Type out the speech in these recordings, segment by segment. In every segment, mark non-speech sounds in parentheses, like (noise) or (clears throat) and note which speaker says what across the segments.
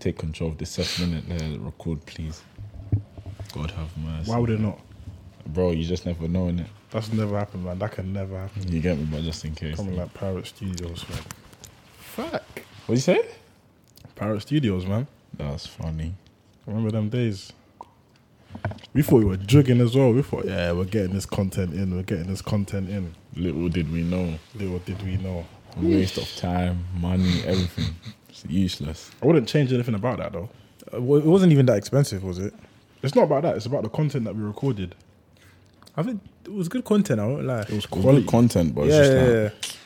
Speaker 1: take control of the session and uh, record, please. God have mercy.
Speaker 2: Why would it not?
Speaker 1: Bro, you just never know, innit?
Speaker 2: That's never happened, man. That can never happen.
Speaker 1: You get me, but just in case.
Speaker 2: Coming
Speaker 1: What
Speaker 2: like Pirate Studios, man. Fuck.
Speaker 1: you say?
Speaker 2: Pirate Studios, man.
Speaker 1: That's funny.
Speaker 2: Remember them days? We thought we were jugging as well. We thought, yeah, we're getting this content in. We're getting this content in.
Speaker 1: Little did we know.
Speaker 2: Little did we know.
Speaker 1: A waste of time, money, everything. It's useless.
Speaker 2: I wouldn't change anything about that though.
Speaker 3: Uh, well, it wasn't even that expensive, was it?
Speaker 2: It's not about that. It's about the content that we recorded.
Speaker 3: I think it was good content. I won't
Speaker 2: It
Speaker 3: lie.
Speaker 2: was
Speaker 1: There's no
Speaker 2: quality.
Speaker 1: content, but it's
Speaker 3: yeah,
Speaker 1: just like,
Speaker 3: yeah, yeah.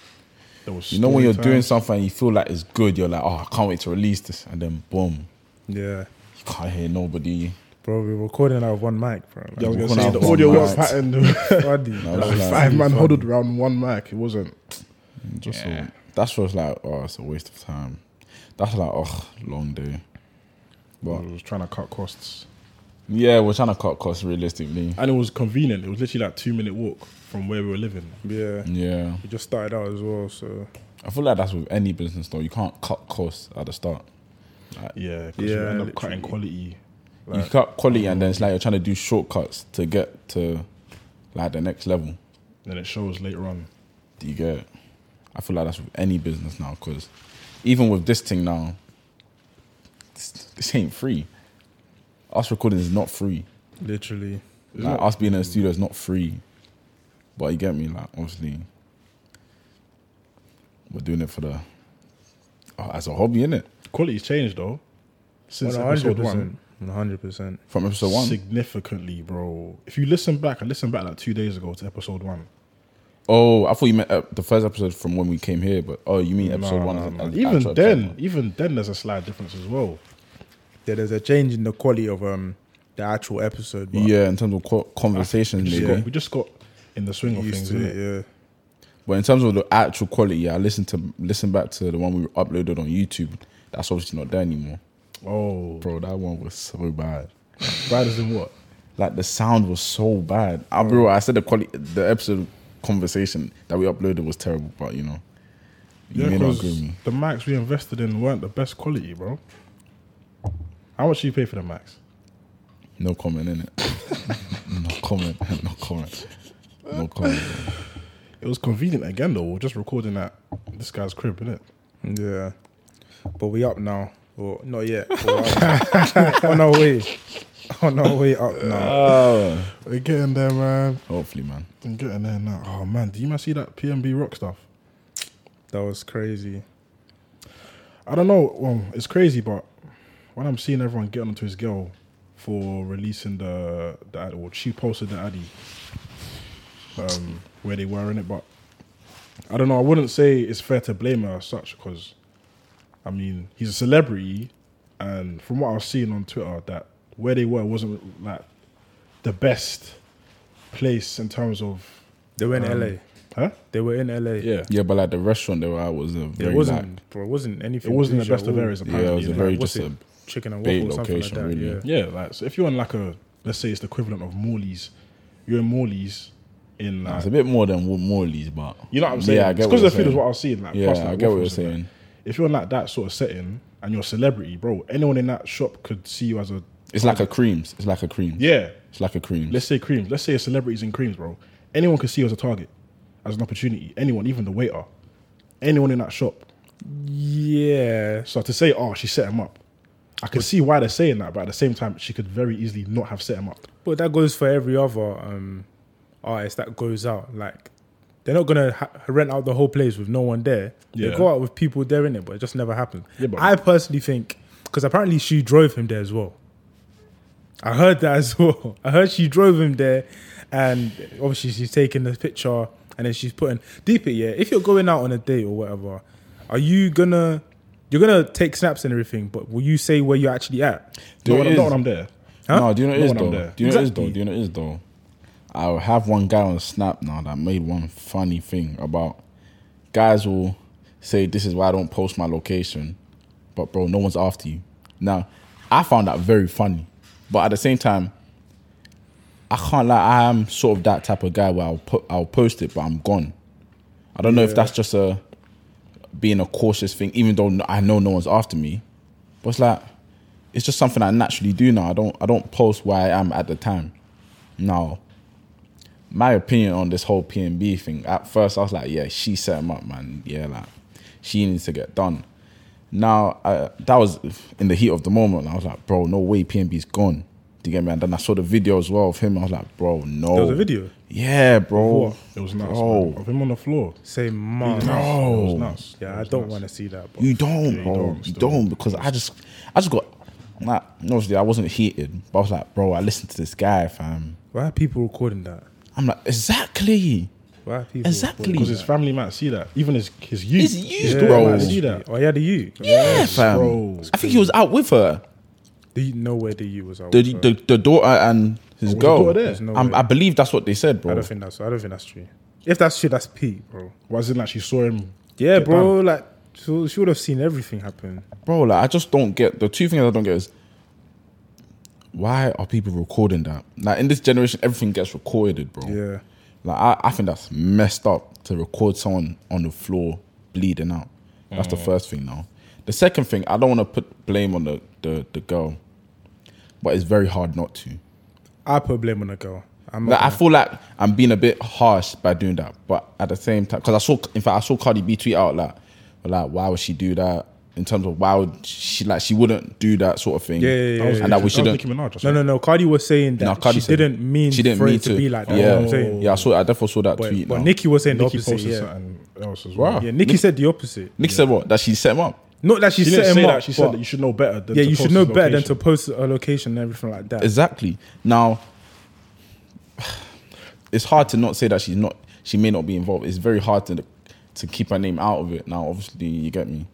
Speaker 2: There was
Speaker 1: you know, when you're
Speaker 2: story
Speaker 1: doing
Speaker 2: time.
Speaker 1: something and you feel like it's good, you're like, oh, I can't wait to release this. And then, boom,
Speaker 3: Yeah.
Speaker 1: you can't hear nobody.
Speaker 3: Bro, we're recording out of one mic, bro.
Speaker 2: Yeah, I was
Speaker 1: We're
Speaker 2: gonna
Speaker 1: gonna
Speaker 2: say
Speaker 1: have
Speaker 2: the
Speaker 1: one
Speaker 2: audio
Speaker 1: mic.
Speaker 2: was patterned.
Speaker 3: (laughs)
Speaker 2: (laughs)
Speaker 3: Funny.
Speaker 1: No,
Speaker 2: like
Speaker 1: like-
Speaker 2: five man
Speaker 3: funny.
Speaker 2: huddled around one mic. It wasn't.
Speaker 1: Just so, that's what's like, oh, it's a waste of time. That's like, oh, long day.
Speaker 2: I
Speaker 1: But
Speaker 2: was trying to cut costs,
Speaker 1: yeah, we're trying to cut costs realistically.
Speaker 2: and it was convenient. It was literally like two minute walk from where we were living.
Speaker 3: Yeah.
Speaker 1: Yeah.
Speaker 3: We just started out as well, so
Speaker 1: I feel like that's with any business though. You can't cut costs at the start.
Speaker 2: Uh, Yeah, because
Speaker 3: Yeah,
Speaker 2: you end up cutting
Speaker 3: literally.
Speaker 2: quality.
Speaker 1: you cut quality and then it's like you're trying to do shortcuts to get to like the next level.
Speaker 2: Then it shows later on.
Speaker 1: Do you get it? I feel like that's with any business now because even with this thing now, this, this ain't free. Us recording is not free.
Speaker 3: literally.
Speaker 2: It's
Speaker 1: Like,
Speaker 2: not-
Speaker 1: us being in the studio is not free. But you get me, like obviously, we're doing it for the oh, as a hobby, innit?
Speaker 2: Quality's changed though since
Speaker 3: Oh,
Speaker 2: episode one.
Speaker 3: 100%. 100%.
Speaker 1: From episode one.
Speaker 2: significantly, bro. If you listen back, I listened back like two days ago to episode one.
Speaker 1: Oh, I thought you meant uh, the first episode from when we came here, but oh, you mean episode
Speaker 2: Nah,
Speaker 1: one?
Speaker 2: nah,
Speaker 1: as-
Speaker 3: Um,
Speaker 2: nah.
Speaker 1: as actual
Speaker 2: Even
Speaker 1: episode
Speaker 2: then,
Speaker 1: one?
Speaker 2: even then, there's a slight difference as well.
Speaker 3: Yeah, there's a change in the quality of um the actual episode. But
Speaker 1: yeah, in terms of co-
Speaker 2: We
Speaker 1: conversations,
Speaker 2: just,
Speaker 1: maybe,
Speaker 2: got, we just got in the swing
Speaker 3: I'm
Speaker 2: of things.
Speaker 3: Used to
Speaker 2: innit?
Speaker 3: it,
Speaker 1: but in terms of the actual quality, yeah, I listened to listen back to the one we uploaded on YouTube. That's obviously not there anymore,
Speaker 2: Oh,
Speaker 1: bro. That one was so bad.
Speaker 2: bad as in what?
Speaker 1: Like the sound was so bad. I bro, I said the quality, the episode conversation that we uploaded was terrible, but you know, you
Speaker 2: Yeah,
Speaker 1: may not
Speaker 2: 'cause
Speaker 1: agree with me.
Speaker 2: the max we invested in weren't the best quality, bro. How much do you pay for the max?
Speaker 1: No comment in it. (laughs) no comment. (laughs) No comment. No comment. bro.
Speaker 2: It was convenient again, though. We're just recording at this guy's crib, innit?
Speaker 3: yeah,
Speaker 2: Hmm.
Speaker 3: yeah. But we up now, or not yet? but we're up. (laughs) on our way, on our way up now.
Speaker 2: We're getting there, man.
Speaker 1: Hopefully, man.
Speaker 2: I'm getting there now. Oh man, do you man see that PMB rock stuff?
Speaker 3: That was crazy.
Speaker 2: I don't know. Well, it's crazy, but when I'm seeing everyone get onto his girl for releasing the the ad, or she posted the addy, um, where they were in it, but I don't know. I wouldn't say it's fair to blame her as such because, I mean, he's a celebrity, and from what I was seeing on Twitter, that where they were wasn't like the best place in terms of,
Speaker 3: They were in
Speaker 2: Um,
Speaker 3: LA.
Speaker 2: huh?
Speaker 3: They were in LA.
Speaker 2: Yeah,
Speaker 1: Yeah, but like the restaurant they were at was a
Speaker 3: it
Speaker 1: very
Speaker 3: wasn't.
Speaker 1: like,
Speaker 3: bro, it wasn't
Speaker 2: it
Speaker 3: anything.
Speaker 2: wasn't the
Speaker 3: bougie at
Speaker 2: best of
Speaker 3: all.
Speaker 2: areas.
Speaker 1: Yeah, it
Speaker 2: Apparently,
Speaker 1: was a
Speaker 2: innit?
Speaker 1: very
Speaker 3: what's
Speaker 1: just
Speaker 3: it? Chicken and
Speaker 1: bait
Speaker 3: waffle, something like
Speaker 1: location,
Speaker 3: that.
Speaker 1: really.
Speaker 3: Yeah.
Speaker 2: Yeah, like so if you're in like a let's say it's the equivalent of Morley's, you're in Morley's in
Speaker 1: nah,
Speaker 2: like
Speaker 1: it's a bit more than Wo- Morley's, but
Speaker 2: you know what I'm saying?
Speaker 1: Yeah, I get
Speaker 2: because
Speaker 1: what
Speaker 2: the
Speaker 1: you're
Speaker 2: food is
Speaker 1: saying.
Speaker 2: what I was seeing. Like
Speaker 1: Yeah,
Speaker 2: pasta
Speaker 1: I
Speaker 2: and
Speaker 1: get what you're
Speaker 2: waffles and
Speaker 1: saying.
Speaker 2: that. If you're in like that sort of setting and you're a celebrity, bro, anyone in that shop could see you as a
Speaker 1: It's like a creams. It's like a cream.
Speaker 2: yeah.
Speaker 1: it's like a cream.
Speaker 2: Let's say creams. Let's say a celebrity's in creams, bro. Anyone could see you as a target, as an opportunity. Anyone, even the waiter, anyone in that shop.
Speaker 3: yeah.
Speaker 2: So to say, oh, she set him up, I could see why they're saying that, but at the same time, she could very easily not have set him up.
Speaker 3: But that goes for every other um, artist that goes out. Like, they're not gonna ha- rent out the whole place with no one there.
Speaker 2: Yeah.
Speaker 3: They go out with people there in it, but it just never happens.
Speaker 2: Yeah, but-
Speaker 3: I personally think because apparently she drove him there as well. I heard that as (laughs) well. I heard she drove him there, and obviously she's taking the picture, and then she's putting deeper. Yeah, if you're going out on a date or whatever, are you gonna you're gonna take snaps and everything? But will you say where you're actually at?
Speaker 1: do
Speaker 2: Not
Speaker 1: you
Speaker 2: when,
Speaker 1: know
Speaker 2: I'm, not
Speaker 1: what
Speaker 2: when
Speaker 1: it
Speaker 2: I'm
Speaker 1: is?
Speaker 2: there.
Speaker 3: Huh?
Speaker 1: No, do you know what it
Speaker 2: Not
Speaker 1: is
Speaker 2: when I'm
Speaker 1: though?
Speaker 2: there.
Speaker 1: Do you know what it is though?
Speaker 3: Exactly.
Speaker 1: Do you know what it is though? I have one guy on Snap now that made one funny thing about guys will say this is why I don't post my location, but bro, no one's after you. Now, I found that very funny, but at the same time, I can't lie. I am sort of that type of guy where I'll put I'll post it, but I'm gone. I don't know if
Speaker 3: Yeah.
Speaker 1: that's just a being a cautious thing, even though I know no one's after me. But it's like it's just something I naturally do now. I don't I don't post where I am at the time. Now, my opinion on this whole P and B thing. At first, I was like, yeah, she set him up, man. Yeah, like she needs to get done. Now, I, that was in the heat of the moment. I was like, bro, no way, P and B's gone. Do you get me? And then I saw the video as well of him. I was like, bro, no.
Speaker 3: There was a video.
Speaker 1: Yeah, bro.
Speaker 2: It was nuts.
Speaker 1: Bro.
Speaker 2: man. Of him on the floor.
Speaker 3: Say, man.
Speaker 2: It was
Speaker 1: Oh.
Speaker 2: nuts.
Speaker 3: Yeah,
Speaker 2: It
Speaker 3: I
Speaker 2: was
Speaker 3: don't
Speaker 2: nuts.
Speaker 3: want to see that. Bro.
Speaker 1: You don't,
Speaker 2: you
Speaker 1: bro.
Speaker 2: don't,
Speaker 1: you
Speaker 2: still.
Speaker 1: don't because I just, I just got. Like, obviously, I wasn't heated, but I was like, bro, I listened to this guy, fam.
Speaker 3: Why are people recording that?
Speaker 1: I'm like, exactly.
Speaker 3: Why are people
Speaker 1: Exactly.
Speaker 3: recording
Speaker 2: Because his family might see that. Even his his youth.
Speaker 1: His youth,
Speaker 2: daughter
Speaker 1: bro.
Speaker 2: might see
Speaker 3: that?
Speaker 2: that.
Speaker 3: Oh yeah, the U.
Speaker 1: Yeah, fam.
Speaker 2: bro.
Speaker 1: I think he was out with her,
Speaker 3: The no way the U was out.
Speaker 1: the
Speaker 3: bro.
Speaker 1: the, the daughter and his
Speaker 2: was the
Speaker 1: girl.
Speaker 2: daughter there?
Speaker 3: There's no
Speaker 1: Um,
Speaker 3: way.
Speaker 1: I believe that's what they said,
Speaker 3: I
Speaker 1: bro.
Speaker 3: don't think that's. I don't think that's true. If that's true, that's Pete, bro.
Speaker 2: Wasn't like she saw him.
Speaker 3: Yeah,
Speaker 2: get
Speaker 3: bro. Like, so she would have seen everything happen.
Speaker 1: Bro, like I just don't get the two things I don't get is why are people recording that? Like in this generation, everything gets recorded, bro.
Speaker 3: Yeah.
Speaker 1: Like I, I think that's messed up to record someone on the floor bleeding out. That's the first thing now. The second thing, I don't want to put blame on the, the, the girl, but it's very hard not to.
Speaker 3: I put blame on the girl. I'm
Speaker 1: Like,
Speaker 3: not
Speaker 1: I feel like I'm being a bit harsh by doing that, but at the same time, because I saw, in fact, I saw Cardi B tweet out like, like, why would she do that? In terms of why would she like she wouldn't do that sort of thing?
Speaker 3: Yeah, yeah, yeah,
Speaker 1: and
Speaker 3: yeah.
Speaker 1: that we shouldn't.
Speaker 2: Nicki Minaj, that's
Speaker 3: No,
Speaker 2: right.
Speaker 3: no, no. Cardi was saying that
Speaker 1: No, Cardi
Speaker 3: she
Speaker 1: said-
Speaker 3: didn't mean
Speaker 1: She didn't
Speaker 3: for
Speaker 1: mean
Speaker 3: it to, be like that.
Speaker 1: Yeah,
Speaker 3: You know what I'm saying?
Speaker 1: yeah. I saw. I definitely saw that
Speaker 3: But,
Speaker 1: tweet.
Speaker 3: but
Speaker 1: now.
Speaker 3: Nikki was saying the
Speaker 2: Nicki
Speaker 3: opposite.
Speaker 2: posted
Speaker 3: Yeah,
Speaker 2: something else as well.
Speaker 1: Wow.
Speaker 3: yeah. Nikki said the opposite.
Speaker 1: Nick said what? That she set him up.
Speaker 3: Not that she,
Speaker 2: She
Speaker 3: set
Speaker 2: didn't
Speaker 3: him
Speaker 2: say
Speaker 3: up.
Speaker 2: that. She said
Speaker 3: but-
Speaker 2: that you should know better. Than
Speaker 3: yeah,
Speaker 2: to
Speaker 3: you should
Speaker 2: post
Speaker 3: know
Speaker 2: his
Speaker 3: better than
Speaker 2: location.
Speaker 3: to post a location and everything like that.
Speaker 1: Exactly. Now, it's hard to not say that she's not. She may not be involved. It's very hard to to keep her name out of it. Now, obviously, you get me.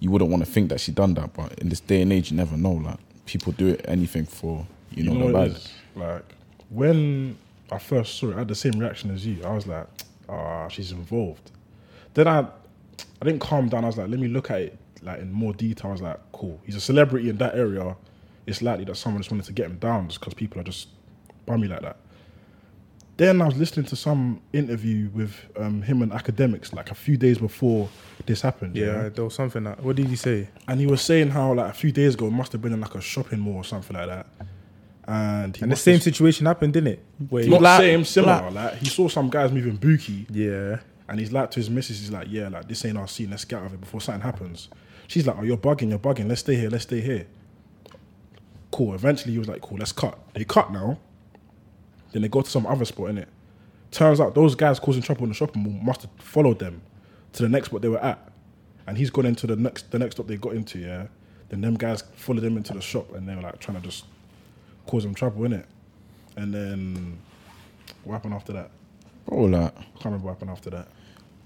Speaker 1: You wouldn't want to think that she done that, but in this day and age, you never know. Like people do it anything for you know,
Speaker 2: You know
Speaker 1: the
Speaker 2: what it
Speaker 1: bad.
Speaker 2: is? Like when I first saw it, I had the same reaction as you. I was like, ah, she's involved. Then I, I didn't calm down. I was like, let me look at it like in more detail. I was like, cool. He's a celebrity in that area. It's likely that someone just wanted to get him down just because people are just bummy like that. Then I was listening to some interview with um, him and academics like a few days before this happened.
Speaker 3: Yeah,
Speaker 2: you know?
Speaker 3: there was something that. What did he say?
Speaker 2: And he was saying how like a few days ago it must have been in like a shopping mall or something like that. And, he
Speaker 3: And the
Speaker 2: must
Speaker 3: same
Speaker 2: have-
Speaker 3: situation happened, didn't it? Wait.
Speaker 2: not
Speaker 1: Like-
Speaker 2: same, similar.
Speaker 1: like-
Speaker 2: Like, he saw some guys moving buki,
Speaker 3: Yeah.
Speaker 2: and he's like to his missus, he's like, "Yeah, like this ain't our scene. Let's get out of it before something happens." She's like, "Oh, you're bugging. You're bugging. Let's stay here. Let's stay here." Cool. Eventually, he was like, "Cool, let's cut." They cut now. Then they go to some other spot in it. Turns out those guys causing trouble in the shopping mall must have followed them to the next spot they were at, and he's gone into the next the next stop they got into. Yeah. Then them guys followed them into the shop, and they were like trying to just cause them trouble in it. And then what happened after that?
Speaker 1: Bro, like,
Speaker 2: I can't remember what happened after that.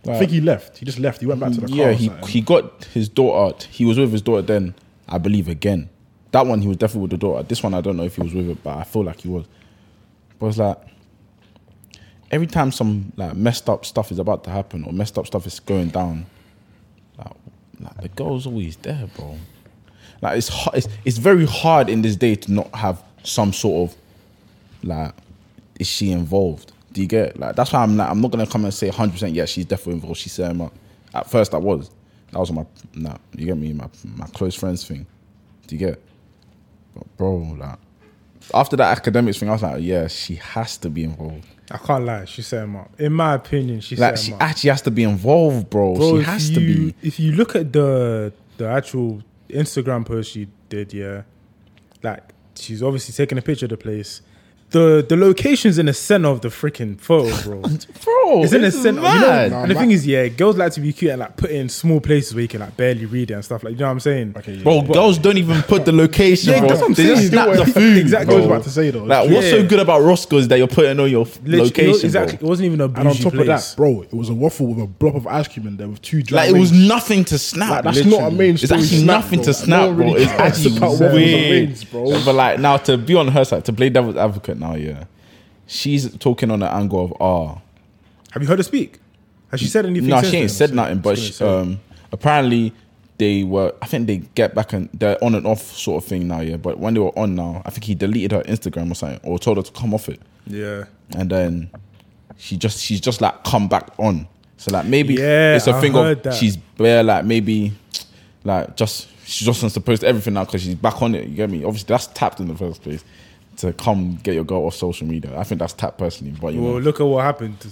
Speaker 2: I
Speaker 1: Like-
Speaker 2: think he left. He just left. He went back to the car.
Speaker 1: yeah,
Speaker 2: or
Speaker 1: he
Speaker 2: something.
Speaker 1: he got his daughter. He was with his daughter then, I believe. Again, that one he was definitely with the daughter. This one I don't know if he was with it, but I feel like he was. But it's like every time some like messed up stuff is about to happen or messed up stuff is going down, like, like the girl's always there, bro. Like it's hard, it's it's very hard in this day to not have some sort of like is she involved? Do you get it? like that's why I'm like I'm not gonna come and say 100 percent yeah she's definitely involved. She set him up. At first I was that was on my nah you get me my my close friends thing. Do you get? it? But bro like after that academics thing I was like yeah she has to be involved.
Speaker 3: I can't lie. She set him up. In my opinion, she
Speaker 1: Like
Speaker 3: set
Speaker 1: she
Speaker 3: him up.
Speaker 1: actually has to be involved, bro.
Speaker 3: Bro,
Speaker 1: she
Speaker 3: if
Speaker 1: has
Speaker 3: you,
Speaker 1: to be.
Speaker 3: If you look at the the actual Instagram post she did, yeah, like she's obviously taking a picture of the place. The the location's in the center of the freaking photo, bro.
Speaker 1: Bro,
Speaker 3: It's in the
Speaker 1: it's
Speaker 3: center. You know,
Speaker 1: mad.
Speaker 3: and the thing is, yeah, girls like to be cute and like put it in small places where you can like barely read it and stuff. Like, you know what I'm saying?
Speaker 2: Okay, yeah.
Speaker 1: Bro, girls don't even put the location.
Speaker 3: Yeah,
Speaker 1: bro.
Speaker 3: that's what I'm
Speaker 1: they just
Speaker 3: saying.
Speaker 1: snap the
Speaker 3: Exactly
Speaker 1: food.
Speaker 3: what I
Speaker 1: bro.
Speaker 3: was
Speaker 2: about to say, though.
Speaker 1: Like, what's so
Speaker 3: Yeah.
Speaker 1: good about Roscoe's that you're putting on your f-
Speaker 3: Literally,
Speaker 1: location?
Speaker 3: it was- exactly.
Speaker 1: bro?
Speaker 3: It wasn't even a
Speaker 2: and
Speaker 3: bougie
Speaker 2: on top
Speaker 3: place.
Speaker 2: of that, bro, it was a waffle with a blob of ice cream in there with two. dry
Speaker 1: Like, it was
Speaker 2: rings.
Speaker 1: nothing to snap.
Speaker 2: Like, that's
Speaker 1: literally.
Speaker 2: not a main
Speaker 1: It's
Speaker 2: story
Speaker 1: actually
Speaker 2: snap,
Speaker 1: nothing
Speaker 2: bro.
Speaker 1: to
Speaker 2: Like, no
Speaker 1: snap,
Speaker 2: one
Speaker 1: bro.
Speaker 2: really
Speaker 1: It's
Speaker 2: cares
Speaker 1: actually
Speaker 2: about what was on rings,
Speaker 1: weird.
Speaker 2: bro.
Speaker 1: But like now, to be on her side, to play devil's advocate now, yeah, she's talking on the angle of ah.
Speaker 3: Have you heard her speak? Has she said anything?
Speaker 1: No,
Speaker 3: since
Speaker 1: she ain't
Speaker 3: then?
Speaker 1: said nothing. But she,
Speaker 2: uh,
Speaker 1: um, apparently they were. I think they get back and they're on and off sort of thing now. Yeah, but when they were on now, I think he deleted her Instagram or something, or told her to come off it,
Speaker 3: Yeah.
Speaker 1: and then she just she's just like come back on. So like maybe
Speaker 3: Yeah,
Speaker 1: it's a
Speaker 3: I
Speaker 1: thing of
Speaker 3: heard that.
Speaker 1: she's bare like maybe like just she's just supposed to post everything now because she's back on it. You get me? Obviously, that's tapped in the first place to come get your girl off social media. I think that's tapped personally, but you know.
Speaker 3: Well, look at what happened. (laughs)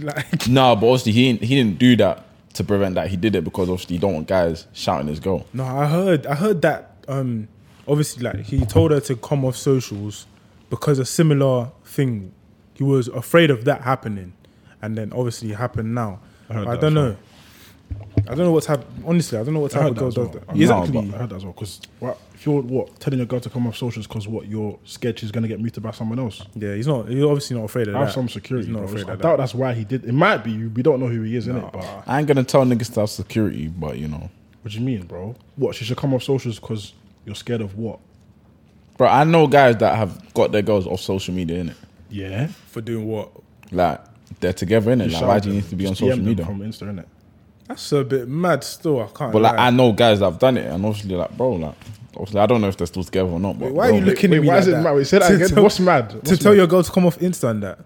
Speaker 3: Like,
Speaker 1: No, but obviously he didn't, he didn't do that to prevent that. He did it because obviously you don't want guys shouting his goal.
Speaker 3: no, I heard, I heard that. Um, obviously, like he told her to come off socials because a similar thing. He was afraid of that happening, and then obviously it happened now. I,
Speaker 2: heard that as
Speaker 3: don't
Speaker 2: well.
Speaker 3: know. I don't know what's happened. Honestly, I don't know what
Speaker 2: I
Speaker 3: type
Speaker 2: heard
Speaker 3: of
Speaker 2: that
Speaker 3: girl
Speaker 2: as
Speaker 3: does
Speaker 2: well.
Speaker 3: that.
Speaker 2: I know,
Speaker 3: exactly.
Speaker 2: but I heard that as well. Because if you're what telling your girl to come off socials because what you're scared she's gonna get muted by someone else.
Speaker 3: Yeah, he's not. He's obviously not afraid of
Speaker 2: I
Speaker 3: that.
Speaker 2: have some security.
Speaker 3: He's not
Speaker 2: bro.
Speaker 3: afraid
Speaker 2: So I
Speaker 3: of
Speaker 2: doubt
Speaker 3: that.
Speaker 2: that's why he did. It might be. We don't know who he is in it. But
Speaker 1: I ain't gonna tell niggas to have security, but you know,
Speaker 2: what do you mean, bro? What she should come off socials because you're scared of what?
Speaker 1: bro, I know guys that have got their girls off social media in it.
Speaker 2: Yeah.
Speaker 3: For doing what?
Speaker 1: Like they're together in it. Like,
Speaker 2: Shout
Speaker 1: why
Speaker 2: out
Speaker 1: do you
Speaker 2: them.
Speaker 1: need to be on
Speaker 2: Just
Speaker 1: social
Speaker 2: DM them
Speaker 1: media?
Speaker 2: from Insta, innit?
Speaker 3: That's a bit mad. Still, I can't.
Speaker 1: But like,
Speaker 3: lie.
Speaker 1: I know guys that have done it, and obviously, like, bro, like, obviously, I don't know if they're still together or not. But
Speaker 3: why are
Speaker 1: bro,
Speaker 3: you looking
Speaker 2: wait,
Speaker 3: at me
Speaker 2: why
Speaker 3: like
Speaker 2: is it
Speaker 3: that?
Speaker 2: mad? Wait, say that
Speaker 3: (laughs) To
Speaker 2: again. What's mad?
Speaker 3: To
Speaker 2: What's
Speaker 3: tell
Speaker 2: mad?
Speaker 3: your girl to come off Insta and that.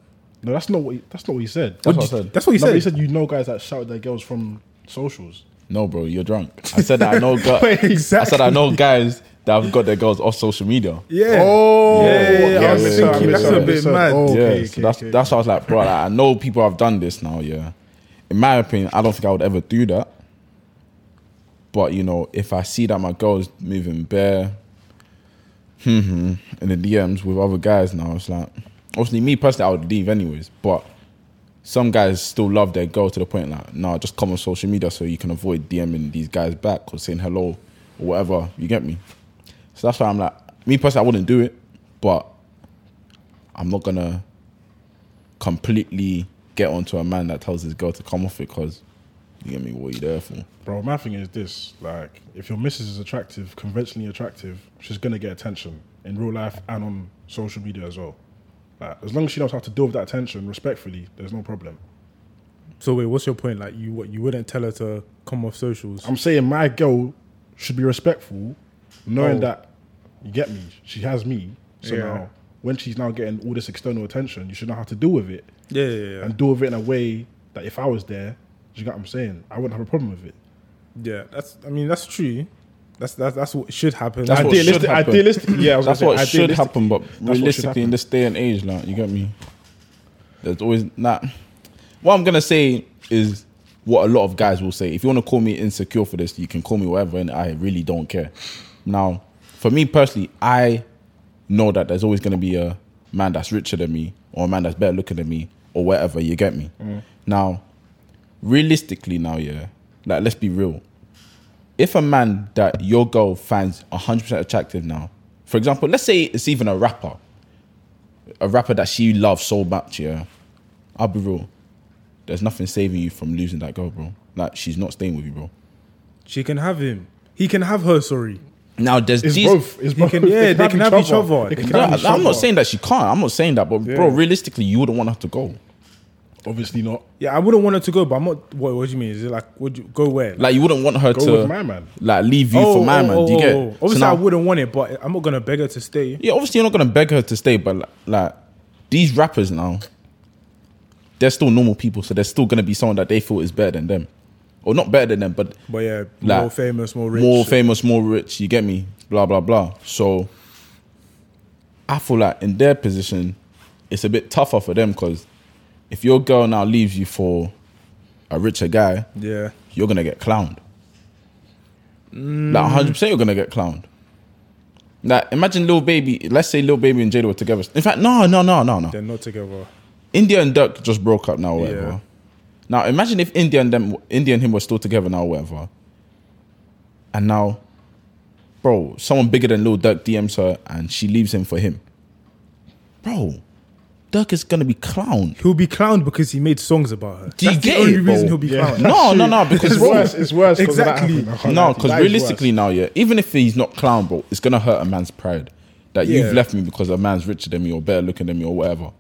Speaker 2: No, that's not what. He, that's not what he said.
Speaker 1: That's what I said.
Speaker 3: That's what he
Speaker 2: No,
Speaker 3: said.
Speaker 2: he said you know guys that shout their girls from socials.
Speaker 1: No, bro, you're drunk. I said that I
Speaker 3: (laughs)
Speaker 1: know. Gu-
Speaker 3: Wait,
Speaker 1: I said I know
Speaker 3: exactly.
Speaker 1: guys that have got their girls off social media.
Speaker 3: Yeah.
Speaker 2: Oh,
Speaker 3: Yeah, yeah, yeah,
Speaker 1: I was thinking that's a
Speaker 3: bit mad.
Speaker 1: yeah, so that's that's why I was like, bro, like, I know people have done this now. Yeah, in my opinion, I don't think I would ever do that. But you know, if I see that my girl's moving bare in the DMs with other guys now, it's like obviously me personally, I would leave anyways. But some guys still love their girl to the point like, nah, just come on social media so you can avoid DMing these guys back or saying hello or whatever. You get me? So that's why I'm like, me personally, I wouldn't do it, but I'm not gonna completely get onto a man that tells his girl to come off it because you get me. What are you there for?
Speaker 2: Bro, my thing is this: like, if your missus is attractive, conventionally attractive, she's gonna get attention in real life and on social media as well. Like, as long as she knows how to deal with that attention respectfully, there's no problem.
Speaker 3: So wait, what's your point? Like you, what you wouldn't tell her to come off socials?
Speaker 2: I'm saying my girl should be respectful, knowing
Speaker 3: Oh.
Speaker 2: that you get me. She has me, so
Speaker 3: Yeah.
Speaker 2: now when she's now getting all this external attention, you should know how to deal with it.
Speaker 3: yeah, yeah, yeah.
Speaker 2: and deal with it in a way that if I was there, do you get what I'm saying? I wouldn't have a problem with it.
Speaker 3: yeah. That's. I mean, that's true. That's that's that's what should happen.
Speaker 1: That's what should
Speaker 2: Idealistic,
Speaker 1: happen.
Speaker 2: idealistic. Yeah, I was
Speaker 1: That's
Speaker 2: gonna
Speaker 1: what
Speaker 2: say,
Speaker 1: should happen, but
Speaker 2: what should
Speaker 1: realistically, in
Speaker 2: happen.
Speaker 1: this day and age, like you get me. There's always not. What I'm gonna say is what a lot of guys will say. If you want to call me insecure for this, you can call me whatever, and I really don't care. Now, for me personally, I know that there's always gonna be a man that's richer than me, or a man that's better looking than me, or whatever. You get me?
Speaker 2: Mm.
Speaker 1: Now, realistically, now yeah, like let's be real if a man that your girl finds 100% attractive now, for example, let's say it's even a rapper, a rapper that she loves so much, yeah, I'll be real. There's nothing saving you from losing that girl, bro. Like, she's not staying with you, bro.
Speaker 3: She can have him. He can have her. Sorry.
Speaker 1: Now, there's
Speaker 2: It's
Speaker 1: these.
Speaker 2: both. It's
Speaker 3: They
Speaker 2: both.
Speaker 3: can- yeah, they can have each other. They
Speaker 2: They can
Speaker 3: can
Speaker 1: Bro,
Speaker 2: have each
Speaker 1: I'm
Speaker 2: other.
Speaker 1: not saying that she can't. I'm not saying that, but bro,
Speaker 3: Yeah.
Speaker 1: realistically, you wouldn't want her to go.
Speaker 2: Obviously not.
Speaker 3: Yeah, I wouldn't want her to go, but I'm not. What, what do you mean? Is it like would you go where?
Speaker 1: Like, you wouldn't want her
Speaker 2: Go
Speaker 1: to
Speaker 2: with my man.
Speaker 1: like leave you for my man. Do you get?
Speaker 3: oh.
Speaker 1: So
Speaker 3: Obviously,
Speaker 1: now-
Speaker 3: I wouldn't want it, but I'm not gonna beg her to stay.
Speaker 1: Yeah, obviously you're not gonna beg her to stay, but like, like these rappers now, they're still normal people, so there's still gonna be someone that they feel is better than them, or not better than them, but
Speaker 3: But yeah,
Speaker 1: Like,
Speaker 3: more famous, more rich,
Speaker 1: more famous, more rich. You get me? Blah blah blah. So I feel like in their position, it's a bit tougher for them because if your girl now leaves you for a richer guy,
Speaker 3: Yeah.
Speaker 1: you're gonna get clowned. Like 100 percent you're gonna get clowned. Like imagine Lil Baby, let's say Lil Baby and Jada were together. In fact, no, no, no, no, no.
Speaker 3: They're not together.
Speaker 1: India and Dirk just broke up now, or whatever.
Speaker 3: Yeah.
Speaker 1: Now imagine if India and them, India and him were still together now, or whatever. And now, bro, someone bigger than Lil Dirk DMs her and she leaves him for him. Bro, Dirk is gonna be
Speaker 3: (laughs)
Speaker 1: clowned.
Speaker 3: He'll be clowned because he made songs about her.
Speaker 1: Do you
Speaker 3: That's
Speaker 1: get
Speaker 3: the only
Speaker 1: it, bro?
Speaker 3: reason he'll be
Speaker 2: Yeah.
Speaker 3: clowned.
Speaker 1: No, no, no, because
Speaker 2: It's
Speaker 1: bro,
Speaker 2: worse. It's worse. 'cause of that
Speaker 3: Exactly.
Speaker 2: happening. I can't
Speaker 1: No,
Speaker 2: lie to you. That
Speaker 1: because
Speaker 2: is
Speaker 1: realistically now, yeah, even if he's not clown, bro, it's gonna hurt a man's pride that
Speaker 3: Yeah.
Speaker 1: you've left me because a man's richer than me or better looking than me or whatever.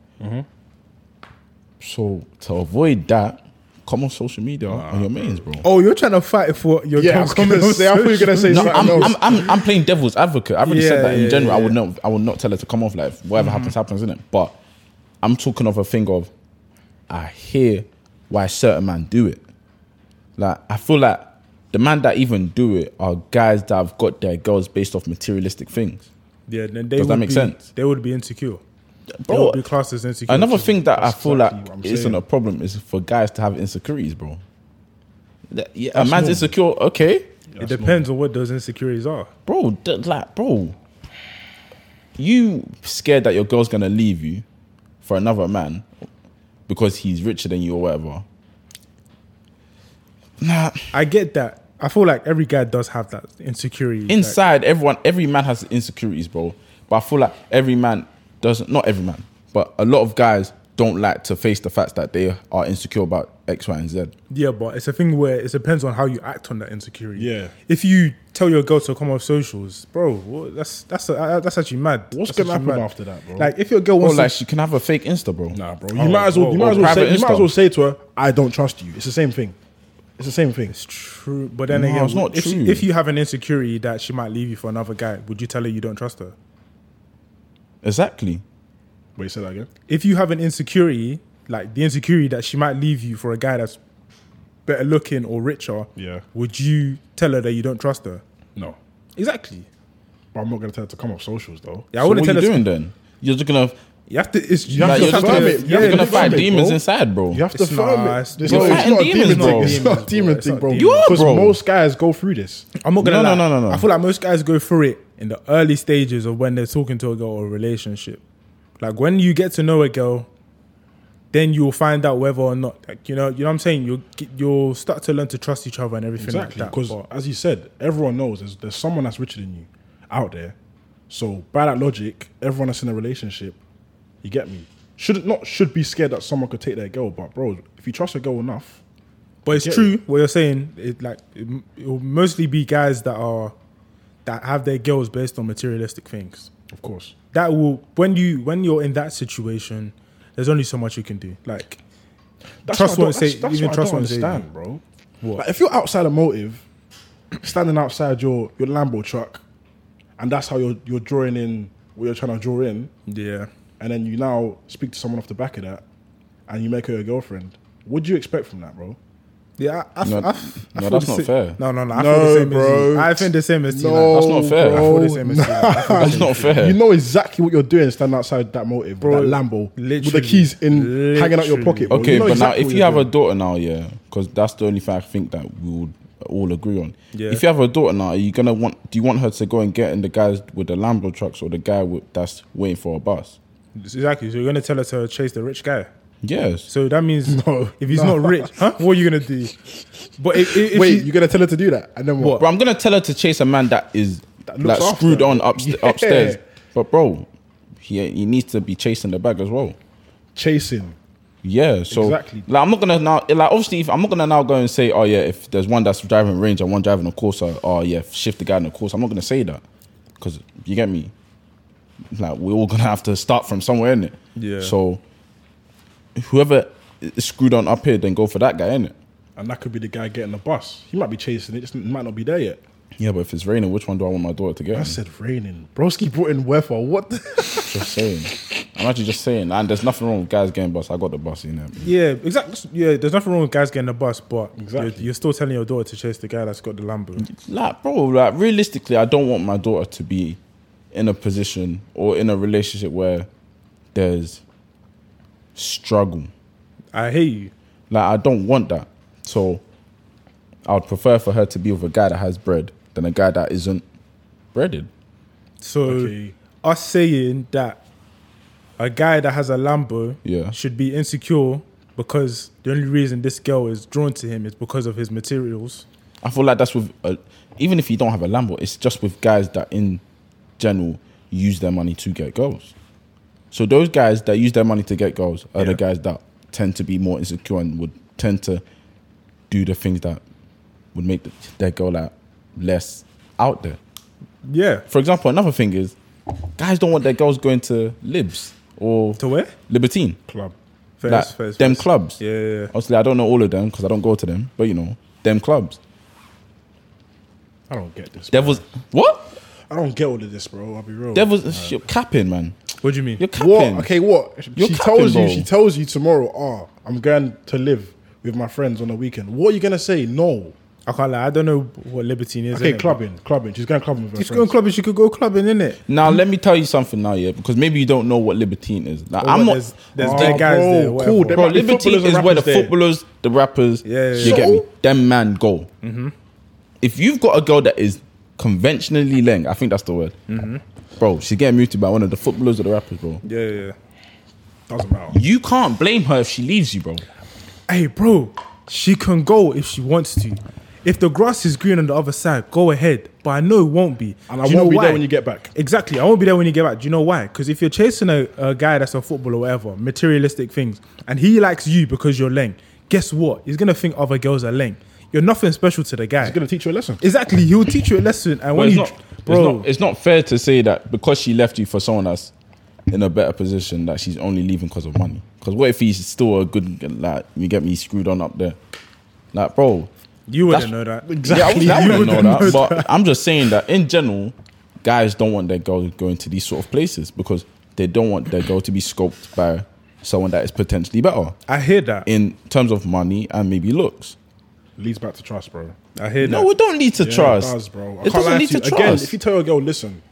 Speaker 1: So to avoid that, come on social media on your mains, bro.
Speaker 3: Oh, you're trying to fight for your
Speaker 2: worse. yeah, I
Speaker 3: girl's
Speaker 2: was gonna
Speaker 3: comment on
Speaker 2: say. I thought you were gonna
Speaker 3: (laughs)
Speaker 2: say
Speaker 1: no,
Speaker 2: something
Speaker 1: I'm,
Speaker 2: else.
Speaker 1: I'm, I'm, I'm playing devil's advocate. I've already
Speaker 3: Yeah,
Speaker 1: said that
Speaker 3: yeah,
Speaker 1: in general.
Speaker 3: yeah,
Speaker 1: I would not I would not tell her to come off like whatever
Speaker 2: Mm-hmm.
Speaker 1: happens happens in it. But I'm talking of a thing of I hear why certain men do it. Like I feel like the man that even do it are guys that have got their girls based off materialistic things.
Speaker 3: Yeah, then they
Speaker 1: Does that
Speaker 3: would
Speaker 1: make
Speaker 3: be,
Speaker 1: sense?
Speaker 3: They would be insecure. they
Speaker 1: Bro,
Speaker 3: would be classed as insecure.
Speaker 1: another
Speaker 3: too.
Speaker 1: thing that I
Speaker 2: That's
Speaker 1: feel
Speaker 2: exactly what I'm
Speaker 1: like isn't
Speaker 2: saying.
Speaker 1: a problem is for guys to have insecurities, bro. That- yeah, a man's
Speaker 2: normal.
Speaker 1: insecure, okay,
Speaker 3: it depends on what those insecurities are.
Speaker 1: bro. d- Like, bro, you scared that your girl's gonna leave you for another man because he's richer than you or whatever. Nah,
Speaker 3: I get that. I feel like every guy does have that insecurity. like-
Speaker 1: inside everyone every man has insecurities bro but i feel like every man doesn't not every man but a lot of guys don't like to face the facts that they are insecure about x y and z
Speaker 3: yeah, but it's a thing where it depends on how you act on that insecurity.
Speaker 2: Yeah.
Speaker 3: If you tell your girl to come off socials, bro, what, that's that's uh, that's actually mad.
Speaker 2: What's
Speaker 3: That's
Speaker 2: gonna
Speaker 3: actually
Speaker 2: happen
Speaker 3: mad.
Speaker 2: after that, bro?
Speaker 3: Like if your girl
Speaker 1: or
Speaker 3: wants
Speaker 1: like
Speaker 3: to,
Speaker 1: she can have a fake insta bro
Speaker 2: Nah, bro. You
Speaker 3: Oh,
Speaker 2: might as well. You
Speaker 3: oh,
Speaker 2: might as well
Speaker 1: private
Speaker 2: say. You might as well
Speaker 1: Insta.
Speaker 2: say to her, "I don't trust you." It's the same thing. It's the same thing.
Speaker 3: true, but then
Speaker 1: No,
Speaker 3: again,
Speaker 1: it's not
Speaker 3: if, she-
Speaker 1: true.
Speaker 3: if you have an insecurity that she might leave you for another guy, would you tell her you don't trust her?
Speaker 1: exactly
Speaker 2: Wait, say that again.
Speaker 3: if you have an insecurity, like the insecurity that she might leave you for a guy that's better looking or richer,
Speaker 2: Yeah.
Speaker 3: would you tell her that you don't trust her?
Speaker 2: No,
Speaker 3: Exactly.
Speaker 2: but I'm not gonna tell her to come off socials though.
Speaker 3: Yeah, I
Speaker 1: so what
Speaker 3: wouldn't
Speaker 1: are you
Speaker 3: tell
Speaker 1: doing
Speaker 3: her.
Speaker 1: then you're just gonna
Speaker 3: You have to. It's, you
Speaker 1: like,
Speaker 2: have
Speaker 3: to
Speaker 1: you're just
Speaker 2: fight
Speaker 1: gonna,
Speaker 2: it. You
Speaker 1: you're
Speaker 2: have to
Speaker 1: gonna
Speaker 2: fight
Speaker 1: fight
Speaker 2: it,
Speaker 1: demons
Speaker 2: bro.
Speaker 1: inside bro
Speaker 2: You have to
Speaker 3: It's
Speaker 2: firm
Speaker 3: not-
Speaker 2: it.
Speaker 3: it's
Speaker 2: It's
Speaker 3: not-
Speaker 2: not,
Speaker 1: You're
Speaker 2: it's
Speaker 1: fighting
Speaker 2: not a demon
Speaker 1: demons,
Speaker 2: thing.
Speaker 1: bro.
Speaker 2: It's not a
Speaker 3: It's
Speaker 2: demon
Speaker 3: not
Speaker 2: thing, bro.
Speaker 3: demons. You
Speaker 1: are,
Speaker 2: Because
Speaker 1: bro.
Speaker 2: most guys go through this.
Speaker 3: I'm not gonna
Speaker 1: No,
Speaker 3: lie.
Speaker 1: no, no, no, no.
Speaker 3: I feel like most guys go through it in the early stages of when they're talking to a girl or a relationship. Like when you get to know a girl, then you'll find out whether or not, like, you know, you know what I'm saying. You'll get- you'll start to learn to trust each other and everything
Speaker 2: Exactly.
Speaker 3: like that.
Speaker 2: Because
Speaker 3: but-
Speaker 2: as you said, everyone knows there's, there's someone that's richer than you out there. So by that logic, everyone that's in a relationship, you get me. Should not should be scared that someone could take their girl, but bro, if you trust a girl enough,
Speaker 3: But it's
Speaker 2: Get
Speaker 3: true what you're saying. It like it, will mostly be guys that are that have their girls based on materialistic things.
Speaker 2: of course.
Speaker 3: That will when you when you're in that situation, there's only so much you can do. Like
Speaker 2: what
Speaker 3: trust
Speaker 2: I
Speaker 3: won't
Speaker 2: don't-
Speaker 3: say
Speaker 2: that's- that's
Speaker 3: even
Speaker 2: what I
Speaker 3: trust
Speaker 2: don't
Speaker 3: won't say.
Speaker 2: understand, bro.
Speaker 3: What?
Speaker 2: Like, if you're outside a motive, (clears throat) standing outside your your Lambo truck, and that's how you're you're drawing in what you're trying to draw in,
Speaker 3: Yeah,
Speaker 2: and then you now speak to someone off the back of that, and you make her a girlfriend. What do you expect from that, bro?
Speaker 3: yeah. I, I,
Speaker 1: No,
Speaker 3: I, I
Speaker 1: no,
Speaker 3: feel
Speaker 1: that's
Speaker 3: the
Speaker 1: not
Speaker 3: sa-
Speaker 1: fair.
Speaker 3: No, no, no. I feel
Speaker 2: No,
Speaker 3: the same as you.
Speaker 2: bro.
Speaker 3: I think the same as you.
Speaker 2: No,
Speaker 3: man.
Speaker 1: That's not fair.
Speaker 2: Bro.
Speaker 1: I
Speaker 3: feel the same as you. I feel
Speaker 1: that's not fair
Speaker 2: You know exactly what you're doing standing outside that motive, bro. That Lambo with the
Speaker 3: literally,
Speaker 2: keys in, hanging out your
Speaker 3: literally.
Speaker 2: pocket. Bro.
Speaker 1: okay
Speaker 2: You know
Speaker 1: but
Speaker 2: exactly
Speaker 1: now
Speaker 2: what
Speaker 1: if you
Speaker 2: you're
Speaker 1: have
Speaker 2: doing.
Speaker 1: a daughter now yeah because that's the only thing i think that we would all agree on
Speaker 3: Yeah.
Speaker 1: if you have a daughter now are you gonna want do you want her to go and get in the guys with the lambo trucks or the guy with, that's waiting for a bus
Speaker 3: Exactly. So you're gonna tell her to chase the rich guy.
Speaker 1: yes
Speaker 3: So that means
Speaker 2: No,
Speaker 3: if he's
Speaker 2: no.
Speaker 3: not rich, huh? What are you gonna do? But if, if, if
Speaker 2: wait,
Speaker 3: he-
Speaker 2: you're gonna tell her to do that, and then what?
Speaker 1: Bro, I'm gonna tell her to chase a man that is
Speaker 2: looks
Speaker 1: like
Speaker 2: after
Speaker 1: screwed
Speaker 2: her.
Speaker 1: on upst-
Speaker 2: Yeah.
Speaker 1: upstairs. But bro, he he needs to be chasing the bag as well.
Speaker 2: Chasing.
Speaker 1: Yeah, so
Speaker 2: Exactly.
Speaker 1: like I'm not gonna now like obviously if I'm not gonna now go and say oh yeah if there's one that's driving range and one driving a Corsa oh yeah shift the guy in the Corsa I'm not gonna say that because you get me like we're all gonna have to start from somewhere in it
Speaker 3: Yeah.
Speaker 1: so whoever is screwed on up here then go for that guy in it
Speaker 2: And that could be the guy getting the bus. He might be chasing it, just might not be there yet.
Speaker 1: yeah but if it's raining which one do I want my daughter to get
Speaker 2: I
Speaker 1: in?
Speaker 2: said raining. Broski brought in weather. What the? (laughs)
Speaker 1: Just saying. I'm actually just saying, and there's nothing wrong with guys getting bus. I got the bus, you know.
Speaker 3: Yeah, exactly. Yeah, there's nothing wrong with guys getting a bus, but
Speaker 2: Exactly.
Speaker 3: you're, you're still telling your daughter to chase the guy that's got the Lambo.
Speaker 1: Like, bro, like realistically, I don't want my daughter to be in a position or in a relationship where there's struggle.
Speaker 3: I hear you.
Speaker 1: Like, I don't want that. So, I'd prefer for her to be with a guy that has bread than a guy that isn't breaded.
Speaker 3: So,
Speaker 2: Okay.
Speaker 3: us saying that a guy that has a Lambo
Speaker 1: Yeah.
Speaker 3: should be insecure because the only reason this girl is drawn to him is because of his materials.
Speaker 1: I feel like that's with a, even if you don't have a Lambo, it's just with guys that in general use their money to get girls. So those guys that use their money to get girls are the
Speaker 3: Yeah.
Speaker 1: guys that tend to be more insecure and would tend to do the things that would make the, their girl like less out there.
Speaker 3: Yeah.
Speaker 1: For example, another thing is guys don't want their girls going to libs or
Speaker 3: To where?
Speaker 1: libertine,
Speaker 2: Club.
Speaker 3: First,
Speaker 1: like them clubs.
Speaker 3: Yeah, yeah, yeah.
Speaker 1: Obviously, I don't know all of them because I don't go to them, but you know them clubs.
Speaker 2: I don't get this.
Speaker 1: Devils, what?
Speaker 2: I don't get all of this, bro. I'll be real.
Speaker 1: Devils, you're capping, man.
Speaker 3: What do you mean?
Speaker 1: You're
Speaker 2: what?
Speaker 1: capping.
Speaker 2: Okay, what?
Speaker 1: You're
Speaker 2: she
Speaker 1: capping,
Speaker 2: tells
Speaker 1: bro.
Speaker 2: you. She tells you tomorrow. Ah, I'm going to live with my friends on the weekend. What are you gonna say? No.
Speaker 3: I can't lie. I don't know what libertine is.
Speaker 2: Okay,
Speaker 3: innit,
Speaker 2: clubbing, clubbing. She's going clubbing with her
Speaker 3: but If she's
Speaker 2: friends.
Speaker 3: going clubbing, she could go clubbing, innit?
Speaker 1: Now let me tell you something now, yeah, because maybe you don't know what libertine is. Like,
Speaker 3: Or
Speaker 1: I'm
Speaker 3: what,
Speaker 1: not.
Speaker 3: There's, there's
Speaker 2: Oh,
Speaker 3: dead guys
Speaker 2: bro,
Speaker 3: there. whatever.
Speaker 2: cool, there
Speaker 1: bro,
Speaker 2: might be
Speaker 1: libertine
Speaker 2: footballers
Speaker 1: is
Speaker 2: and
Speaker 1: where the
Speaker 2: rappers there.
Speaker 1: footballers, the rappers,
Speaker 3: Yeah, yeah,
Speaker 1: you
Speaker 3: yeah.
Speaker 1: get me. Them man go.
Speaker 2: Mm-hmm.
Speaker 1: If you've got a girl that is conventionally leng, I think that's the word.
Speaker 2: Mm-hmm.
Speaker 1: Bro, she's getting muted by one of the footballers or the rappers, bro.
Speaker 3: Yeah, yeah, yeah.
Speaker 2: Doesn't matter.
Speaker 1: You can't blame her if she leaves you, bro.
Speaker 3: Hey, bro, she can go if she wants to. If the grass is green on the other side, go ahead. But I know it won't be.
Speaker 2: And I
Speaker 3: Do
Speaker 2: won't
Speaker 3: you know
Speaker 2: be
Speaker 3: why?
Speaker 2: there when you get back.
Speaker 3: Exactly. I won't be there when you get back. Do you know why? Because if you're chasing a, a guy that's a footballer or whatever, materialistic things, and he likes you because you're leng, guess what? He's going to think other girls are leng. You're nothing special to the guy.
Speaker 2: He's gonna teach you a lesson.
Speaker 3: exactly. He'll teach you a lesson. And
Speaker 1: But
Speaker 3: when
Speaker 1: it's
Speaker 3: you.
Speaker 1: not,
Speaker 3: bro.
Speaker 1: it's not, it's not fair to say that because she left you for someone that's in a better position that she's only leaving because of money. Because what if he's still a good like you get me screwed on up there, like bro.
Speaker 3: you wouldn't know
Speaker 1: that's-
Speaker 2: (laughs)
Speaker 3: that.
Speaker 1: Yeah, I, would- I
Speaker 3: You
Speaker 1: wouldn't know that,
Speaker 3: wouldn't know
Speaker 1: But I'm just saying that in general, guys don't want their girl going to these sort of places because they don't want their girl to be scoped by someone that is potentially better
Speaker 3: I hear that.
Speaker 1: in terms of money and maybe looks.
Speaker 2: Leads back to trust, bro.
Speaker 3: I hear that.
Speaker 1: No, it don't lead to
Speaker 2: Yeah,
Speaker 1: trust.
Speaker 2: It does, bro. I
Speaker 1: It
Speaker 2: can't
Speaker 1: doesn't
Speaker 2: lie
Speaker 1: lead
Speaker 2: to
Speaker 1: to
Speaker 2: you. Again,
Speaker 1: trust.
Speaker 2: if you tell a girl, listen,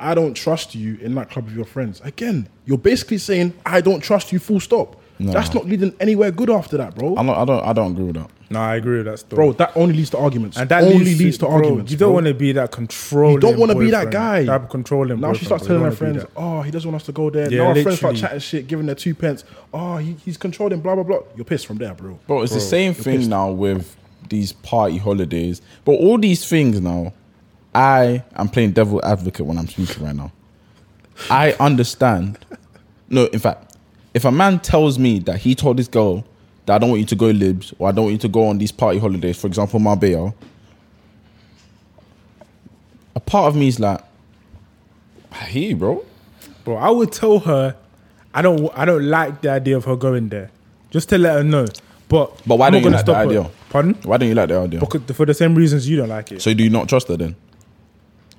Speaker 2: I don't trust you in that club with your friends. Again, you're basically saying I don't trust you. Full stop. That's not leading anywhere good after that, bro.
Speaker 1: I don't, I don't, I don't agree with that.
Speaker 3: no, I agree with that story.
Speaker 2: bro, that only leads to arguments.
Speaker 3: And that
Speaker 2: only
Speaker 3: leads,
Speaker 2: leads, to
Speaker 3: bro,
Speaker 2: arguments.
Speaker 3: You don't
Speaker 2: bro.
Speaker 3: want to be that controlling.
Speaker 2: You don't want to be that guy.
Speaker 3: boyfriend, That controlling.
Speaker 2: Now she
Speaker 3: boyfriend,
Speaker 2: starts
Speaker 3: bro. You
Speaker 2: telling her
Speaker 3: don't wanna be
Speaker 2: friends, "Oh, he doesn't want us to go there."
Speaker 3: Yeah,
Speaker 2: now her friends start
Speaker 3: literally.
Speaker 2: chatting shit, giving their two pence. Oh, he, he's controlling, blah blah blah. You're pissed from there, bro.
Speaker 1: Bro, it's the same thing now with these party holidays. But all these things now, I am playing devil advocate when I'm speaking right now. I understand. No, in fact, if a man tells me that he told this girl that I don't want you to go libs or I don't want you to go on these party holidays, for example, Marbella, a part of me is like, I hear you, bro.
Speaker 3: that. Bro, I would tell her, I don't, I don't like the idea of her going there, just to let her know. But
Speaker 1: But why
Speaker 3: I'm
Speaker 1: don't
Speaker 3: not
Speaker 1: you
Speaker 3: gonna
Speaker 1: like the
Speaker 3: stop her.
Speaker 1: idea?
Speaker 3: Pardon?
Speaker 1: Why don't you like the idea?
Speaker 3: Because for the same reasons you don't like it.
Speaker 1: So do you not trust her then?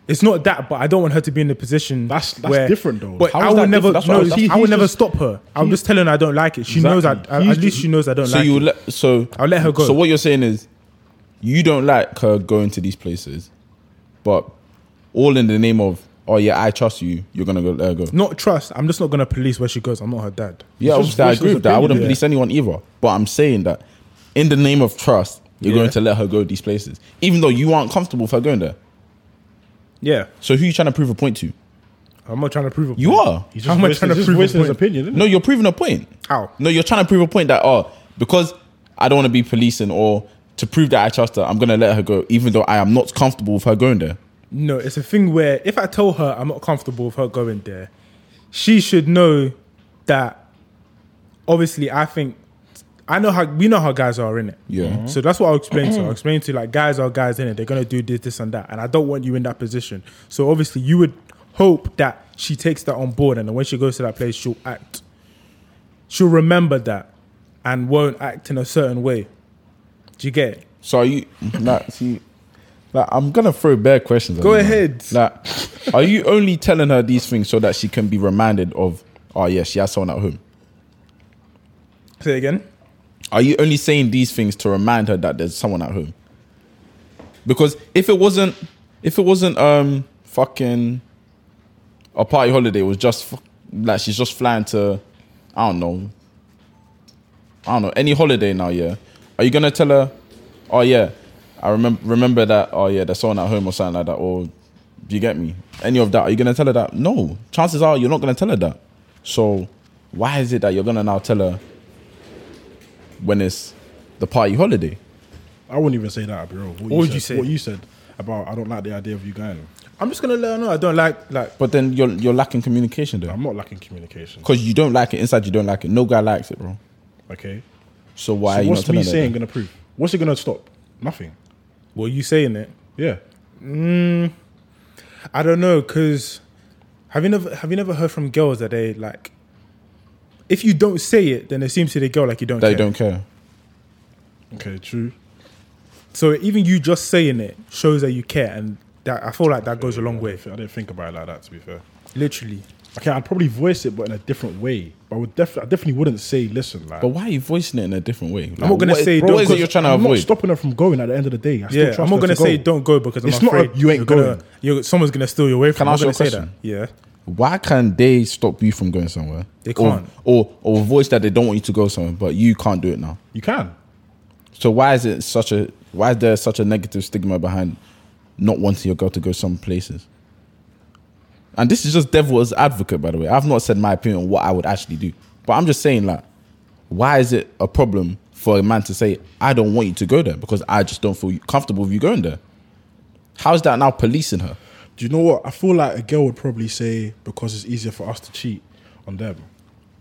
Speaker 3: It's not that, but I don't want her to be in the position.
Speaker 2: That's- that's
Speaker 3: where-
Speaker 2: different though.
Speaker 3: But
Speaker 1: How
Speaker 3: I
Speaker 1: is
Speaker 3: would
Speaker 1: that
Speaker 3: never,
Speaker 1: different? That's
Speaker 3: no,
Speaker 1: what- that's-
Speaker 3: I would
Speaker 2: he's
Speaker 3: never
Speaker 2: just-
Speaker 3: stop her. I'm just telling her I don't like it. She knows I,
Speaker 2: Exactly.
Speaker 3: I
Speaker 2: He's
Speaker 3: at least
Speaker 2: ju-
Speaker 3: she knows I don't
Speaker 1: so
Speaker 3: like
Speaker 1: you
Speaker 3: it.
Speaker 1: let so
Speaker 3: I'll let her go.
Speaker 1: So what you're saying is you don't like her going to these places, but all in the name of oh yeah, I trust you. You're gonna go let her go.
Speaker 3: not trust. I'm just not gonna police where she goes. I'm not her dad.
Speaker 1: yeah,
Speaker 2: just
Speaker 1: obviously I
Speaker 2: voicing
Speaker 1: agree
Speaker 2: his
Speaker 1: with that. I
Speaker 2: opinion,
Speaker 1: wouldn't
Speaker 2: yeah.
Speaker 1: police anyone either. But I'm saying that in the name of trust, you're
Speaker 3: Yeah.
Speaker 1: going to let her go these places, even though you aren't comfortable with her going there.
Speaker 3: Yeah,
Speaker 1: So who you trying to prove a point to?
Speaker 3: I'm not trying to prove. A
Speaker 1: You
Speaker 3: point.
Speaker 1: are.
Speaker 2: He's
Speaker 3: How
Speaker 2: just
Speaker 3: am I
Speaker 2: voicing-
Speaker 3: trying to
Speaker 2: he's just
Speaker 3: prove a
Speaker 2: voicing his
Speaker 3: point?
Speaker 2: opinion? Isn't
Speaker 1: No, you're proving a point.
Speaker 3: How?
Speaker 1: No, you're trying to prove a point that oh, because I don't want to be policing or to prove that I trust her, I'm gonna let her go, even though I am not comfortable with her going there.
Speaker 3: No, it's a thing where if I tell her I'm not comfortable with her going there, she should know that. Obviously, I think I know how we know how guys are in it.
Speaker 1: Yeah. Mhm.
Speaker 3: So that's what I'll explain (clears throat) to her. I'll explain to you, like guys are guys in it. They're gonna do this, this, and that, and I don't want you in that position. So obviously, you would hope that she takes that on board, and then when she goes to that place, she'll act. She'll remember that, and won't act in a certain way. Do you get? It?
Speaker 1: So are you like see like I'm gonna throw bad questions at
Speaker 3: Go
Speaker 1: you, man.
Speaker 3: ahead.
Speaker 1: Like are you only telling her these things so that she can be reminded of oh yeah, she has someone at home?
Speaker 3: Say again.
Speaker 1: Are you only saying these things to remind her that there's someone at home? Because if it wasn't if it wasn't um fucking a party holiday, it was just f- like she's just flying to I don't know. I don't know, any holiday now, yeah. Are you gonna tell her, oh yeah, I remember remember that, oh yeah, there's someone at home or something like that, or do you get me? Any of that, are you gonna tell her that? No. Chances are you're not gonna tell her that. So why is it that you're gonna now tell her when it's the party holiday?
Speaker 2: I wouldn't even say that, bro. What,
Speaker 3: would you say?
Speaker 2: What you said about I don't like the idea of you going.
Speaker 3: I'm just gonna let her know I don't like like
Speaker 1: But then you're you're lacking communication there.
Speaker 2: I'm not lacking communication.
Speaker 1: Because you don't like it inside, you don't like it. No guy likes it, bro.
Speaker 2: Okay.
Speaker 1: So why are
Speaker 2: so
Speaker 1: you not
Speaker 2: what's
Speaker 1: telling her
Speaker 2: me
Speaker 1: that
Speaker 2: saying
Speaker 1: then?
Speaker 2: going to prove? What's it going to stop? Nothing.
Speaker 3: Well, you saying it?
Speaker 2: Yeah.
Speaker 3: I don't know, cause have you never have you never heard from girls that they like? If you don't say it, then it seems to the girl like you don't.
Speaker 1: They
Speaker 3: care.
Speaker 1: don't care.
Speaker 2: Okay. True.
Speaker 3: So even you just saying it shows that you care, and that I feel like that goes a long way.
Speaker 2: I didn't think about it like that. To be fair.
Speaker 3: Literally,
Speaker 2: Okay, I'd probably voice it, but in a different way. But I would def- I definitely wouldn't say, "Listen, like."
Speaker 1: But why are you voicing it in a different way? Like,
Speaker 3: not gonna
Speaker 1: what-
Speaker 3: say
Speaker 1: bro,
Speaker 3: don't
Speaker 1: what is it
Speaker 3: because
Speaker 1: you're trying to
Speaker 2: I'm
Speaker 1: avoid?
Speaker 2: not stopping her from going. At the end of the day, I still
Speaker 3: Yeah,
Speaker 2: trust
Speaker 3: I'm
Speaker 2: her
Speaker 3: not gonna
Speaker 2: to
Speaker 3: say
Speaker 2: go.
Speaker 3: don't go because
Speaker 2: It's
Speaker 3: I'm
Speaker 2: not a-
Speaker 3: afraid
Speaker 2: you ain't
Speaker 3: you're gonna-
Speaker 2: going.
Speaker 3: you're- someone's gonna steal you away from.
Speaker 1: Can I
Speaker 3: I'm
Speaker 1: ask you
Speaker 3: gonna
Speaker 1: a
Speaker 3: say that.
Speaker 1: question?
Speaker 3: Yeah,
Speaker 1: Why can they stop you from going somewhere?
Speaker 3: They
Speaker 1: Or-
Speaker 3: can't.
Speaker 1: Or, or voice that they don't want you to go somewhere, but you can't do it now.
Speaker 2: You can.
Speaker 1: So why is it such a why is there such a negative stigma behind not wanting your girl to go some places? And this is just devil's advocate, by the way. I've not said my opinion on what I would actually do, but I'm just saying like, why is it a problem for a man to say I don't want you to go there because I just don't feel comfortable with you going there? How is that now policing her?
Speaker 2: Do you know what? I feel like a girl would probably say because it's easier for us to cheat on them.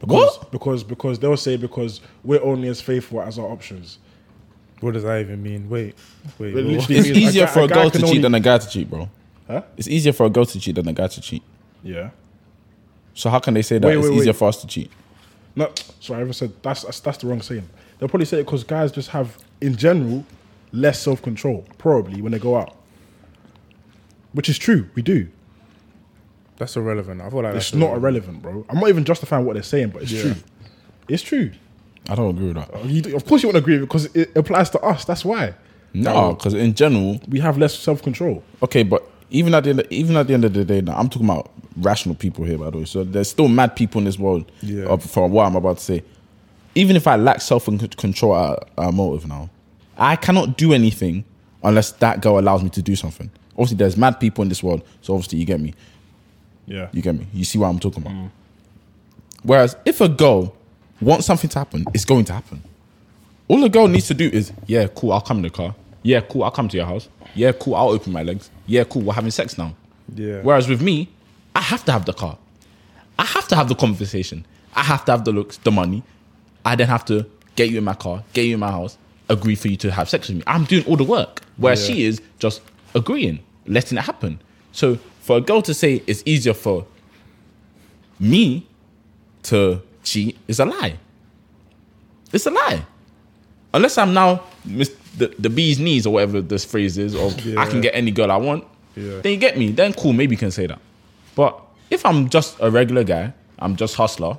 Speaker 2: Because,
Speaker 1: What?
Speaker 2: Because because they'll say because we're only as faithful as our options.
Speaker 3: what does that even mean? Wait, wait.
Speaker 2: It
Speaker 3: what-
Speaker 2: literally
Speaker 1: It's
Speaker 2: means
Speaker 1: easier
Speaker 2: guy-
Speaker 1: for a
Speaker 2: guy
Speaker 1: girl
Speaker 2: can
Speaker 1: to
Speaker 2: only-
Speaker 1: cheat than a guy to cheat, bro.
Speaker 2: Huh?
Speaker 1: It's easier for a girl to cheat than a guy to cheat.
Speaker 2: Yeah.
Speaker 1: So how can they say that
Speaker 2: Wait,
Speaker 1: it's
Speaker 2: wait,
Speaker 1: easier
Speaker 2: wait.
Speaker 1: for us to cheat?
Speaker 2: No, sorry, I ever said that's, that's that's the wrong saying. They'll probably say it because guys just have, in general, less self control probably when they go out, which is true. We do.
Speaker 3: That's irrelevant. I feel like
Speaker 2: It's
Speaker 3: that's
Speaker 2: not irrelevant, bro. I'm not even justifying what they're saying, but it's true. It's true.
Speaker 1: I don't agree with that.
Speaker 2: You do- of course, you won't agree because it applies to us. That's why
Speaker 1: No, because in general,
Speaker 2: we have less self control.
Speaker 1: Okay, but even at the end, even at the end of the day, now I'm talking about rational people here, by the way. So there's still mad people in this world.
Speaker 3: Yeah.
Speaker 1: uh, From what I'm about to say, even if I lack self and c- control at a motive now, I cannot do anything unless that girl allows me to do something. Obviously, there's mad people in this world, so obviously you get me.
Speaker 2: Yeah.
Speaker 1: You get me. You see what I'm talking about. Whereas if a girl wants something to happen, it's going to happen. All a girl needs to do is, yeah, cool, I'll come in the car. Yeah, cool, I'll come to your house. Yeah, cool, I'll open my legs. Yeah, cool, we're having sex now.
Speaker 3: Yeah.
Speaker 1: Whereas with me, I have to have the car. I have to have the conversation. I have to have the looks, the money. I then have to get you in my car, get you in my house, agree for you to have sex with me. I'm doing all the work. Whereas
Speaker 3: Yeah.
Speaker 1: she is just agreeing, letting it happen. So for a girl to say it's easier for me to cheat is a lie. It's a lie. Unless I'm now mis- the, the bee's knees or whatever this phrase is, or I can
Speaker 3: Yeah.
Speaker 1: get any girl I want,
Speaker 3: Yeah.
Speaker 1: then you get me. Then cool, maybe you can say that. But if I'm just a regular guy, I'm just hustler,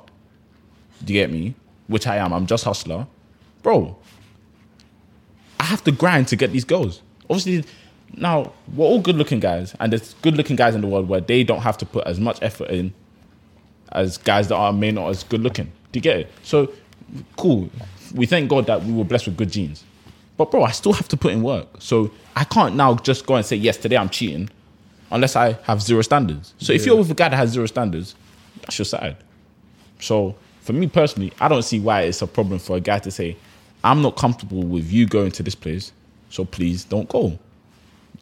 Speaker 1: do you get me? Which I am, I'm just hustler. Bro, I have to grind to get these girls. Obviously, now we're all good looking guys, and there's good looking guys in the world where they don't have to put as much effort in as guys that are may not as good looking. Do you get it? So cool. We thank God that we were blessed with good genes. But bro, I still have to put in work. So I can't now just go and say, yes, today I'm cheating unless I have zero standards. So if you're with a guy that has zero standards, that's your side. So for me personally, I don't see why it's a problem for a guy to say, I'm not comfortable with you going to this place, so please don't go.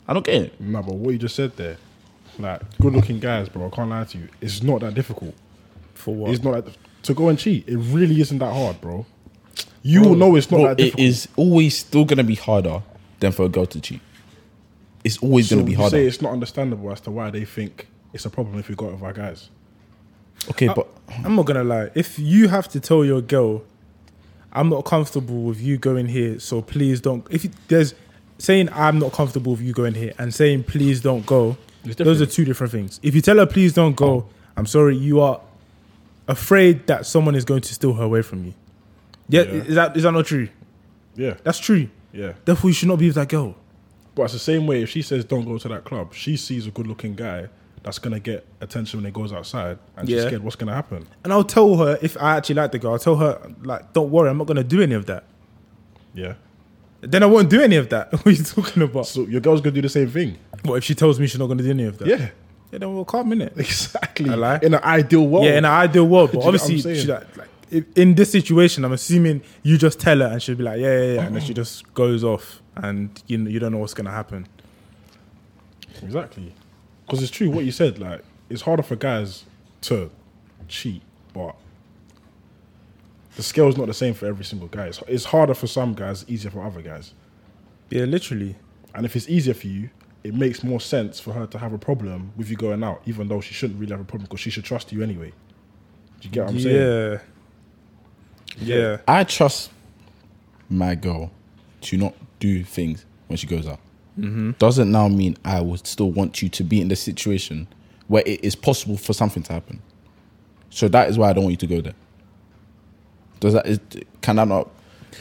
Speaker 1: I don't get it.
Speaker 2: No, but what you just said there, like good looking guys, bro. I can't lie to you. It's not that difficult.
Speaker 3: for what?
Speaker 2: It's not that, to go and cheat. It really isn't that hard, bro. You will know it's not
Speaker 1: Bro,
Speaker 2: that
Speaker 1: it
Speaker 2: difficult.
Speaker 1: is always still gonna be harder than for a girl to cheat. It's always
Speaker 2: So
Speaker 1: gonna be
Speaker 2: you say
Speaker 1: harder.
Speaker 2: it's not understandable as to why they think it's a problem if we got it with our guys.
Speaker 1: Okay, but
Speaker 3: I'm not gonna lie. If you have to tell your girl, I'm not comfortable with you going here, so please don't. If you, there's saying I'm not comfortable with you going here and saying please don't go,
Speaker 2: It's
Speaker 3: those are
Speaker 2: different. Oh.
Speaker 3: two different things. If you tell her please don't go, I'm sorry, you are afraid that someone is going to steal her away from you. Yeah,
Speaker 2: Yeah.
Speaker 3: is that is that not true?
Speaker 2: Yeah,
Speaker 3: That's true.
Speaker 2: yeah.
Speaker 3: Therefore, you should not be with that girl.
Speaker 2: But it's the same way. If she says don't go to that club, she sees a good looking guy that's gonna get attention when he goes outside, and she's
Speaker 3: Yeah.
Speaker 2: scared what's gonna happen.
Speaker 3: And I'll tell her if I actually like the girl. I'll tell her like, don't worry, I'm not gonna do any of that.
Speaker 2: Yeah.
Speaker 3: Then I won't do any of that. (laughs) what are you talking about?
Speaker 2: So your girl's gonna do the same thing.
Speaker 3: What if she tells me she's not going to do any of that?
Speaker 2: Yeah.
Speaker 3: yeah then we'll calm in it.
Speaker 2: (laughs) Exactly.
Speaker 3: A lie?
Speaker 2: In an ideal world.
Speaker 3: Yeah, in an ideal world, but
Speaker 2: (laughs) Do you know what I'm
Speaker 3: obviously,
Speaker 2: saying?
Speaker 3: she, like, like, i- in this situation, I'm assuming you just tell her and she'll be like, yeah, yeah, yeah, and then she just goes off, and you know, you don't know what's going to happen.
Speaker 2: Exactly. Because it's true what you said. Like, it's harder for guys to cheat, but the scale's not the same for every single guy. It's, it's harder for some guys, easier for other guys.
Speaker 3: Yeah, literally.
Speaker 2: And if it's easier for you, it makes more sense for her to have a problem with you going out, even though she shouldn't really have a problem because she should trust you anyway. Do you get what I'm saying?
Speaker 3: yeah. yeah,
Speaker 1: I trust my girl to not do things when she goes out.
Speaker 3: Mm-hmm.
Speaker 1: Doesn't now mean I would still want you to be in the situation where it is possible for something to happen. So that is why I don't want you to go there. Does that is can that not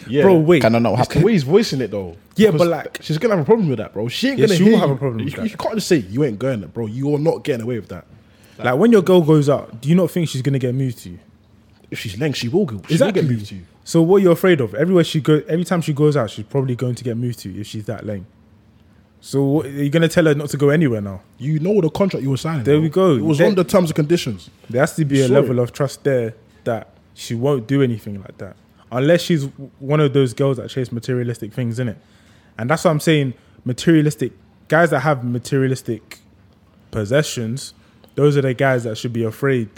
Speaker 2: Yeah.
Speaker 3: Bro, wait.
Speaker 1: can that not
Speaker 2: It's the
Speaker 1: happen?
Speaker 2: way he's voicing it though.
Speaker 3: Yeah,
Speaker 2: Because
Speaker 3: but like-
Speaker 2: she's gonna have a problem with that, bro. She ain't
Speaker 3: Yeah,
Speaker 2: gonna.
Speaker 3: she
Speaker 2: hear
Speaker 3: will have
Speaker 2: you.
Speaker 3: a problem with
Speaker 2: you,
Speaker 3: that.
Speaker 2: you can't just say you ain't going there, bro. You're not getting away with that.
Speaker 3: Like when your girl goes out, do you not think she's gonna get moved to you?
Speaker 2: If she's length, she will go. She
Speaker 3: Exactly.
Speaker 2: will get moved to you.
Speaker 3: So what you're afraid of? Everywhere she go, every time she goes out, she's probably going to get moved to if she's that lame. So what, are you gonna tell her not to go anywhere now?
Speaker 2: You know the contract you were signing.
Speaker 3: There
Speaker 2: bro.
Speaker 3: we go.
Speaker 2: It was
Speaker 3: There-
Speaker 2: on the terms and conditions.
Speaker 3: There has to be a
Speaker 2: Sure.
Speaker 3: level of trust there that she won't do anything like that, unless she's w- one of those girls that chase materialistic things in it. And that's what I'm saying. Materialistic guys that have materialistic possessions, those are the guys that should be afraid.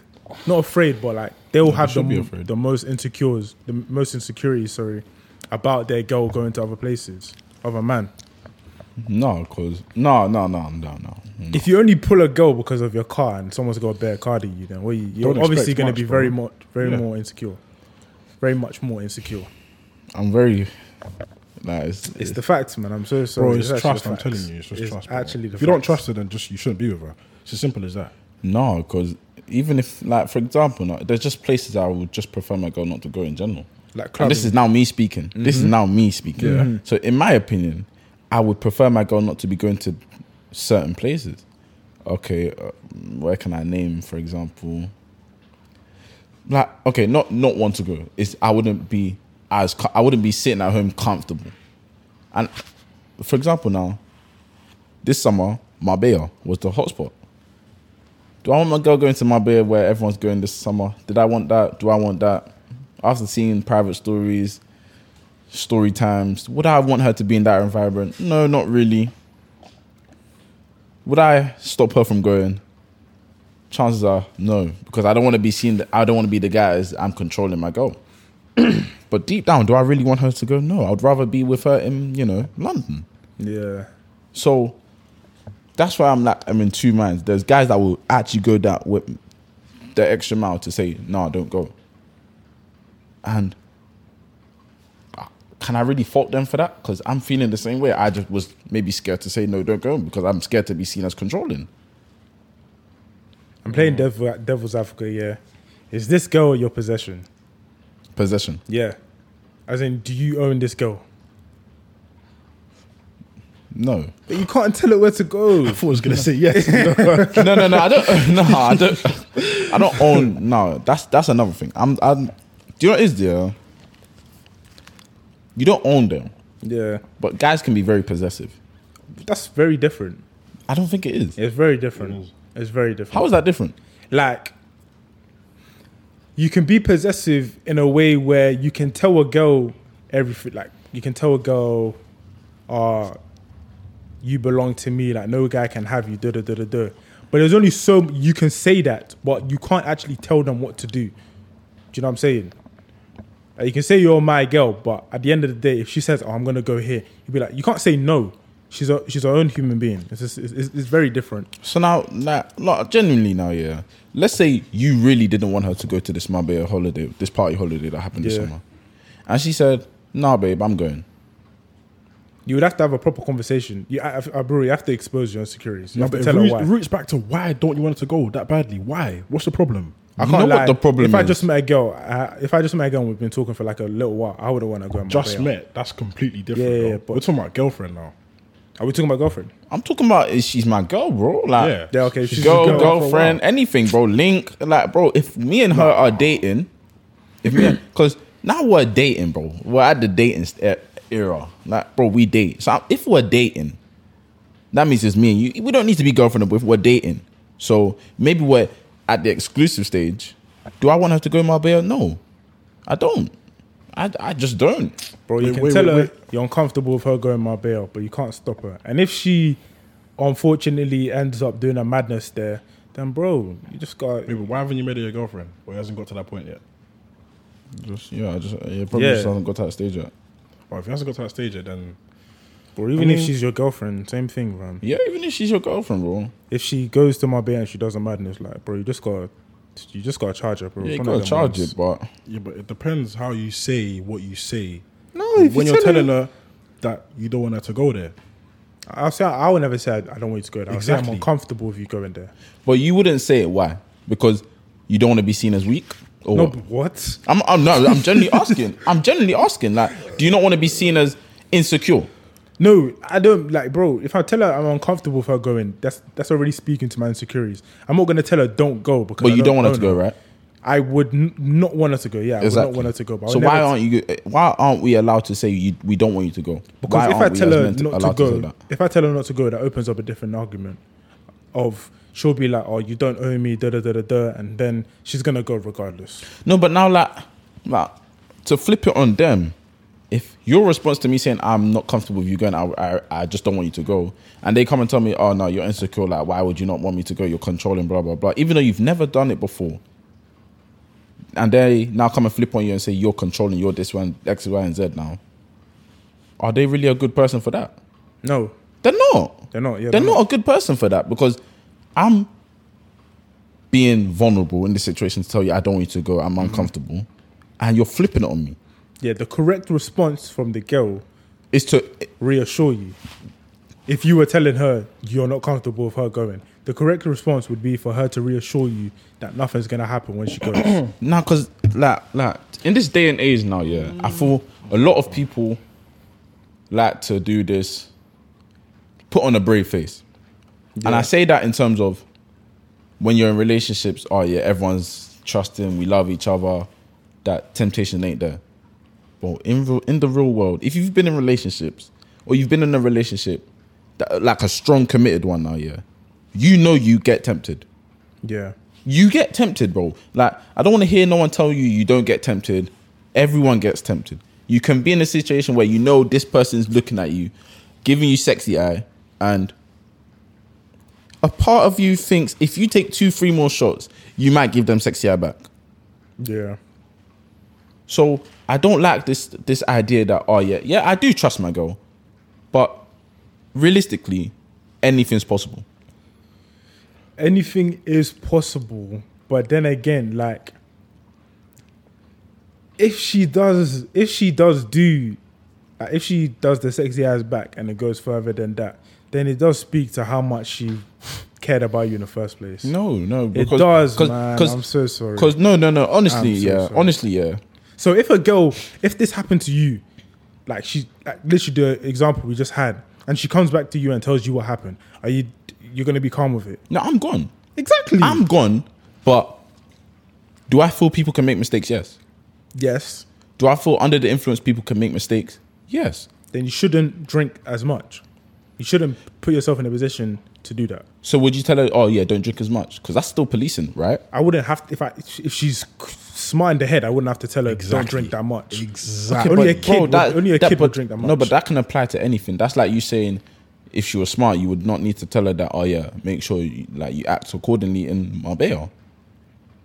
Speaker 3: Not afraid, but like they will have the,
Speaker 1: should be
Speaker 3: m-
Speaker 1: afraid.
Speaker 3: the most insecures, the m- most insecurities. Sorry, about their girl going to other places, other man.
Speaker 1: No, because no, no, no, no, no.
Speaker 3: If you only pull a girl because of your car and someone's got a bare card at you, then what you, you're
Speaker 2: Don't
Speaker 3: obviously
Speaker 2: expect
Speaker 3: going
Speaker 2: much,
Speaker 3: to be
Speaker 2: bro.
Speaker 3: very much, very
Speaker 2: Yeah.
Speaker 3: more insecure, very much more insecure.
Speaker 1: I'm very like it's,
Speaker 3: It's
Speaker 1: it's,
Speaker 3: the facts, man. I'm so sorry.
Speaker 2: Bro, it's,
Speaker 3: actually
Speaker 2: trust.
Speaker 3: the
Speaker 2: I'm
Speaker 3: facts.
Speaker 2: telling you, it's just trust. bro.
Speaker 3: Actually, the
Speaker 2: if you don't
Speaker 3: facts.
Speaker 2: trust her, then just you shouldn't be with her. It's as simple as that.
Speaker 1: no, because even if like for example, no, there's just places I would just prefer my girl not to go in general.
Speaker 3: like
Speaker 1: And this is now me speaking. This is now me speaking.
Speaker 2: Yeah. Mhm.
Speaker 1: So in my opinion, I would prefer my girl not to be going to certain places. Okay, uh, where can I name, for example? Like, okay, not not want to go. It's I wouldn't be as co- I wouldn't be sitting at home comfortable. And for example, now this summer, Marbella was the hotspot. Do I want my girl going to Marbella where everyone's going this summer? Did I want that? Do I want that? After seeing private stories, story times, would I want her to be in that environment? No, not really. Would I stop her from going? Chances are no, because I don't want to be seen. I don't want to be the guy as I'm controlling my girl. (clears throat) but deep down, do I really want her to go? No, I'd rather be with her in you know London.
Speaker 3: yeah.
Speaker 1: So that's why I'm like I'm in two minds. There's guys that will actually go that with the extra mile to say no, don't go. And uh, can I really fault them for that? Because I'm feeling the same way. I just was maybe scared to say no, don't go because I'm scared to be seen as controlling.
Speaker 3: I'm playing devil, devil's advocate. Yeah, is this girl your possession?
Speaker 1: Possession.
Speaker 3: Yeah, as in, do you own this girl?
Speaker 1: No.
Speaker 3: But you can't tell her where to go.
Speaker 2: I
Speaker 3: (laughs)
Speaker 2: was gonna say yes.
Speaker 1: no, no, no. I don't. (laughs) No, I don't. I don't own. No, that's that's another thing. I'm. I'm do you know what it is there? You don't own them,
Speaker 3: yeah,
Speaker 1: but guys can be very possessive.
Speaker 3: that's very different.
Speaker 1: I don't think it is.
Speaker 3: It's very different. It's very different.
Speaker 1: How is that different?
Speaker 3: like you can be possessive in a way where you can tell a girl everything like you can tell a girl uh you belong to me like no guy can have you da da da da da but there's only so you can say that but you can't actually tell them what to do do you know what i'm saying Like, you can say you're my girl but at the end of the day if she says oh i'm gonna go here you'd be like you can't say no she's a she's her own human being it's just, it's, it's it's very different
Speaker 1: So now, like, like, genuinely now, yeah. Let's say you really didn't want her to go to this Marbella holiday, this party holiday that happened this
Speaker 3: Yeah.
Speaker 1: summer, and she said, "Nah, babe, I'm going."
Speaker 3: You would have to have a proper conversation. You, I, I, bro, you have to expose your insecurities. You
Speaker 2: No,
Speaker 3: have
Speaker 2: but
Speaker 3: to
Speaker 2: it
Speaker 3: tell her
Speaker 2: roots,
Speaker 3: why.
Speaker 2: it roots back to why don't you want it to go that badly? Why? What's the problem?
Speaker 3: I
Speaker 1: You know what the problem
Speaker 3: If I
Speaker 1: is.
Speaker 3: just met a girl, I, if I just met a girl and we've been talking for like a little while, I wouldn't want to go. and
Speaker 2: Just
Speaker 3: Marbella.
Speaker 2: met. That's completely different.
Speaker 3: Yeah, yeah,
Speaker 2: though.
Speaker 3: yeah, but-
Speaker 2: We're talking about girlfriend now.
Speaker 3: Are we talking about girlfriend?
Speaker 1: I'm talking about is she's my girl, bro. Like,
Speaker 2: Yeah.
Speaker 3: Yeah, okay. She's
Speaker 1: girl,
Speaker 3: a girl.
Speaker 1: girlfriend, anything, bro. Link, like, bro. If me and her are dating, if me,
Speaker 3: (clears throat)
Speaker 1: because now we're dating, bro. We're at the dating st- eh, era, like, bro. We date. So if we're dating, that means it's me and you. We don't need to be girlfriend and boyfriend. We're dating. So maybe we're at the exclusive stage. Do I want her to go in my bed? No, I don't. I, I just don't.
Speaker 3: Bro, you
Speaker 2: Wait,
Speaker 3: can
Speaker 2: wait,
Speaker 3: tell
Speaker 2: wait,
Speaker 3: her
Speaker 2: wait.
Speaker 3: you're uncomfortable with her going Marbella, but you can't stop her. And if she unfortunately ends up doing a madness there, then bro, you just got
Speaker 2: Wait, but why haven't you made her your girlfriend? Or it hasn't got to that point yet.
Speaker 1: Just yeah, I just yeah, probably
Speaker 3: Yeah.
Speaker 1: just hasn't got to that stage yet.
Speaker 2: Or if it hasn't got to that stage yet, then Mm.
Speaker 3: Or even
Speaker 1: I
Speaker 3: if
Speaker 1: mean-
Speaker 3: she's your girlfriend, same thing, man.
Speaker 1: Yeah, even if she's your girlfriend, bro.
Speaker 3: If she goes to Marbella and she does a madness, like bro, you just got you just got to charge her, bro.
Speaker 1: Yeah,
Speaker 3: It's
Speaker 1: you
Speaker 3: one of
Speaker 1: gotta
Speaker 3: them
Speaker 1: charge
Speaker 3: ones.
Speaker 1: it, but
Speaker 2: yeah, but it depends how you say what you say.
Speaker 3: No, Oh, if
Speaker 2: when
Speaker 3: you
Speaker 2: you are
Speaker 3: tell
Speaker 2: telling her that you don't want her to go there.
Speaker 3: I'll say I would never say I I don't want you to go there. I'll say I'm
Speaker 2: Exactly.
Speaker 3: uncomfortable with you going there.
Speaker 1: But you wouldn't say it. Why? Because you don't want to be seen as weak? Or
Speaker 3: No,
Speaker 1: what?
Speaker 3: but what?
Speaker 1: I'm, I'm no, I'm generally (laughs) asking. I'm generally asking. Like, do you not want to be seen as insecure?
Speaker 3: No, I don't like, bro. If I tell her I'm uncomfortable with her going, that's that's already speaking to my insecurities. I'm not gonna tell her don't go because.
Speaker 1: But
Speaker 3: I
Speaker 1: you don't want her
Speaker 3: own
Speaker 1: to go, right?
Speaker 3: I would n- not want her to go. Yeah, I would not want her to go. But I
Speaker 1: so
Speaker 3: would
Speaker 1: why
Speaker 3: never-
Speaker 1: aren't you? eh, Why aren't we allowed to say you, we don't want you to go?
Speaker 3: Because
Speaker 1: why
Speaker 3: if I
Speaker 1: aren't we
Speaker 3: tell
Speaker 1: as
Speaker 3: her
Speaker 1: men
Speaker 3: not to
Speaker 1: allowed say
Speaker 3: go,
Speaker 1: that?
Speaker 3: if I tell her not to go, that opens up a different argument. Of she'll be like, "Oh, you don't owe me," da da da da da, and then she's gonna go regardless.
Speaker 1: No, but now like, like to flip it on them. If your response to me saying I'm not comfortable with you going, I, I, I just don't want you to go, and they come and tell me, oh no, you're insecure. Like, why would you not want me to go? You're controlling, blah blah blah. Even though you've never done it before, and they now come and flip on you and say you're controlling, you're this one, X, Y, and Z. Now, are they really a good person for that?
Speaker 3: No,
Speaker 1: They're not.
Speaker 3: They're not,
Speaker 1: they're
Speaker 3: yeah, they're
Speaker 1: not,
Speaker 3: not.
Speaker 1: a good person for that because I'm being vulnerable in this situation to tell you I don't want you to go. I'm uncomfortable, and you're flipping it on me.
Speaker 3: yeah, the correct response from the girl
Speaker 1: It's to
Speaker 3: reassure you. If you were telling her you're not comfortable with her going, the correct response would be for her to reassure you that nothing's gonna happen when
Speaker 1: (coughs)
Speaker 3: she goes.
Speaker 1: now because like like in this day and age now, yeah, I feel a lot of people like to do this, put on a brave face, and I say that in terms of when you're in relationships. Oh yeah, everyone's trusting, we love each other. That temptation ain't there. Well, in real, in the real world, if you've been in relationships or you've been in a relationship, that, like a strong committed one now, yeah, you know you get tempted.
Speaker 3: yeah,
Speaker 1: You get tempted, bro. Like I don't want to hear no one tell you you don't get tempted. Everyone gets tempted. You can be in a situation where you know this person's looking at you, giving you sexy eye, and a part of you thinks if you take two, three more shots, you might give them sexy eye back.
Speaker 3: yeah,
Speaker 1: So I don't like this this idea that oh yeah yeah I do trust my girl, but realistically, anything's possible.
Speaker 3: anything is possible. But then again, like if she does, if she does do, like, if she does the sexy eyes back and it goes further than that, then it does speak to how much she cared about you in the first place.
Speaker 1: No, no,
Speaker 3: it does, man. I'm so sorry.
Speaker 1: Because no, no, no. Honestly,
Speaker 3: I'm so
Speaker 1: yeah.
Speaker 3: sorry.
Speaker 1: Honestly, yeah.
Speaker 3: So if a girl, if this happened to you, like she, like literally the example we just had, and she comes back to you and tells you what happened, are you you're gonna be calm with it? Um,
Speaker 1: No, I'm gone.
Speaker 3: Exactly.
Speaker 1: I'm gone. But do I feel people can make mistakes? Yes.
Speaker 3: yes.
Speaker 1: Do I feel under the influence people can make mistakes? Yes.
Speaker 3: Then you shouldn't drink as much. You shouldn't put yourself in a position to do that.
Speaker 1: So would you tell her, oh yeah, don't drink as much? Because that's still policing, right?
Speaker 3: I wouldn't have to, if I if she's smart in the head, I wouldn't have to tell her don't
Speaker 2: Exactly.
Speaker 3: drink that much.
Speaker 2: Exactly.
Speaker 3: Only
Speaker 1: But
Speaker 3: a kid would- only a kid
Speaker 1: but,
Speaker 3: would drink that
Speaker 1: No,
Speaker 3: much.
Speaker 1: but that can apply to anything. That's like you saying, if she was smart, you would not need to tell her that. Oh yeah, make sure you, like you act accordingly in Marbella.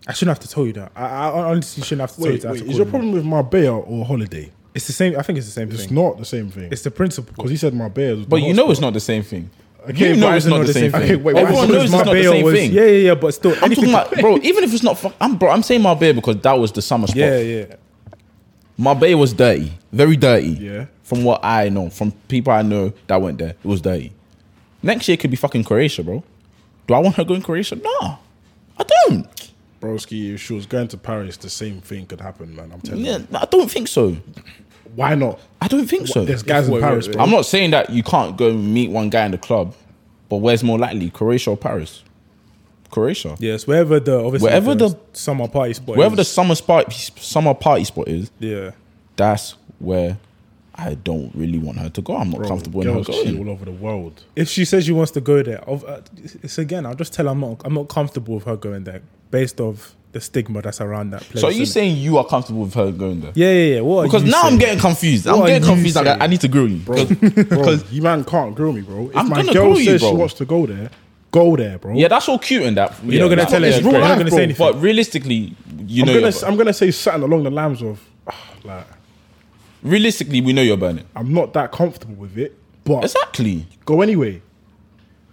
Speaker 3: I shouldn't have to tell you that. I, I honestly shouldn't have to
Speaker 2: Wait,
Speaker 3: tell you
Speaker 2: wait,
Speaker 3: that.
Speaker 2: is your problem with Marbella or holiday?
Speaker 3: It's the same. I think it's the same
Speaker 2: It's
Speaker 3: thing.
Speaker 2: not the same thing.
Speaker 3: It's the principle.
Speaker 2: Because he said Marbella. was
Speaker 1: But
Speaker 2: the
Speaker 1: you know
Speaker 2: hotspot.
Speaker 1: it's not the same thing.
Speaker 2: Okay,
Speaker 1: you
Speaker 2: but
Speaker 1: know
Speaker 2: I
Speaker 1: it's
Speaker 2: don't
Speaker 1: not
Speaker 2: know
Speaker 1: the same thing.
Speaker 2: Okay, wait, wait,
Speaker 1: Everyone
Speaker 2: so
Speaker 1: knows it's not the
Speaker 3: Marbella
Speaker 1: same
Speaker 3: was-
Speaker 1: thing.
Speaker 3: Yeah, yeah, yeah. But still,
Speaker 1: I'm
Speaker 3: anything-
Speaker 1: talking about, bro. Even if it's not, fuck, I'm bro. I'm saying Marbella because that was the summer spot.
Speaker 3: Yeah, yeah.
Speaker 1: Marbella was dirty, very dirty.
Speaker 2: Yeah.
Speaker 1: From what I know, from people I know that went there, it was dirty. Next year could be fucking Croatia, bro. Do I want her going Croatia? Nah, I don't.
Speaker 2: Broski, if she was going to Paris, the same thing could happen, man. I'm telling
Speaker 1: Yeah, I don't think so.
Speaker 2: you. Why not?
Speaker 1: I don't think so.
Speaker 2: There's guys
Speaker 3: Wait,
Speaker 2: in Paris,
Speaker 3: wait,
Speaker 2: bro.
Speaker 1: I'm not saying that you can't go and meet one guy in the club, but where's more likely, Croatia or Paris? Croatia.
Speaker 3: Yes, wherever the obviously
Speaker 1: Wherever the-
Speaker 3: summer party spot,
Speaker 1: Wherever the
Speaker 3: is,
Speaker 1: summer spot, summer party spot is,
Speaker 3: yeah,
Speaker 1: that's where I don't really want her to go. I'm not comfortable in her
Speaker 2: Girls cheat
Speaker 1: going.
Speaker 2: all over the world.
Speaker 1: (laughs)
Speaker 3: if she says she wants to go there, of- uh, it's again. I'll just tell her I'm not. I'm not comfortable with her going there, based off the stigma that's around that place.
Speaker 1: So are you
Speaker 3: innit?
Speaker 1: saying you are comfortable with her going there?
Speaker 3: Yeah, yeah, yeah. What? are
Speaker 1: Because
Speaker 3: you
Speaker 1: now
Speaker 3: saying?
Speaker 1: I'm getting confused. I'm
Speaker 3: What are
Speaker 1: getting
Speaker 3: you
Speaker 1: confused. Like,
Speaker 3: saying?
Speaker 1: I need to grill you.
Speaker 2: Bro,
Speaker 1: Because
Speaker 2: you man can't grill me, bro. If
Speaker 1: I'm
Speaker 2: my
Speaker 1: gonna
Speaker 2: girl
Speaker 1: grill you,
Speaker 2: says
Speaker 1: bro.
Speaker 2: she wants to go there, go there, bro.
Speaker 1: yeah, that's all cute and that. You're
Speaker 3: not gonna tell her,
Speaker 1: It's
Speaker 3: you're
Speaker 1: real
Speaker 3: not
Speaker 1: life,
Speaker 3: gonna say
Speaker 1: bro.
Speaker 3: anything.
Speaker 1: But realistically, you
Speaker 2: I'm
Speaker 1: know,
Speaker 2: gonna
Speaker 1: you're
Speaker 2: I'm gonna say something along the lines of ah, like
Speaker 1: burnt. realistically, we know you're burning.
Speaker 2: I'm not that comfortable with it, but
Speaker 1: Exactly.
Speaker 2: go anyway.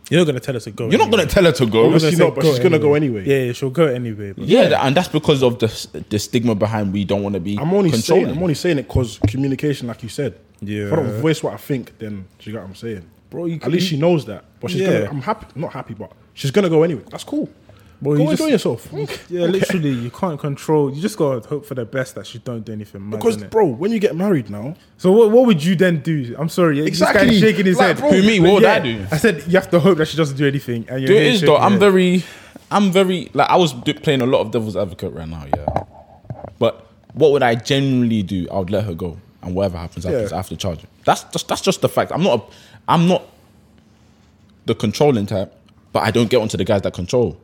Speaker 3: You're not gonna tell us to go.
Speaker 1: You're not gonna tell her to go.
Speaker 2: Obviously not, but she's gonna go anyway.
Speaker 3: Yeah, yeah, she'll go anyway. But
Speaker 1: Yeah, and that's because of the the stigma behind we don't want to be.
Speaker 2: I'm only
Speaker 1: controlling.
Speaker 2: saying I'm only saying it because communication, like you said.
Speaker 3: Yeah.
Speaker 2: If I don't voice what I think, then do you get what I'm saying,
Speaker 3: Bro, you
Speaker 2: At
Speaker 3: can-
Speaker 2: least she knows that. But she's
Speaker 3: Yeah.
Speaker 2: gonna. I'm happy. Not happy, but she's gonna go anyway. That's cool.
Speaker 3: Well,
Speaker 2: Go
Speaker 3: you
Speaker 2: enjoy
Speaker 3: just,
Speaker 2: yourself. (laughs)
Speaker 3: yeah, literally, you can't control. You just gotta hope for the best that she don't do anything mad.
Speaker 2: Because,
Speaker 3: innit?
Speaker 2: bro, when you get married now,
Speaker 3: so what, what would you then do? I'm sorry, yeah, this
Speaker 2: Exactly.
Speaker 3: guy's shaking his
Speaker 2: Like,
Speaker 3: head.
Speaker 2: bro,
Speaker 1: Who, me? What would I
Speaker 3: Yeah,
Speaker 1: do?
Speaker 3: I said you have to hope that she doesn't do anything. And you're
Speaker 1: Dude,
Speaker 3: here
Speaker 1: it is though.
Speaker 3: shaking
Speaker 1: I'm
Speaker 3: your head.
Speaker 1: very, I'm very like I was do- playing a lot of devil's advocate right now, yeah. But what would I generally do? I would let her go, and whatever happens, happens.
Speaker 2: Yeah.
Speaker 1: I have to charge it. That's just that's just the fact. I'm not, a, I'm not the controlling type, but I don't get onto the guys that control.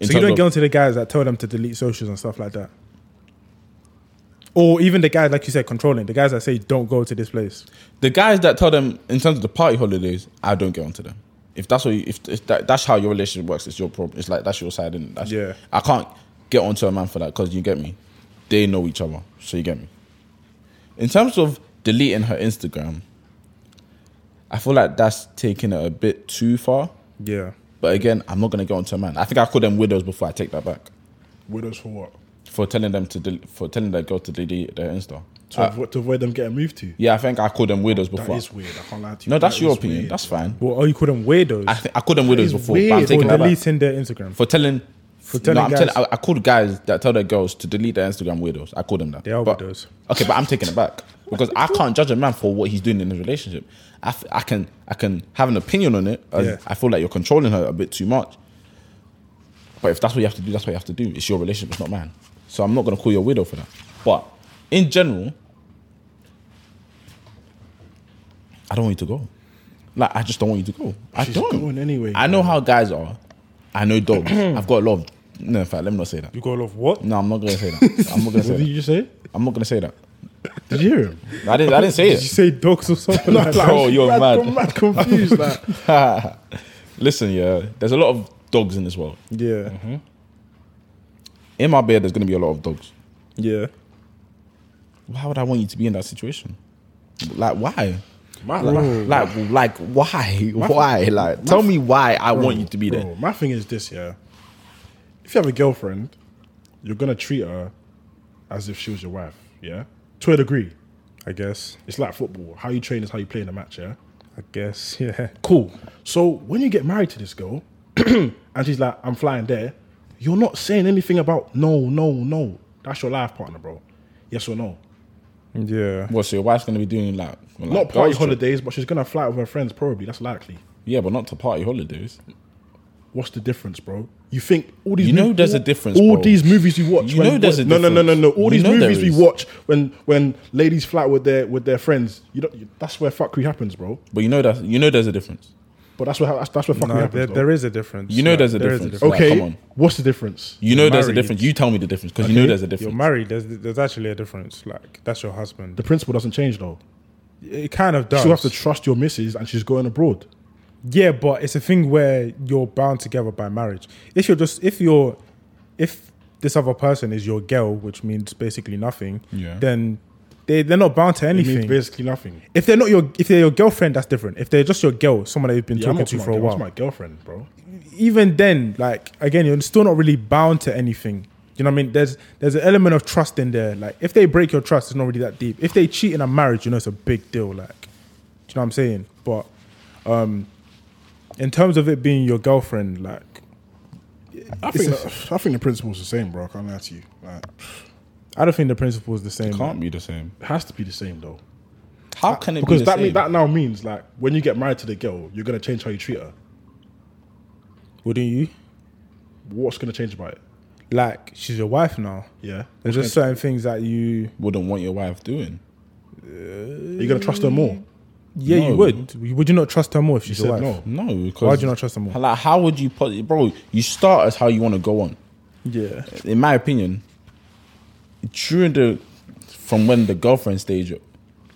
Speaker 1: In
Speaker 3: So you
Speaker 1: terms
Speaker 3: don't
Speaker 1: of-
Speaker 3: get onto the guys that tell them to delete socials and stuff like that, or even the guys like you said controlling the guys that say don't go to this place.
Speaker 1: the guys that tell them in terms of the party holidays. I don't get onto them. If that's what you, if, if that, that's how your relationship works, it's your problem. It's like that's your side, and that's,
Speaker 3: Yeah.
Speaker 1: I can't get onto a man for that because you get me. They know each other, so you get me. In terms of deleting her Instagram, I feel like that's taking it a bit too far.
Speaker 3: Yeah,
Speaker 1: But again, I'm not gonna get onto a man. I think I call them widows before I take that back
Speaker 2: widows for what?
Speaker 1: for telling them to del- for telling that girl to delete their Insta.
Speaker 3: Uh,
Speaker 2: To,
Speaker 1: I-
Speaker 2: avoid, to avoid them getting moved to.
Speaker 1: yeah, I think I call them widows
Speaker 2: Oh, That is
Speaker 1: before.
Speaker 2: weird. I can't lie to you.
Speaker 1: no, that's
Speaker 2: That
Speaker 1: your
Speaker 2: is
Speaker 1: opinion.
Speaker 2: weird.
Speaker 1: That's fine.
Speaker 3: well, oh, you call them weirdos
Speaker 1: I, think I called them widows
Speaker 2: That is
Speaker 1: before, but I'm
Speaker 2: weird.
Speaker 3: or
Speaker 1: taking that back.
Speaker 3: deleting their Instagram.
Speaker 1: For telling, for
Speaker 3: telling
Speaker 1: telling, I'm
Speaker 3: guys-
Speaker 1: telling I, I called guys that tell their girls to delete their Instagram widows. I called them that.
Speaker 3: They are
Speaker 1: But-
Speaker 3: widows.
Speaker 1: Okay, but I'm taking it back because I can't judge a man for what he's doing in his relationship. I, f- I can I can have an opinion on it. as
Speaker 3: Yeah.
Speaker 1: I feel like you're controlling her a bit too much. But if that's what you have to do, that's what you have to do. It's your relationship, it's not mine. So I'm not gonna call you a widow for that. But in general, I don't want you to go. Like I just don't want you to go. I
Speaker 2: She's
Speaker 1: don't.
Speaker 2: going anyway,
Speaker 1: I know how guys are. I know dogs. I've got a lot of. No, in fact, let me not say that.
Speaker 3: You got a lot of what?
Speaker 1: No, I'm not gonna say that. I'm not gonna say
Speaker 2: What did
Speaker 1: that.
Speaker 2: you just say?
Speaker 1: I'm not gonna say that.
Speaker 2: Did you hear him?
Speaker 1: I didn't. I didn't say
Speaker 3: Did you
Speaker 1: it.
Speaker 3: say dogs or something?
Speaker 1: (laughs)
Speaker 3: (laughs) like that?
Speaker 1: Bro, you're
Speaker 2: I'm
Speaker 1: mad.
Speaker 2: I'm mad confused.
Speaker 3: (laughs)
Speaker 2: like,
Speaker 1: Listen, yeah. There's a lot of dogs in this world.
Speaker 3: Yeah,
Speaker 1: Mm-hmm. In my bed, there's gonna be a lot of dogs.
Speaker 3: yeah.
Speaker 1: Why would I want you to be in that situation? Like why?
Speaker 2: my,
Speaker 1: Like, like, like, why? (laughs) Why? Like, tell me why I want you to be there.
Speaker 2: Bro, my thing is this, yeah. If you have a girlfriend, you're gonna treat her as if she was your wife, yeah. To a degree,
Speaker 3: I guess.
Speaker 2: it's like football. How you train is how you play in the match, yeah.
Speaker 3: I
Speaker 1: (laughs)
Speaker 3: guess. Yeah.
Speaker 2: Cool. So when you get married to this girl, (clears throat) and she's like, "I'm flying there," you're not saying anything about no, no, no. That's your life partner, bro. Yes or no?
Speaker 3: Yeah.
Speaker 1: Well, so your wife's gonna be doing like, like
Speaker 2: Not party
Speaker 1: girls' trip.
Speaker 2: holidays, but she's gonna fly out with her friends. Probably that's likely.
Speaker 1: Yeah, but not to party holidays.
Speaker 2: What's the difference, bro? You think all these
Speaker 1: You know
Speaker 2: mov-
Speaker 1: there's a
Speaker 2: all-
Speaker 1: difference,
Speaker 2: All
Speaker 1: bro.
Speaker 2: these movies you watch.
Speaker 1: You know there's a
Speaker 2: no, no, no, no, no.
Speaker 1: difference.
Speaker 2: All these
Speaker 1: You know there
Speaker 2: movies we
Speaker 1: is.
Speaker 2: watch when when ladies flirt with their with their friends. You don't. You, that's where fuckery happens, bro.
Speaker 1: But you know that you know there's a difference.
Speaker 2: But that's where that's, that's where fuckery
Speaker 3: No,
Speaker 2: happens.
Speaker 3: there,
Speaker 2: though.
Speaker 3: there is a difference.
Speaker 1: You know
Speaker 3: Like,
Speaker 1: there's a
Speaker 3: there is
Speaker 1: difference. Like,
Speaker 2: okay,
Speaker 1: come on.
Speaker 2: what's the difference?
Speaker 1: You know there's a
Speaker 3: married.
Speaker 1: difference. You tell me the difference because you know there's a
Speaker 3: You're
Speaker 1: difference.
Speaker 3: married. There's there's actually a difference. Like that's your
Speaker 2: The
Speaker 3: husband.
Speaker 2: principle doesn't change though.
Speaker 3: It kind of does.
Speaker 2: You have to trust your missus, and she's going abroad.
Speaker 3: yeah, but it's a thing where you're bound together by marriage. If you're just if you're if this other person is your girl, which means basically nothing.
Speaker 1: Yeah.
Speaker 3: Then they they're not bound to
Speaker 2: It means
Speaker 3: anything.
Speaker 2: basically nothing.
Speaker 3: If they're not your if they're your girlfriend, that's different. If they're just your girl, someone that you've been
Speaker 2: Yeah, I'm not
Speaker 3: talking to
Speaker 2: my
Speaker 3: for a
Speaker 2: girl,
Speaker 3: while,
Speaker 2: it's my girlfriend, bro.
Speaker 3: even then, like again, you're still not really bound to anything. You know what I mean? There's there's an element of trust in there. Like if they break your trust, it's not really that deep. If they cheat in a marriage, you know it's a big deal. Like, do you know what I'm saying? But um, in terms of it being your girlfriend, like
Speaker 2: I think the, I think the principle's the same, bro. I can't lie to you. Like,
Speaker 3: I don't think the principle is the same.
Speaker 1: Can't be the same.
Speaker 2: it has to be the same though.
Speaker 1: How can it
Speaker 2: Because
Speaker 1: be the
Speaker 2: that
Speaker 1: same?
Speaker 2: mean, that now means like when you get married to the girl, you're gonna change how you treat her.
Speaker 3: Wouldn't you?
Speaker 2: What's gonna change about it?
Speaker 3: Like she's your wife now.
Speaker 2: Yeah,
Speaker 3: There's just certain things that you
Speaker 1: Wouldn't want your wife doing.
Speaker 2: you're gonna trust her more.
Speaker 3: yeah you
Speaker 1: No.
Speaker 3: would would you not trust her more if she's
Speaker 2: said
Speaker 3: your wife?
Speaker 2: no.
Speaker 1: No, because
Speaker 3: Why do you not trust her more?
Speaker 1: Like, how would you put, bro? You start as how you want to go on.
Speaker 3: Yeah,
Speaker 1: In my opinion, during the from when the girlfriend stage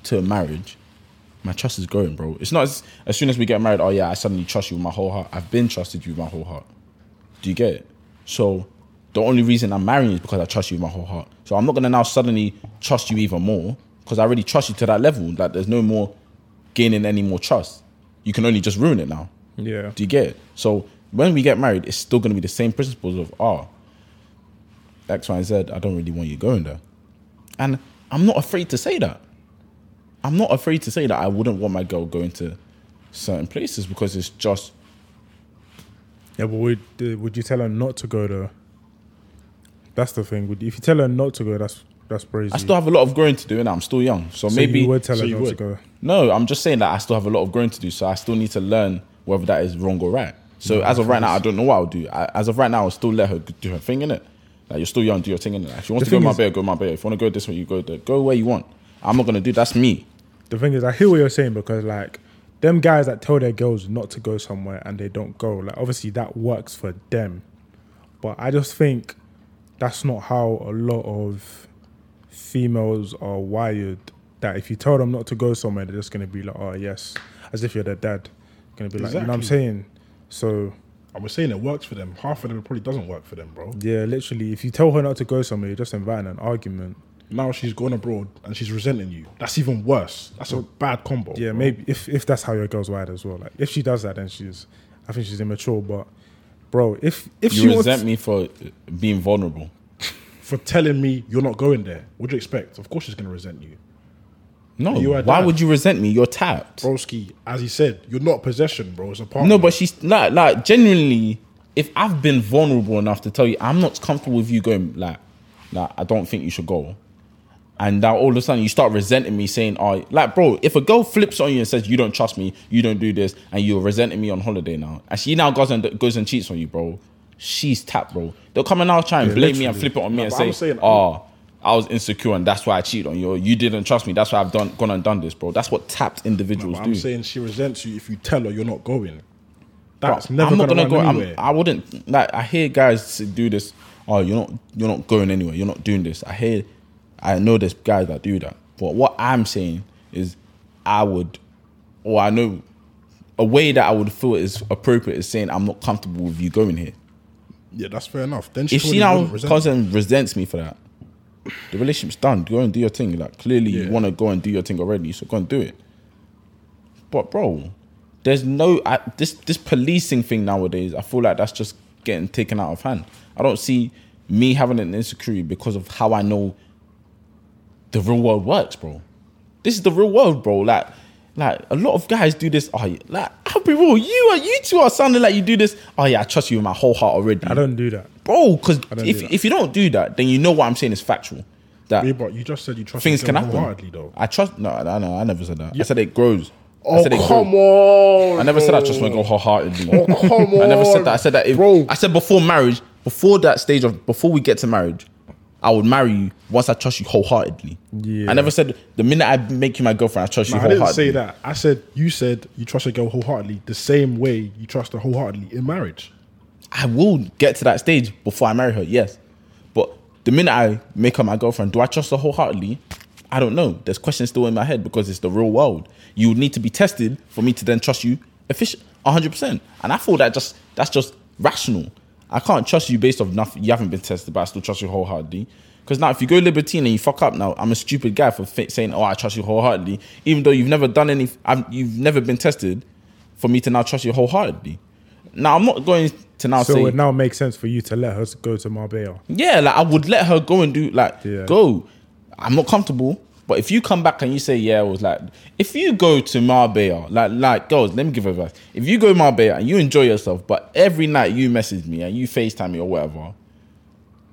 Speaker 1: to marriage, my trust is growing, bro. It's not as, as soon as we get married. Oh yeah, I suddenly trust you with my whole heart. I've been trusted you with my whole heart. Do you get it? So the only reason I'm marrying you is because I trust you with my whole heart. So I'm not gonna now suddenly trust you even more because I already trust you to that level. Like there's no more gaining any more trust. You can only just ruin it now.
Speaker 3: yeah.
Speaker 1: Do you get it? So when we get married, it's still going to be the same principles of ah, X, Y, and Z. I don't really want you going there, and I'm not afraid to say that. I'm not afraid to say that I wouldn't want my girl going to certain places because it's just
Speaker 3: Yeah, but would uh, would you tell her not to go though? That's the thing. Would if you tell her not to go, that's that's crazy.
Speaker 1: I still have a lot of growing to do, and I'm still young. So,
Speaker 3: so
Speaker 1: maybe
Speaker 3: you would tell
Speaker 2: so
Speaker 3: her
Speaker 2: you
Speaker 3: not to
Speaker 2: would.
Speaker 3: go.
Speaker 1: No, I'm just saying that I still have a lot of growing to do, so I still need to learn whether that is wrong or right. So
Speaker 3: Mm,
Speaker 1: as of right now, I don't know what I'll do. I, as of right now, I'll still let her do her thing in it. Like you're still young, do your thing in it. If you want to
Speaker 3: The
Speaker 1: go
Speaker 3: thing
Speaker 1: my
Speaker 3: is-
Speaker 1: bed, go my bed. If you want to go this way, you go there. Go where you want. I'm not gonna do. That's me.
Speaker 3: The thing is, I hear what you're saying because like them guys that tell their girls not to go somewhere and they don't go, like obviously that works for them, but I just think that's not how a lot of females are wired. That if you tell them not to go somewhere, they're just gonna be like, oh yes, as if you're their dad. Gonna be like, you know what I'm
Speaker 2: Exactly.
Speaker 3: saying? So
Speaker 2: I was saying it works for them. Half of them probably doesn't work for them, bro.
Speaker 3: yeah, literally, if you tell her not to go somewhere, you're just inviting an argument.
Speaker 2: Now she's gone abroad and she's resenting you. That's even worse. That's a bad combo.
Speaker 3: Yeah,
Speaker 2: bro.
Speaker 3: maybe if, if that's how your girl's wired as well. Like if she does that, then she's I think she's immature. But bro, if if she
Speaker 1: You resent
Speaker 3: wants,
Speaker 1: me for being vulnerable.
Speaker 2: For telling me you're not going there, what do you expect? Of course she's gonna resent you.
Speaker 1: No,
Speaker 2: You are
Speaker 1: why
Speaker 2: dad.
Speaker 1: would you resent me? You're tapped.
Speaker 2: Broski, as he said, you're not possession, bro. It's a partner.
Speaker 1: No, but she's like, like genuinely. If I've been vulnerable enough to tell you I'm not comfortable with you going, like, like I don't think you should go, and now all of a sudden you start resenting me, saying, "Oh, like, bro, if a girl flips on you and says you don't trust me, you don't do this, and you're resenting me on holiday now, and she now goes and goes and cheats on you, bro, she's tapped, bro. They'll come and now try and blame me and flip it on me
Speaker 2: but I'm
Speaker 1: and say,
Speaker 2: saying-
Speaker 1: "Oh, I was insecure and that's why I cheated on you. Or you didn't trust me. That's why I've done gone and done this, bro. That's what tapped individuals
Speaker 2: But
Speaker 1: do."
Speaker 2: I'm saying she resents you if you tell her you're not going.
Speaker 1: Bro,
Speaker 2: That's never gonna, go
Speaker 1: I'm-
Speaker 2: anywhere.
Speaker 1: I wouldn't. Like, I hear guys do this. Oh, you're not. You're not going anywhere. You're not doing this. I hear. I know there's guys that do that. But what I'm saying is, I would, or I know, a way that I would feel is appropriate is saying I'm not comfortable with you going here.
Speaker 2: yeah, that's fair enough. Then she,
Speaker 1: If she
Speaker 2: probably
Speaker 1: now
Speaker 2: wouldn't resent you.
Speaker 1: cousin resents me for that, the relationship's done. Go and do your thing. Like clearly
Speaker 2: Yeah.
Speaker 1: you want to go and do your thing already, so go and do it. But bro, there's no I, this this policing thing nowadays. I feel like that's just getting taken out of hand. I don't see me having an insecurity because of how I know the real world works, bro. This is the real world, bro. Like, like a lot of guys do this. Oh, yeah, like I'll be real. You are you two are sounding like you do this. Oh yeah, I trust you with my whole heart already
Speaker 3: I don't do that.
Speaker 1: bro. Because
Speaker 3: don't
Speaker 1: if
Speaker 3: do that.
Speaker 1: if you don't do that, then you know what I'm saying is factual. That
Speaker 2: Yeah, but you just said you trust
Speaker 1: things can
Speaker 2: Hardly
Speaker 1: happen.
Speaker 2: though.
Speaker 1: I trust. No, I know. I never said that. I said it grows. I
Speaker 2: Oh
Speaker 1: said it
Speaker 2: come
Speaker 1: grows.
Speaker 2: on!
Speaker 1: I never said I just
Speaker 2: bro.
Speaker 1: want to go wholeheartedly.
Speaker 2: Oh, come
Speaker 1: (laughs) I never
Speaker 2: on,
Speaker 1: said that. I said that. If,
Speaker 2: bro.
Speaker 1: I said before marriage, before that stage of before we get to marriage, I would marry you once I trust you wholeheartedly.
Speaker 3: Yeah.
Speaker 1: I never said the minute I make you my girlfriend, I trust you
Speaker 2: I
Speaker 1: wholeheartedly.
Speaker 2: didn't say that. I said you said you trust a girl wholeheartedly the same way you trust her wholeheartedly in marriage.
Speaker 1: I will get to that stage before I marry her, yes. But the minute I make her my girlfriend, do I trust her wholeheartedly? I don't know. There's questions still in my head because it's the real world. You would need to be tested for me to then trust you efficient 100%. And I feel that just that's just rational. I can't trust you based on nothing. You haven't been tested, but I still trust you wholeheartedly. Because now, if you go libertine and you fuck up, now I'm a stupid guy for fa- saying, "Oh, I trust you wholeheartedly," even though you've never done any, I've, you've never been tested, for me to now trust you wholeheartedly. Now, I'm not going to now
Speaker 3: So
Speaker 1: say
Speaker 3: it now makes sense for you to let her go to Marbella.
Speaker 1: yeah, like I would let her go and do like
Speaker 3: Yeah.
Speaker 1: go. I'm not comfortable. But if you come back and you say, yeah, it was like if you go to Marbella, like like girls, let me give advice. If you go to Marbella and you enjoy yourself, but every night you message me and you FaceTime me or whatever,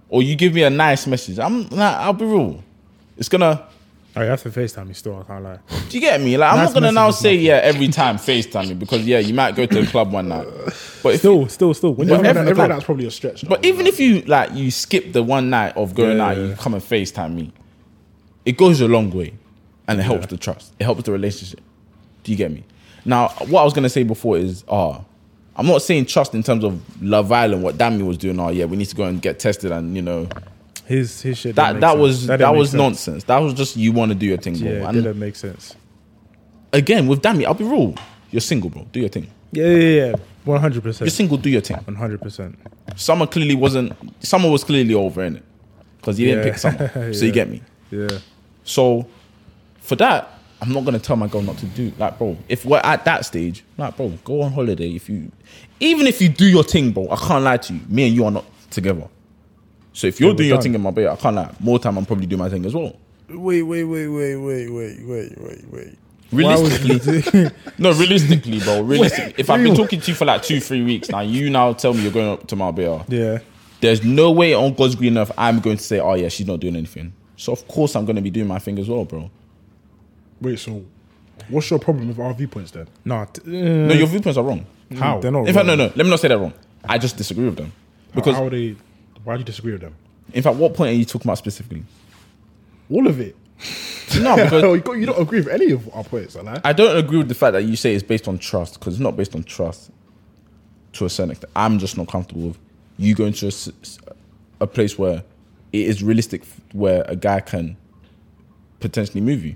Speaker 1: or you give me a nice message, I'm like, I'll be real. It's gonna
Speaker 3: Oh, you have to FaceTime me still. I
Speaker 1: (laughs)
Speaker 3: can't lie.
Speaker 1: do you get me? Like I'm
Speaker 3: Nice
Speaker 1: not gonna now
Speaker 3: message is
Speaker 1: say yeah every time (laughs) FaceTime me because yeah, you might go to a club one night. But if
Speaker 3: Still, still, still. When you're
Speaker 1: But
Speaker 3: having
Speaker 1: every-
Speaker 3: an
Speaker 2: Every
Speaker 1: every-
Speaker 3: account-
Speaker 2: that's probably a stretch.
Speaker 1: But even if you like you skip the one night of going
Speaker 3: Yeah,
Speaker 1: out,
Speaker 3: yeah,
Speaker 1: you
Speaker 3: yeah.
Speaker 1: come and FaceTime me, it goes a long way. And it helps the trust. It helps the relationship. Do you get me? Now, what I was gonna say before is uh I'm not saying trust in terms of Love Island, what Dammy was doing, oh yeah, we need to go and get tested and you know
Speaker 3: his his shit.
Speaker 1: that
Speaker 3: didn't make
Speaker 1: that
Speaker 3: sense.
Speaker 1: was that,
Speaker 3: didn't make
Speaker 1: was
Speaker 3: sense.
Speaker 1: nonsense. That was just you wanna do your thing, bro.
Speaker 3: Yeah, it
Speaker 1: and
Speaker 3: didn't make sense.
Speaker 1: again with Dammy, I'll be real. You're single, bro. Do your thing.
Speaker 3: Yeah, yeah, yeah. One hundred
Speaker 1: You're
Speaker 3: percent.
Speaker 1: single, do your thing.
Speaker 3: One hundred percent.
Speaker 1: Summer clearly wasn't summer was clearly over in it. Because you didn't
Speaker 3: Yeah.
Speaker 1: pick summer.
Speaker 3: (laughs)
Speaker 1: So you
Speaker 3: Yeah.
Speaker 1: get me.
Speaker 3: Yeah.
Speaker 1: So for that, I'm not gonna tell my girl not to do like bro. If we're at that stage, like bro, go on holiday. If you even if you do your thing, bro, I can't lie to you. Me and you are not together. So if you're
Speaker 3: we're
Speaker 1: doing your
Speaker 3: done.
Speaker 1: thing in my bed, I can't lie. More time I'm probably doing my thing as well.
Speaker 4: Wait, wait, wait, wait, wait, wait, wait, wait, wait.
Speaker 1: Realistically,
Speaker 3: Realistically,
Speaker 1: no, realistically, bro. Realistically, if I've been talking to you for like two, three weeks now, you now tell me you're going up to Marbella.
Speaker 3: (laughs) yeah,
Speaker 1: There's no way on God's green earth I'm going to say, oh yeah, she's not doing anything. So of course I'm going to be doing my thing as well, bro.
Speaker 2: Wait, so what's your problem with our viewpoints then?
Speaker 3: nah, t- uh,
Speaker 1: No, your viewpoints are wrong.
Speaker 2: How?
Speaker 3: they're not.
Speaker 1: In fact, no,
Speaker 3: wrong.
Speaker 1: no. Let me not say that wrong. I just disagree with them.
Speaker 2: Because
Speaker 1: Because
Speaker 2: how, are they? Why do you disagree with them?
Speaker 1: in fact, what point are you talking about specifically?
Speaker 2: All of it.
Speaker 1: No,
Speaker 2: (laughs)
Speaker 1: because
Speaker 2: you, got- you don't agree with any of our points, are
Speaker 1: (laughs) I don't agree with the fact that you say it's based on trust because it's not based on trust to a certain extent. I'm just not comfortable with you going to a, s- s- a place where it is realistic f- where a guy can potentially move you.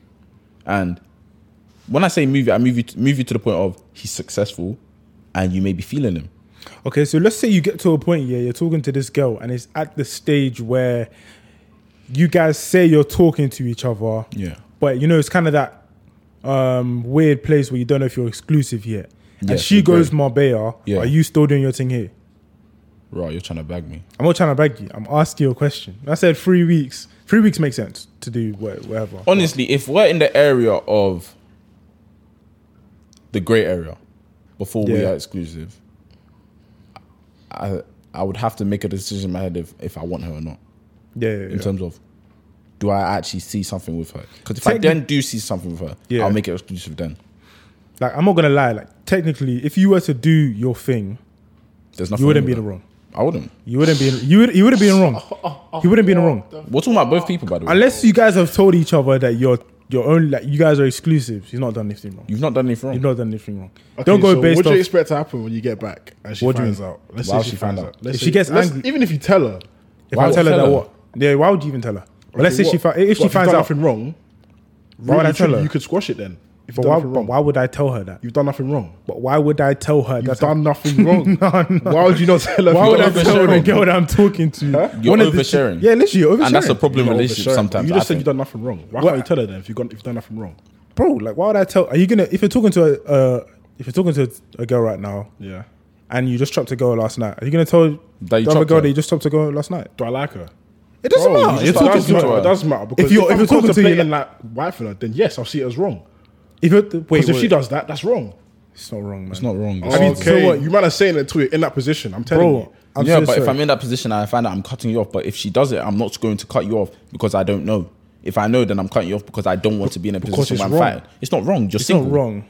Speaker 1: And when I say move you, I move you, to, move you to the point of he's successful and you may be feeling him.
Speaker 3: Okay, so let's say you get to a point, yeah, you're talking to this girl, and it's at the stage where you guys say you're talking to each other.
Speaker 1: Yeah.
Speaker 3: But you know, it's kind of that um, weird place where you don't know if you're exclusive yet. And
Speaker 1: Yes,
Speaker 3: she
Speaker 1: agree.
Speaker 3: goes Marbella.
Speaker 1: Yeah.
Speaker 3: Are you still doing your thing here?
Speaker 1: Right, you're trying to bag me.
Speaker 3: I'm not trying to beg you. I'm asking you a question. I said three weeks. Three weeks makes sense to do wha- whatever.
Speaker 1: honestly, if we're in the area of the grey area before we
Speaker 3: Yeah.
Speaker 1: are exclusive, I I would have to make a decision in my head if, if I want her or not
Speaker 3: Yeah. yeah, yeah.
Speaker 1: in terms of do I actually see something with her? Because if I
Speaker 3: Techni-
Speaker 1: then do see something with her,
Speaker 3: Yeah.
Speaker 1: I'll make it exclusive then.
Speaker 3: Like, I'm not gonna lie. Like, technically, if you were to do your thing,
Speaker 1: There's nothing.
Speaker 3: you wouldn't be
Speaker 1: wrong
Speaker 3: in the
Speaker 1: with
Speaker 3: wrong.
Speaker 1: that. I wouldn't.
Speaker 3: You wouldn't be. In, you would. You would have been wrong. You wouldn't be in the wrong.
Speaker 1: We're talking about both people, by the way.
Speaker 3: Unless you guys have told each other that you're you're only like you guys are exclusives, you've not done anything wrong.
Speaker 1: You've not done anything wrong.
Speaker 3: You've not done anything wrong. Don't go
Speaker 2: so What
Speaker 3: based
Speaker 2: do
Speaker 3: off.
Speaker 2: you expect to happen when you get back and she
Speaker 3: What do you
Speaker 2: finds
Speaker 3: mean?
Speaker 2: out? Let's
Speaker 1: Why
Speaker 2: say
Speaker 1: would
Speaker 2: she,
Speaker 1: she find
Speaker 2: finds out.
Speaker 1: out?
Speaker 2: Let's
Speaker 3: If
Speaker 2: say-
Speaker 3: she gets
Speaker 2: let's-
Speaker 3: angry-
Speaker 2: even if you tell her,
Speaker 3: if
Speaker 1: Why
Speaker 3: I
Speaker 1: would
Speaker 3: tell her
Speaker 1: I
Speaker 3: that
Speaker 1: tell her?
Speaker 3: what? Yeah, why would you even tell her? But let's say
Speaker 2: okay,
Speaker 3: she
Speaker 2: what-
Speaker 3: fi- if
Speaker 2: what,
Speaker 3: she
Speaker 2: you've
Speaker 3: finds
Speaker 2: done
Speaker 3: out,
Speaker 2: nothing wrong,
Speaker 3: why would I
Speaker 2: you
Speaker 3: tell
Speaker 2: could-
Speaker 3: her?
Speaker 2: You could squash it then. If you've
Speaker 3: but
Speaker 2: done
Speaker 3: why,
Speaker 2: nothing wrong,
Speaker 3: but why would I tell her that?
Speaker 2: you've done nothing wrong.
Speaker 3: But why would I tell her
Speaker 2: You've
Speaker 3: that's
Speaker 2: done (laughs) nothing wrong. Why would you not tell her?
Speaker 3: Why
Speaker 1: You're
Speaker 3: would I
Speaker 1: oversharing.
Speaker 3: tell the girl that I'm talking to?
Speaker 1: You're
Speaker 3: One of the-
Speaker 1: oversharing.
Speaker 3: yeah, literally, you're oversharing.
Speaker 1: and that's a problem in relationships
Speaker 2: Oversharing.
Speaker 1: sometimes.
Speaker 2: You
Speaker 1: I
Speaker 2: just said
Speaker 1: think.
Speaker 2: you've done nothing wrong. Why
Speaker 3: Well,
Speaker 2: can't you tell her then if you've gone- if you've done nothing wrong?
Speaker 3: bro. Like, why would I tell? Are you gonna if you're talking to a uh, if you're talking to a girl right now
Speaker 2: Yeah.
Speaker 3: and you just chopped a girl last night, are you gonna
Speaker 1: That
Speaker 3: tell
Speaker 1: you
Speaker 3: the other
Speaker 1: chopped
Speaker 3: girl
Speaker 1: her?
Speaker 3: that you just chopped a girl last night?
Speaker 2: Do I like her? Oh,
Speaker 3: It doesn't
Speaker 1: Bro,
Speaker 3: matter.
Speaker 1: you just
Speaker 3: You're talking
Speaker 1: asked
Speaker 3: to
Speaker 1: me
Speaker 2: matter.
Speaker 1: to
Speaker 3: her.
Speaker 1: her.
Speaker 2: It doesn't matter because if
Speaker 3: you're-
Speaker 2: you're,
Speaker 3: if
Speaker 2: if
Speaker 3: you're
Speaker 2: I'm
Speaker 3: talking to
Speaker 2: contemplating
Speaker 3: your-
Speaker 2: like wife and that, then yes, I'll see it as wrong.
Speaker 3: If you're wait,
Speaker 2: Because if
Speaker 3: wait.
Speaker 2: she does that, that's wrong.
Speaker 3: It's not wrong, man.
Speaker 1: It's not wrong.
Speaker 2: okay,
Speaker 3: you- so what-
Speaker 2: you might have saying it until you're in that position. I'm telling
Speaker 3: bro.
Speaker 2: you.
Speaker 3: I'm
Speaker 1: yeah,
Speaker 3: so
Speaker 1: but if
Speaker 3: sorry.
Speaker 1: I'm in that position and I find out I'm cutting you off, but if she does it, I'm not going to cut you off because I don't know. If I know, then I'm cutting you off because I don't want to be in a position
Speaker 2: it's
Speaker 1: where I'm
Speaker 2: wrong.
Speaker 1: fighting. It's not wrong. You're
Speaker 3: it's
Speaker 1: single.
Speaker 3: not wrong.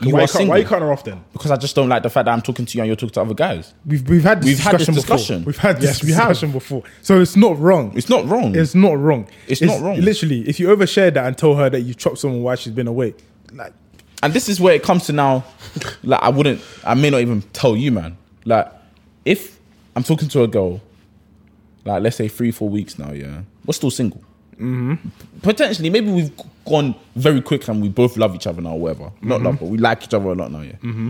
Speaker 1: You
Speaker 2: why,
Speaker 1: are
Speaker 2: you can't, why
Speaker 1: single.
Speaker 2: you cutting her off then? (laughs)
Speaker 1: because I just don't like the fact that I'm talking to you and you're talking to other guys.
Speaker 3: We've we've had this
Speaker 1: We've had this
Speaker 3: discussion
Speaker 1: discussion.
Speaker 3: before. We've had
Speaker 2: Yes,
Speaker 3: this
Speaker 2: we have.
Speaker 3: (laughs) discussion before. So it's not wrong.
Speaker 1: It's not wrong.
Speaker 3: It's not wrong.
Speaker 1: It's not wrong.
Speaker 3: Literally, if you overshare that and tell her that you chopped someone while she's been away, like
Speaker 1: and this is where it comes to now. Like I wouldn't, I may not even tell you, man. Like if I'm talking to a girl, like let's say three, four weeks now, yeah, we're still single. Mm-hmm. Potentially, maybe we've g- gone very quick and we both love each other now, or whatever. Not love, but we like each other a lot now, yeah.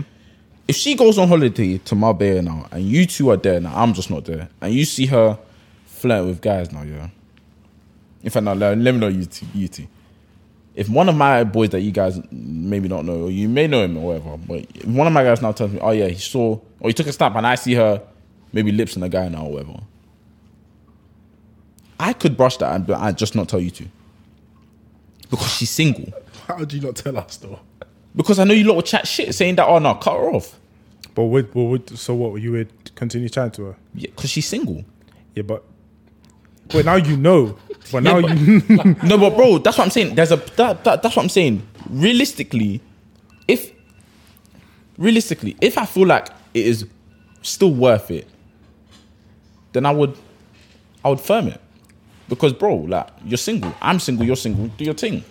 Speaker 1: If she goes on holiday to Marbella now, and you two are there now, I'm just not there, and you see her flirt with guys now, yeah. In fact, no, let, let me know you two, you two if one of my boys that you guys maybe don't know, or you may know him or whatever, but if one of my guys now tells me, oh yeah, he saw, or he took a snap and I see her maybe lips on a guy now or whatever, I could brush that and but I just not tell you to. Because she's single.
Speaker 2: How do you not tell us though?
Speaker 1: Because I know you lot will chat shit saying that, oh no, cut her off.
Speaker 3: but would, but would so what? You would continue chatting to her.
Speaker 1: Yeah, because she's single.
Speaker 3: Yeah, but but now you know. But now
Speaker 1: but-
Speaker 3: you
Speaker 1: No, but bro, that's what I'm saying. There's a that, that that's what I'm saying. Realistically, if realistically, if I feel like it is still worth it, then I would I would firm it. Because bro, like you're single. I'm single, you're single, do your thing.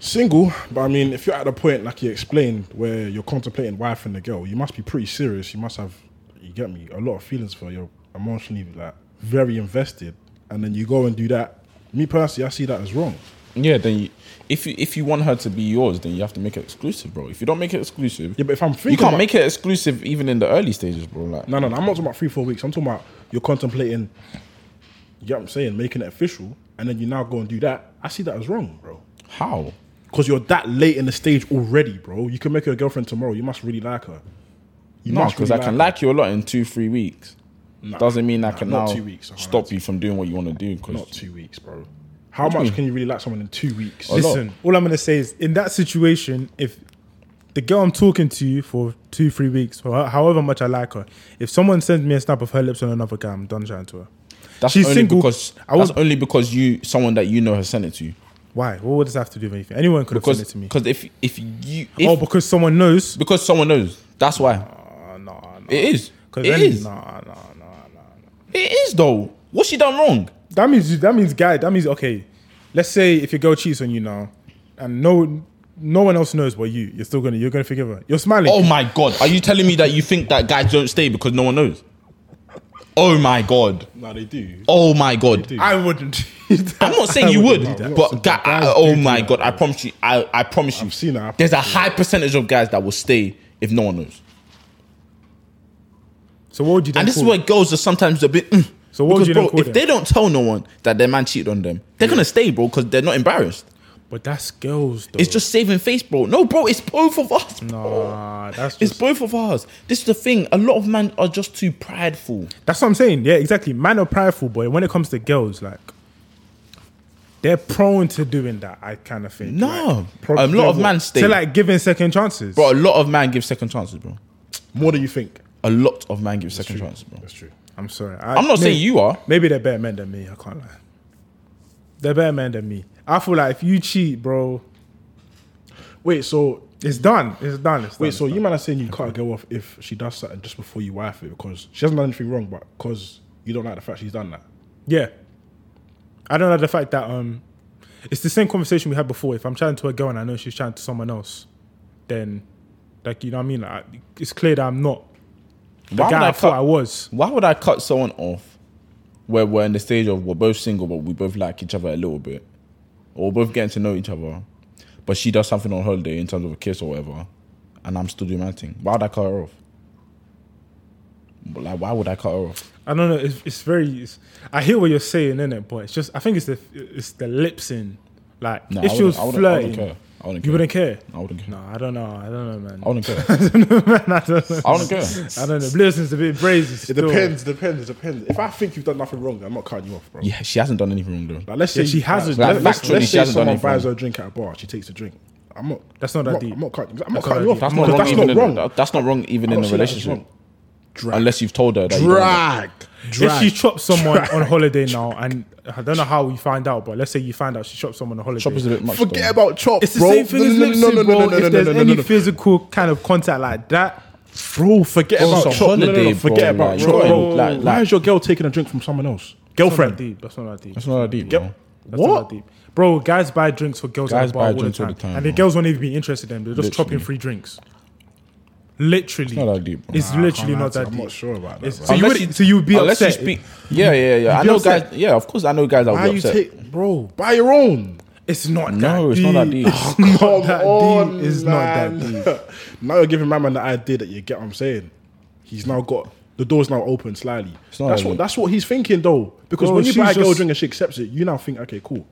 Speaker 2: Single, but I mean, if you're at a point like you explained where you're contemplating wife and the girl, you must be pretty serious. You must have, you get me, a lot of feelings for her. you're emotionally like very invested, and then you go and do that. Me personally, I see that as wrong.
Speaker 1: Yeah, then you if you if you want her to be yours, then you have to make it exclusive, bro. If you don't make it exclusive,
Speaker 2: Yeah, but if I'm thinking,
Speaker 1: you can't
Speaker 2: about-
Speaker 1: make it exclusive even in the early stages, bro. Like
Speaker 2: No, no, no. I'm not talking about three, four weeks. I'm talking about you're contemplating. You get what I'm saying? Making it official, and then you now go and do that. I see that as wrong, bro.
Speaker 1: how?
Speaker 2: Because you're that late in the stage already, bro. You can make her a girlfriend tomorrow. You must really like her. You
Speaker 1: No,
Speaker 2: must
Speaker 1: because
Speaker 2: really
Speaker 1: I can
Speaker 2: her.
Speaker 1: like you a lot in two, three weeks. Doesn't mean I can
Speaker 2: not
Speaker 1: now
Speaker 2: two weeks, I can't
Speaker 1: stop you from doing what you want to do. Because
Speaker 2: Not two weeks, bro. How much can you really like someone in two weeks?
Speaker 3: (laughs)
Speaker 1: A lot.
Speaker 3: Listen, all I'm gonna say is in that situation, if the girl I'm talking to for two, three weeks, or ho- however much I like her, if someone sends me a snap of her lips on another guy, I'm done chatting to her.
Speaker 1: That's
Speaker 3: She's
Speaker 1: only
Speaker 3: single.
Speaker 1: because
Speaker 3: I was-
Speaker 1: that's only because you someone that you know has sent it to you.
Speaker 3: Why? What would this have to do with anything? Anyone could have sent
Speaker 1: Because
Speaker 3: it to me.
Speaker 1: because if if you
Speaker 3: oh,
Speaker 1: if,
Speaker 3: because someone knows.
Speaker 1: because someone knows. That's why
Speaker 3: Nah, nah, nah.
Speaker 1: it is. It
Speaker 3: Because
Speaker 1: is.
Speaker 3: Nah, nah, nah, nah.
Speaker 1: It is though. What's she done wrong?
Speaker 3: That means that means guy. That means okay. Let's say if your girl cheats on you now, and no no one else knows but you, you're still gonna you're gonna forgive her. You're smiling.
Speaker 1: Oh my god! Are you telling me that you think that guys don't stay because no one knows? Oh my god!
Speaker 2: No, they do.
Speaker 1: Oh my god!
Speaker 3: I wouldn't. (laughs)
Speaker 1: I'm not saying you would,
Speaker 2: that.
Speaker 1: but guy,
Speaker 2: Guys
Speaker 1: I-
Speaker 2: do
Speaker 1: oh
Speaker 2: do
Speaker 1: my
Speaker 2: that,
Speaker 1: god! I promise you, I, I promise you.
Speaker 2: I've seen that.
Speaker 1: There's a high percentage of guys that will stay if no one knows,
Speaker 3: So what would you? Then
Speaker 1: and this is
Speaker 3: call
Speaker 1: where
Speaker 3: it?
Speaker 1: girls are sometimes a bit. Mm.
Speaker 3: So what
Speaker 1: Because,
Speaker 3: would you
Speaker 1: bro,
Speaker 3: then call
Speaker 1: if
Speaker 3: them?
Speaker 1: they don't tell no one that their man cheated on them, they're gonna stay, bro, because they're not embarrassed.
Speaker 3: But that's girls. Though.
Speaker 1: It's just saving face, bro. No, bro, it's both of us.
Speaker 3: nah. That's
Speaker 1: It's
Speaker 3: just,
Speaker 1: both of us. This is the thing. A lot of men are just too prideful.
Speaker 3: that's what I'm saying. Yeah, exactly. Man are prideful, boy. When it comes to girls, like they're prone to doing that. I kind of think.
Speaker 1: No,
Speaker 2: pro-
Speaker 1: a lot of
Speaker 2: no,
Speaker 1: men
Speaker 2: what?
Speaker 1: stay.
Speaker 3: Like, to like giving second chances.
Speaker 1: Bro, a lot of man give second chances, bro.
Speaker 2: More than you think.
Speaker 1: A lot of man give second chances, bro.
Speaker 2: That's true.
Speaker 3: I'm sorry. I,
Speaker 1: I'm not
Speaker 3: may-
Speaker 1: saying you are.
Speaker 3: Maybe they're better men than me. I can't lie. They're better men than me. I feel like if you cheat, bro,
Speaker 2: Wait, so
Speaker 3: it's done. It's done. It's done.
Speaker 2: wait,
Speaker 3: it's
Speaker 2: so
Speaker 3: done.
Speaker 2: you man are saying you can't go off if she does something just before you wife it because she hasn't done anything wrong, but because you don't like the fact she's done that.
Speaker 3: Yeah. I don't know the fact that um, it's the same conversation we had before. If I'm chatting to a girl and I know she's chatting to someone else, then like you know what I mean. Like, I- it's clear that I'm not the
Speaker 1: Why would,
Speaker 3: guy I,
Speaker 1: I
Speaker 3: thought I
Speaker 1: cut,
Speaker 3: was.
Speaker 1: why would I cut someone off where we're in the stage of we're both single, but we both like each other a little bit? Or we're both getting to know each other, but she does something on holiday in terms of a kiss or whatever, and I'm still doing my thing. Why would I cut her off? But like, why would I cut her off?
Speaker 3: I don't know. It's, it's very. It's, I hear what you're saying in it, but it's just. I think it's the it's the lips in. Like
Speaker 1: No,
Speaker 3: if
Speaker 1: I
Speaker 3: she was
Speaker 1: wouldn't- I wouldn't- I wouldn't
Speaker 3: flirting,
Speaker 1: care. I wouldn't
Speaker 3: you
Speaker 1: care.
Speaker 3: wouldn't care.
Speaker 1: I wouldn't care.
Speaker 3: No, I don't know. I don't know, man.
Speaker 1: I wouldn't care.
Speaker 3: (laughs) I don't know, man. I
Speaker 1: (laughs)
Speaker 3: don't know.
Speaker 1: I wouldn't care.
Speaker 3: (laughs) I don't know. Blizzard's a bit brazy.
Speaker 2: It
Speaker 3: still.
Speaker 2: depends, depends, depends. If I think you've done nothing wrong, I'm not cutting you off, bro.
Speaker 1: Yeah, she hasn't done anything wrong though.
Speaker 2: Like, let's
Speaker 3: Yeah,
Speaker 2: say
Speaker 3: she hasn't
Speaker 1: Like,
Speaker 2: Let's, let's,
Speaker 1: factually, she
Speaker 2: say
Speaker 1: hasn't done
Speaker 2: someone
Speaker 1: anything
Speaker 2: buys
Speaker 1: wrong.
Speaker 2: her a drink at a bar. She takes a drink. I'm not.
Speaker 3: That's not
Speaker 2: I'm
Speaker 3: that deep.
Speaker 2: I'm not cutting. I'm not
Speaker 3: That's
Speaker 2: cutting
Speaker 3: not
Speaker 2: you off.
Speaker 1: That's
Speaker 3: that
Speaker 1: not wrong.
Speaker 2: That's not, that's
Speaker 1: even in
Speaker 2: not
Speaker 1: a-
Speaker 2: wrong.
Speaker 1: that- that's not wrong even
Speaker 2: I'm
Speaker 1: in
Speaker 2: not
Speaker 1: a
Speaker 2: saying that's
Speaker 1: relationship.
Speaker 2: wrong. Drag.
Speaker 1: Unless you've told her that. you don't like-
Speaker 2: Drag.
Speaker 3: If
Speaker 2: Drag.
Speaker 3: she chops someone on holiday now, and I don't know how we find out, but let's say you find out she chopped someone on holiday.
Speaker 1: Chop is a bit much.
Speaker 2: Forget
Speaker 1: though.
Speaker 2: about chop,
Speaker 3: it's the
Speaker 2: bro.
Speaker 3: same thing as lipsy, bro. if there's any physical kind of contact like that,
Speaker 2: Bro, forget
Speaker 1: Bro,
Speaker 2: about
Speaker 1: it's a
Speaker 2: chop. No, no, no,
Speaker 1: holiday,
Speaker 2: Forget
Speaker 1: bro,
Speaker 2: about
Speaker 1: like,
Speaker 2: chop.
Speaker 1: bro,
Speaker 2: Bro,
Speaker 1: like-
Speaker 2: why
Speaker 1: like-
Speaker 2: is your girl taking a drink from someone else?
Speaker 3: that's not that
Speaker 2: Girlfriend.
Speaker 3: deep. That's not that deep.
Speaker 1: That's not that deep, bro.
Speaker 3: That's
Speaker 2: What?
Speaker 3: not that deep. Bro, guys buy drinks for girls.
Speaker 1: Guys
Speaker 3: at the bar
Speaker 1: buy
Speaker 3: all
Speaker 1: drinks
Speaker 3: the
Speaker 1: all
Speaker 3: time,
Speaker 1: the time,
Speaker 3: and the
Speaker 1: bro.
Speaker 3: girls won't even be interested in them. They're just chopping
Speaker 1: Literally.
Speaker 3: free drinks. Literally,
Speaker 1: It's not that deep, bro.
Speaker 3: It's literally not that
Speaker 2: I'm
Speaker 3: deep.
Speaker 2: not sure about that.
Speaker 3: It's-
Speaker 2: bro.
Speaker 3: So you
Speaker 1: Unless
Speaker 3: would, so you'd be
Speaker 1: unless
Speaker 3: upset.
Speaker 1: you speak. Yeah, yeah, yeah. I
Speaker 3: be
Speaker 1: know
Speaker 3: upset.
Speaker 1: guys. Yeah, of course I know guys that
Speaker 2: Why
Speaker 1: will be
Speaker 2: you
Speaker 1: upset.
Speaker 2: take, bro? Buy your own.
Speaker 3: It's not
Speaker 1: No,
Speaker 3: that
Speaker 1: it's
Speaker 3: deep.
Speaker 1: not that
Speaker 3: (laughs)
Speaker 1: deep.
Speaker 3: It's not
Speaker 2: Come
Speaker 3: that
Speaker 2: on,
Speaker 3: deep. It's not that deep.
Speaker 2: man. (laughs) now you're giving my man the idea that you get what I'm saying. He's now got the door's now open slightly.
Speaker 1: not
Speaker 2: That's
Speaker 1: that
Speaker 2: what
Speaker 1: deep.
Speaker 2: that's what he's thinking though. Because
Speaker 3: Bro,
Speaker 2: when you
Speaker 3: she's
Speaker 2: buy a girl
Speaker 3: just-
Speaker 2: drink and she accepts it, you now think, okay, cool.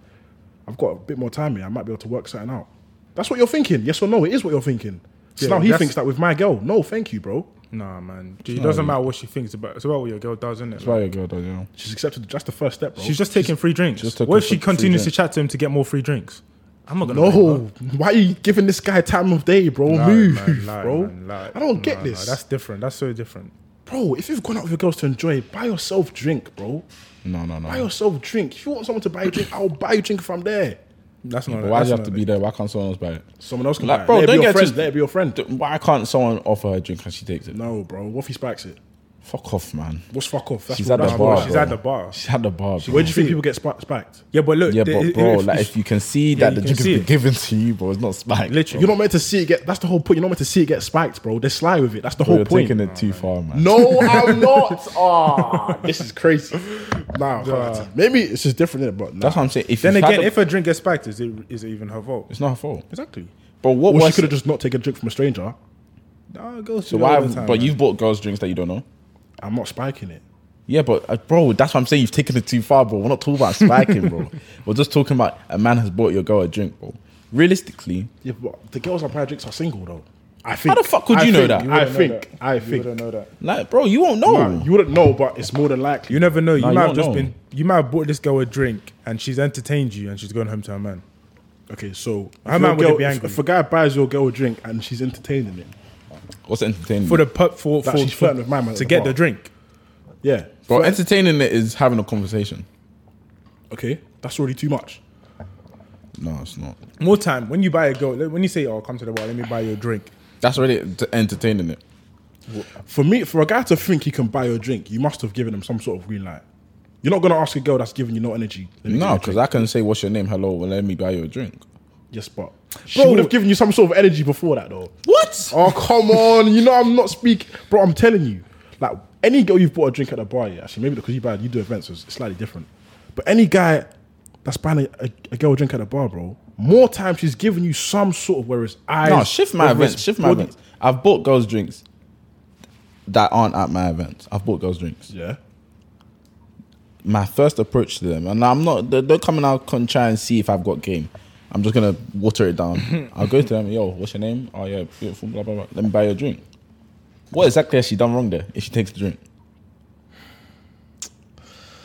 Speaker 2: I've got a bit more time here. I might be able to work something out. That's what you're thinking. Yes or no? It is what you're thinking. So
Speaker 3: Yeah,
Speaker 2: now he
Speaker 3: that's-
Speaker 2: thinks that with my girl. No, thank you, bro.
Speaker 3: Nah, man. It doesn't matter what she thinks about. It's about what your girl does, isn't it?
Speaker 1: That's why your girl does, you know.
Speaker 2: She's accepted. That's the first step, bro.
Speaker 3: she's just taking free drinks.
Speaker 1: just took
Speaker 3: What if
Speaker 1: her
Speaker 3: she
Speaker 1: for free
Speaker 3: continues to
Speaker 1: drinks.
Speaker 3: chat to him to get more free drinks? I'm not gonna. blame her.
Speaker 2: no. Why are you giving this guy time of day, bro?
Speaker 3: Lie,
Speaker 2: Move,
Speaker 3: man, lie,
Speaker 2: bro.
Speaker 3: man, lie.
Speaker 2: I don't
Speaker 3: Nah,
Speaker 2: get
Speaker 3: nah,
Speaker 2: this.
Speaker 3: that's different. That's so different.
Speaker 2: Bro, if you've gone out with your girls to enjoy, buy yourself drink, bro.
Speaker 1: No, no,
Speaker 2: Buy
Speaker 1: no.
Speaker 2: yourself drink. If you want someone to buy you drink, I'll buy you drink from there.
Speaker 3: That's not.
Speaker 1: But why
Speaker 3: that's
Speaker 1: do you have
Speaker 3: not
Speaker 1: to be there? Why can't someone else buy it?
Speaker 2: Someone else can
Speaker 1: Like,
Speaker 2: buy it.
Speaker 1: bro,
Speaker 2: let it
Speaker 1: don't
Speaker 2: be your
Speaker 1: get
Speaker 2: friend.
Speaker 1: too-
Speaker 2: Let it be your friend.
Speaker 1: Why can't someone offer her a drink and she takes it?
Speaker 2: No, bro. What if he spikes it?
Speaker 1: Fuck off, man.
Speaker 2: What's fuck off? That's
Speaker 1: She's
Speaker 2: what-
Speaker 1: at the
Speaker 2: that's
Speaker 1: bar.
Speaker 2: what-
Speaker 3: She's
Speaker 1: bro.
Speaker 3: at the bar.
Speaker 1: She's at the bar, bro.
Speaker 2: Where do you think people get spi- spiked?
Speaker 3: Yeah, but look.
Speaker 1: Yeah,
Speaker 3: the-
Speaker 1: but
Speaker 3: if-
Speaker 1: bro,
Speaker 3: if-
Speaker 1: like if you can see that
Speaker 3: you
Speaker 1: the
Speaker 3: can
Speaker 1: drink
Speaker 3: see
Speaker 1: is
Speaker 3: it.
Speaker 1: given to you, bro, it's not spiked.
Speaker 3: Literally.
Speaker 2: You're not meant to see it get. That's the whole point. You're not meant to see it get spiked, bro. They're sly with it. That's the
Speaker 1: bro,
Speaker 2: whole
Speaker 1: you're
Speaker 2: point.
Speaker 1: taking it too far, man.
Speaker 2: No, I'm not.
Speaker 1: (laughs)
Speaker 2: Ah, this is crazy. Nah, fam. maybe it's just different, innit? but nah.
Speaker 1: That's what I'm saying. If
Speaker 3: then
Speaker 1: you've had
Speaker 3: again,
Speaker 1: the-
Speaker 3: if a drink gets spiked, is it is it even her fault?
Speaker 1: it's not her fault.
Speaker 3: Exactly.
Speaker 1: But what
Speaker 2: Or she
Speaker 1: was?
Speaker 2: could have just not taken a drink from a stranger.
Speaker 3: No, it goes
Speaker 1: So
Speaker 3: through
Speaker 1: why?
Speaker 3: all the time,
Speaker 1: but
Speaker 3: man.
Speaker 1: you've bought girls drinks that you don't know.
Speaker 2: I'm not spiking it.
Speaker 1: Yeah, but uh, bro, that's what I'm saying. You've taken it too far, bro. We're not talking about spiking, bro. We're just talking about a man has bought your girl a drink, bro. Realistically,
Speaker 2: Yeah, but the girls that buy drinks are single though. I think.
Speaker 1: How the fuck could
Speaker 2: I
Speaker 1: you know
Speaker 2: think-
Speaker 1: that?
Speaker 2: I
Speaker 4: wouldn't know
Speaker 2: think.
Speaker 4: that.
Speaker 2: I
Speaker 4: You
Speaker 2: think.
Speaker 4: wouldn't know that.
Speaker 1: Like, bro, you won't know.
Speaker 2: Man, you wouldn't know, but it's more than likely.
Speaker 3: You never know. You
Speaker 1: Nah, you
Speaker 3: might
Speaker 1: don't
Speaker 3: have just
Speaker 1: know.
Speaker 3: been. You might have bought this girl a drink, and she's entertained you, and she's going home to her man.
Speaker 2: Okay, so if
Speaker 3: How
Speaker 2: your
Speaker 3: mad would it
Speaker 2: girl-
Speaker 3: be
Speaker 2: if-
Speaker 3: angry?
Speaker 2: If a guy buys your girl a drink and she's entertaining him,
Speaker 1: What's entertaining?
Speaker 3: For the pub, for
Speaker 2: That
Speaker 3: for,
Speaker 2: she's
Speaker 3: for
Speaker 2: flirting with my man at
Speaker 3: to
Speaker 2: the
Speaker 3: get
Speaker 2: bar.
Speaker 3: the drink.
Speaker 2: yeah,
Speaker 1: bro, entertaining it is having a conversation.
Speaker 2: okay, that's already too much.
Speaker 1: No, it's not.
Speaker 3: More time when you buy a girl. When you say, "Oh, come to the bar, let me buy you a drink."
Speaker 1: That's already ent- entertaining it.
Speaker 2: For me, for a guy to think he can buy you a drink, you must have given him some sort of green light. You're not gonna ask a girl that's giving you no energy. let me give you
Speaker 1: No,
Speaker 2: a
Speaker 1: because
Speaker 2: drink.
Speaker 1: I can say, "What's your name?" Hello, well, let me buy you a drink.
Speaker 2: yes, but she would have given you some sort of energy before that, though.
Speaker 1: What?
Speaker 2: Oh come on, you know I'm not speak, bro. I'm telling you, like any girl you've bought a drink at a bar, yeah, actually maybe because you buy you do events, so it's slightly different. But any guy that's buying a, a, a girl a drink at a bar, bro, more time she's giving you some sort of whereas eyes.
Speaker 1: No, shift my
Speaker 2: whether it's
Speaker 1: events. Shift my
Speaker 2: body-
Speaker 1: events. I've bought girls drinks that aren't at my events. I've bought girls drinks.
Speaker 2: Yeah,
Speaker 1: My first approach to them, and I'm not. they Don't come and I'll con- try and see if I've got game. I'm just gonna water it down. I'll go to them. Yo, what's your name? Oh yeah, beautiful. Blah blah blah. Let me buy you a drink. What exactly has she done wrong there? If she takes the drink,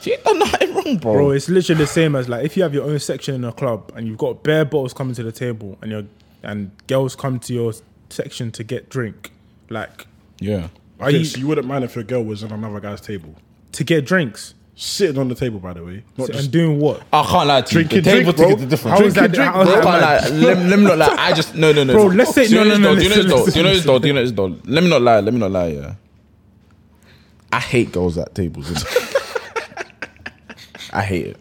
Speaker 1: she ain't done nothing wrong, bro.
Speaker 3: Bro, it's literally the same as like if you have your own section in a club and you've got bare bottles coming to the table and your and girls come to your section to get drink, like
Speaker 1: yeah.
Speaker 2: Are
Speaker 3: you-
Speaker 2: you, so you wouldn't mind if your girl was on another guy's table,
Speaker 3: to get drinks
Speaker 2: sitting on the table, by the way, not
Speaker 3: and
Speaker 2: just
Speaker 3: doing what?
Speaker 1: I can't lie to you. The
Speaker 2: Drinking
Speaker 1: table
Speaker 2: drink, bro.
Speaker 1: tickets are different.
Speaker 3: How is that-
Speaker 1: Drinking
Speaker 3: how is
Speaker 1: drink,
Speaker 3: that
Speaker 1: bro. I can't lie. Let, let me not lie. I just no no no.
Speaker 3: Oh, Bro,
Speaker 1: no.
Speaker 3: let's say-
Speaker 1: Do you
Speaker 3: no,
Speaker 1: know
Speaker 3: no, no,
Speaker 1: this
Speaker 3: listen,
Speaker 1: though? Do you know this
Speaker 3: listen,
Speaker 1: though? Do you know this though? Do you know this though? Let me not lie. Let me not lie. Yeah. I hate girls at tables. (laughs) innit? I hate it.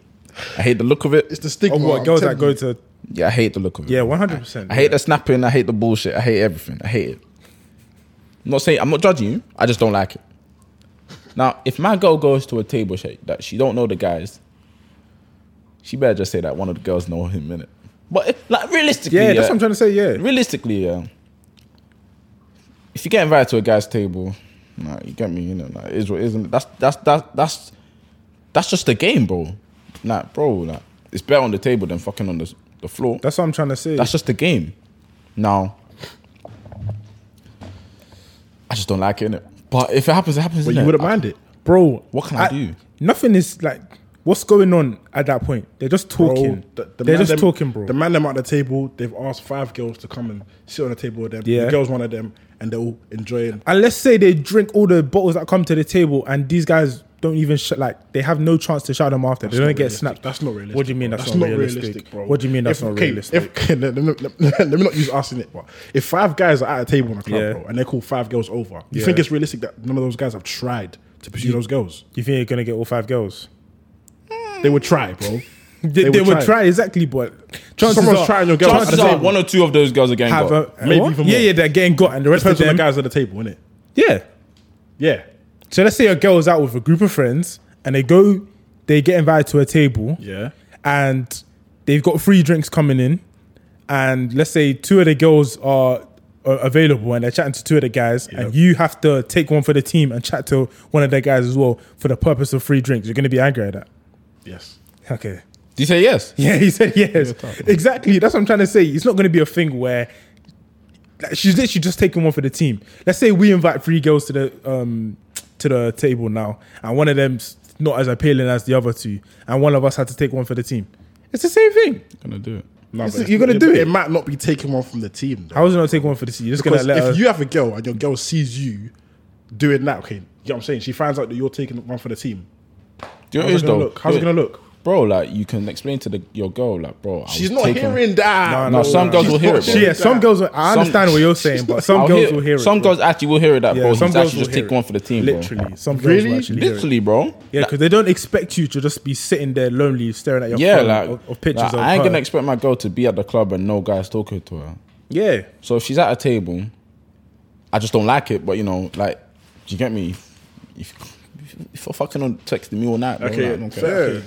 Speaker 1: I hate the look of it.
Speaker 4: It's the stigma.
Speaker 3: Or what
Speaker 4: I'm
Speaker 3: girls that
Speaker 4: telling
Speaker 3: go
Speaker 4: you.
Speaker 3: to
Speaker 1: Yeah, I hate the look of it.
Speaker 3: yeah, one hundred percent.
Speaker 1: I hate the snapping. I hate the bullshit. I hate everything. I hate it. I'm not saying I'm not judging you. I just don't like it. Now, if my girl goes to a table sh- that she don't know the guys, she better just say that one of the girls know him in it. But if, like realistically,
Speaker 3: Yeah, that's what I'm trying to say. Yeah,
Speaker 1: Realistically, yeah. If you get invited to a guy's table, nah, you get me. You know, like, it is what it is, innit? That's that's that's that's that's just the game, bro. Like, bro, like it's better on the table than fucking on the the floor.
Speaker 3: that's what I'm trying to say.
Speaker 1: That's just the game. Now, I just don't like it, innit? But if it happens, it happens.
Speaker 2: But
Speaker 1: innit?
Speaker 2: you wouldn't mind it.
Speaker 3: Bro,
Speaker 1: What can I do?
Speaker 3: Nothing is like what's going on at that point. They're just talking.
Speaker 2: Bro, Oh, the- the
Speaker 3: They're
Speaker 2: man
Speaker 3: just
Speaker 2: them-
Speaker 3: talking, bro.
Speaker 2: The man them at the table, they've asked five girls to come and sit on the table with them.
Speaker 3: Yeah.
Speaker 2: The girls one of them, and they're all enjoying.
Speaker 3: and let's say they drink all the bottles that come to the table, and these guys don't even sh- like they have no chance to shout them after.
Speaker 2: That's
Speaker 3: they
Speaker 2: not
Speaker 3: don't get
Speaker 2: realistic.
Speaker 3: snapped.
Speaker 2: That's not realistic.
Speaker 3: What do you mean
Speaker 2: bro.
Speaker 3: that's, not, realistic?
Speaker 2: bro?
Speaker 3: What do you mean that's
Speaker 2: If-
Speaker 3: not
Speaker 2: okay,
Speaker 3: realistic?
Speaker 2: If, okay, (laughs) let, let- let- let me not use us in it, but if five guys are at a table in a club,
Speaker 3: Yeah.
Speaker 2: bro, and they call five girls over, you
Speaker 3: Yeah.
Speaker 2: think it's realistic that none of those guys have tried to pursue those girls?
Speaker 3: you think you're gonna get all five girls?
Speaker 2: They would try,
Speaker 3: (laughs)
Speaker 2: bro.
Speaker 3: They,
Speaker 2: would
Speaker 3: they would
Speaker 2: try.
Speaker 3: try. exactly, but chances
Speaker 2: Someone's
Speaker 3: are,
Speaker 2: trying your girl
Speaker 3: chances
Speaker 2: at the
Speaker 1: Odds are
Speaker 2: table.
Speaker 1: one or two of those girls are getting
Speaker 3: have
Speaker 1: got.
Speaker 3: a,
Speaker 2: Maybe
Speaker 3: what?
Speaker 2: even
Speaker 3: yeah,
Speaker 2: more.
Speaker 3: yeah, they're getting got, and the rest
Speaker 2: Depends
Speaker 3: of
Speaker 2: on
Speaker 3: them,
Speaker 2: the guys at the table, innit?
Speaker 3: yeah.
Speaker 2: Yeah,
Speaker 3: So let's say a girl's out with a group of friends, and they go, they get invited to a table,
Speaker 2: yeah.
Speaker 3: and they've got free drinks coming in, and let's say two of the girls are, are available and they're chatting to two of the guys, and you have to take one for the team and chat to one of the guys as well for the purpose of free drinks. You're going to be angry at that.
Speaker 2: Yes.
Speaker 3: Okay.
Speaker 1: Do you say yes?
Speaker 3: Yeah, he said yes. Exactly. That's what I'm trying to say. It's not going to be a thing where like, she's literally just taking one for the team. Let's say we invite three girls to the um to the table now, and one of them's not as appealing as the other two, and one of us had to take one for the team. It's the same thing.
Speaker 1: Gonna do it.
Speaker 2: No,
Speaker 3: It's-
Speaker 2: but it's-
Speaker 3: you're gonna
Speaker 2: it-
Speaker 3: do it.
Speaker 2: It might not be taking one from the team. Though.
Speaker 3: I was gonna take one for the team. You're just
Speaker 2: Because
Speaker 3: gonna let her.
Speaker 2: if you have a girl and your girl sees you doing that, okay, you get what I'm saying? She finds out that you're taking one for the team.
Speaker 1: Do you know what it
Speaker 2: How's
Speaker 1: is
Speaker 2: it gonna
Speaker 1: though?
Speaker 2: look? How's
Speaker 1: Do
Speaker 2: it gonna look?
Speaker 1: Bro, like you can explain to the, your girl, like, bro, I
Speaker 2: She's
Speaker 1: was
Speaker 2: not
Speaker 1: taken-
Speaker 2: hearing that.
Speaker 1: No, some girls will hear it, bro.
Speaker 3: She- yeah, some girls. will- I
Speaker 1: Some-
Speaker 3: understand what you're saying, but some
Speaker 1: I'll
Speaker 3: girls
Speaker 1: hear-
Speaker 3: will hear it.
Speaker 1: Some
Speaker 3: bro.
Speaker 1: girls actually will hear it, that
Speaker 3: Yeah,
Speaker 1: bro. He's
Speaker 3: some girls
Speaker 1: actually
Speaker 3: will
Speaker 1: just
Speaker 3: hear
Speaker 1: take
Speaker 3: it.
Speaker 1: one for the team, bro.
Speaker 3: Literally, some girls
Speaker 2: Really?
Speaker 3: will actually hear it.
Speaker 1: Literally, bro.
Speaker 3: Yeah, because they don't expect you to just be sitting there lonely, staring at your
Speaker 1: Yeah,
Speaker 3: phone
Speaker 1: like,
Speaker 3: of, of pictures
Speaker 1: like,
Speaker 3: of
Speaker 1: I ain't
Speaker 3: her.
Speaker 1: gonna expect my girl to be at the club and no guys talking to her.
Speaker 3: yeah,
Speaker 1: So if she's at a table, I just don't like it. But you know, like, do you get me? If, if, if you're fucking on texting me all night, bro,
Speaker 2: Okay,
Speaker 1: like, I don't care.
Speaker 2: fair. okay.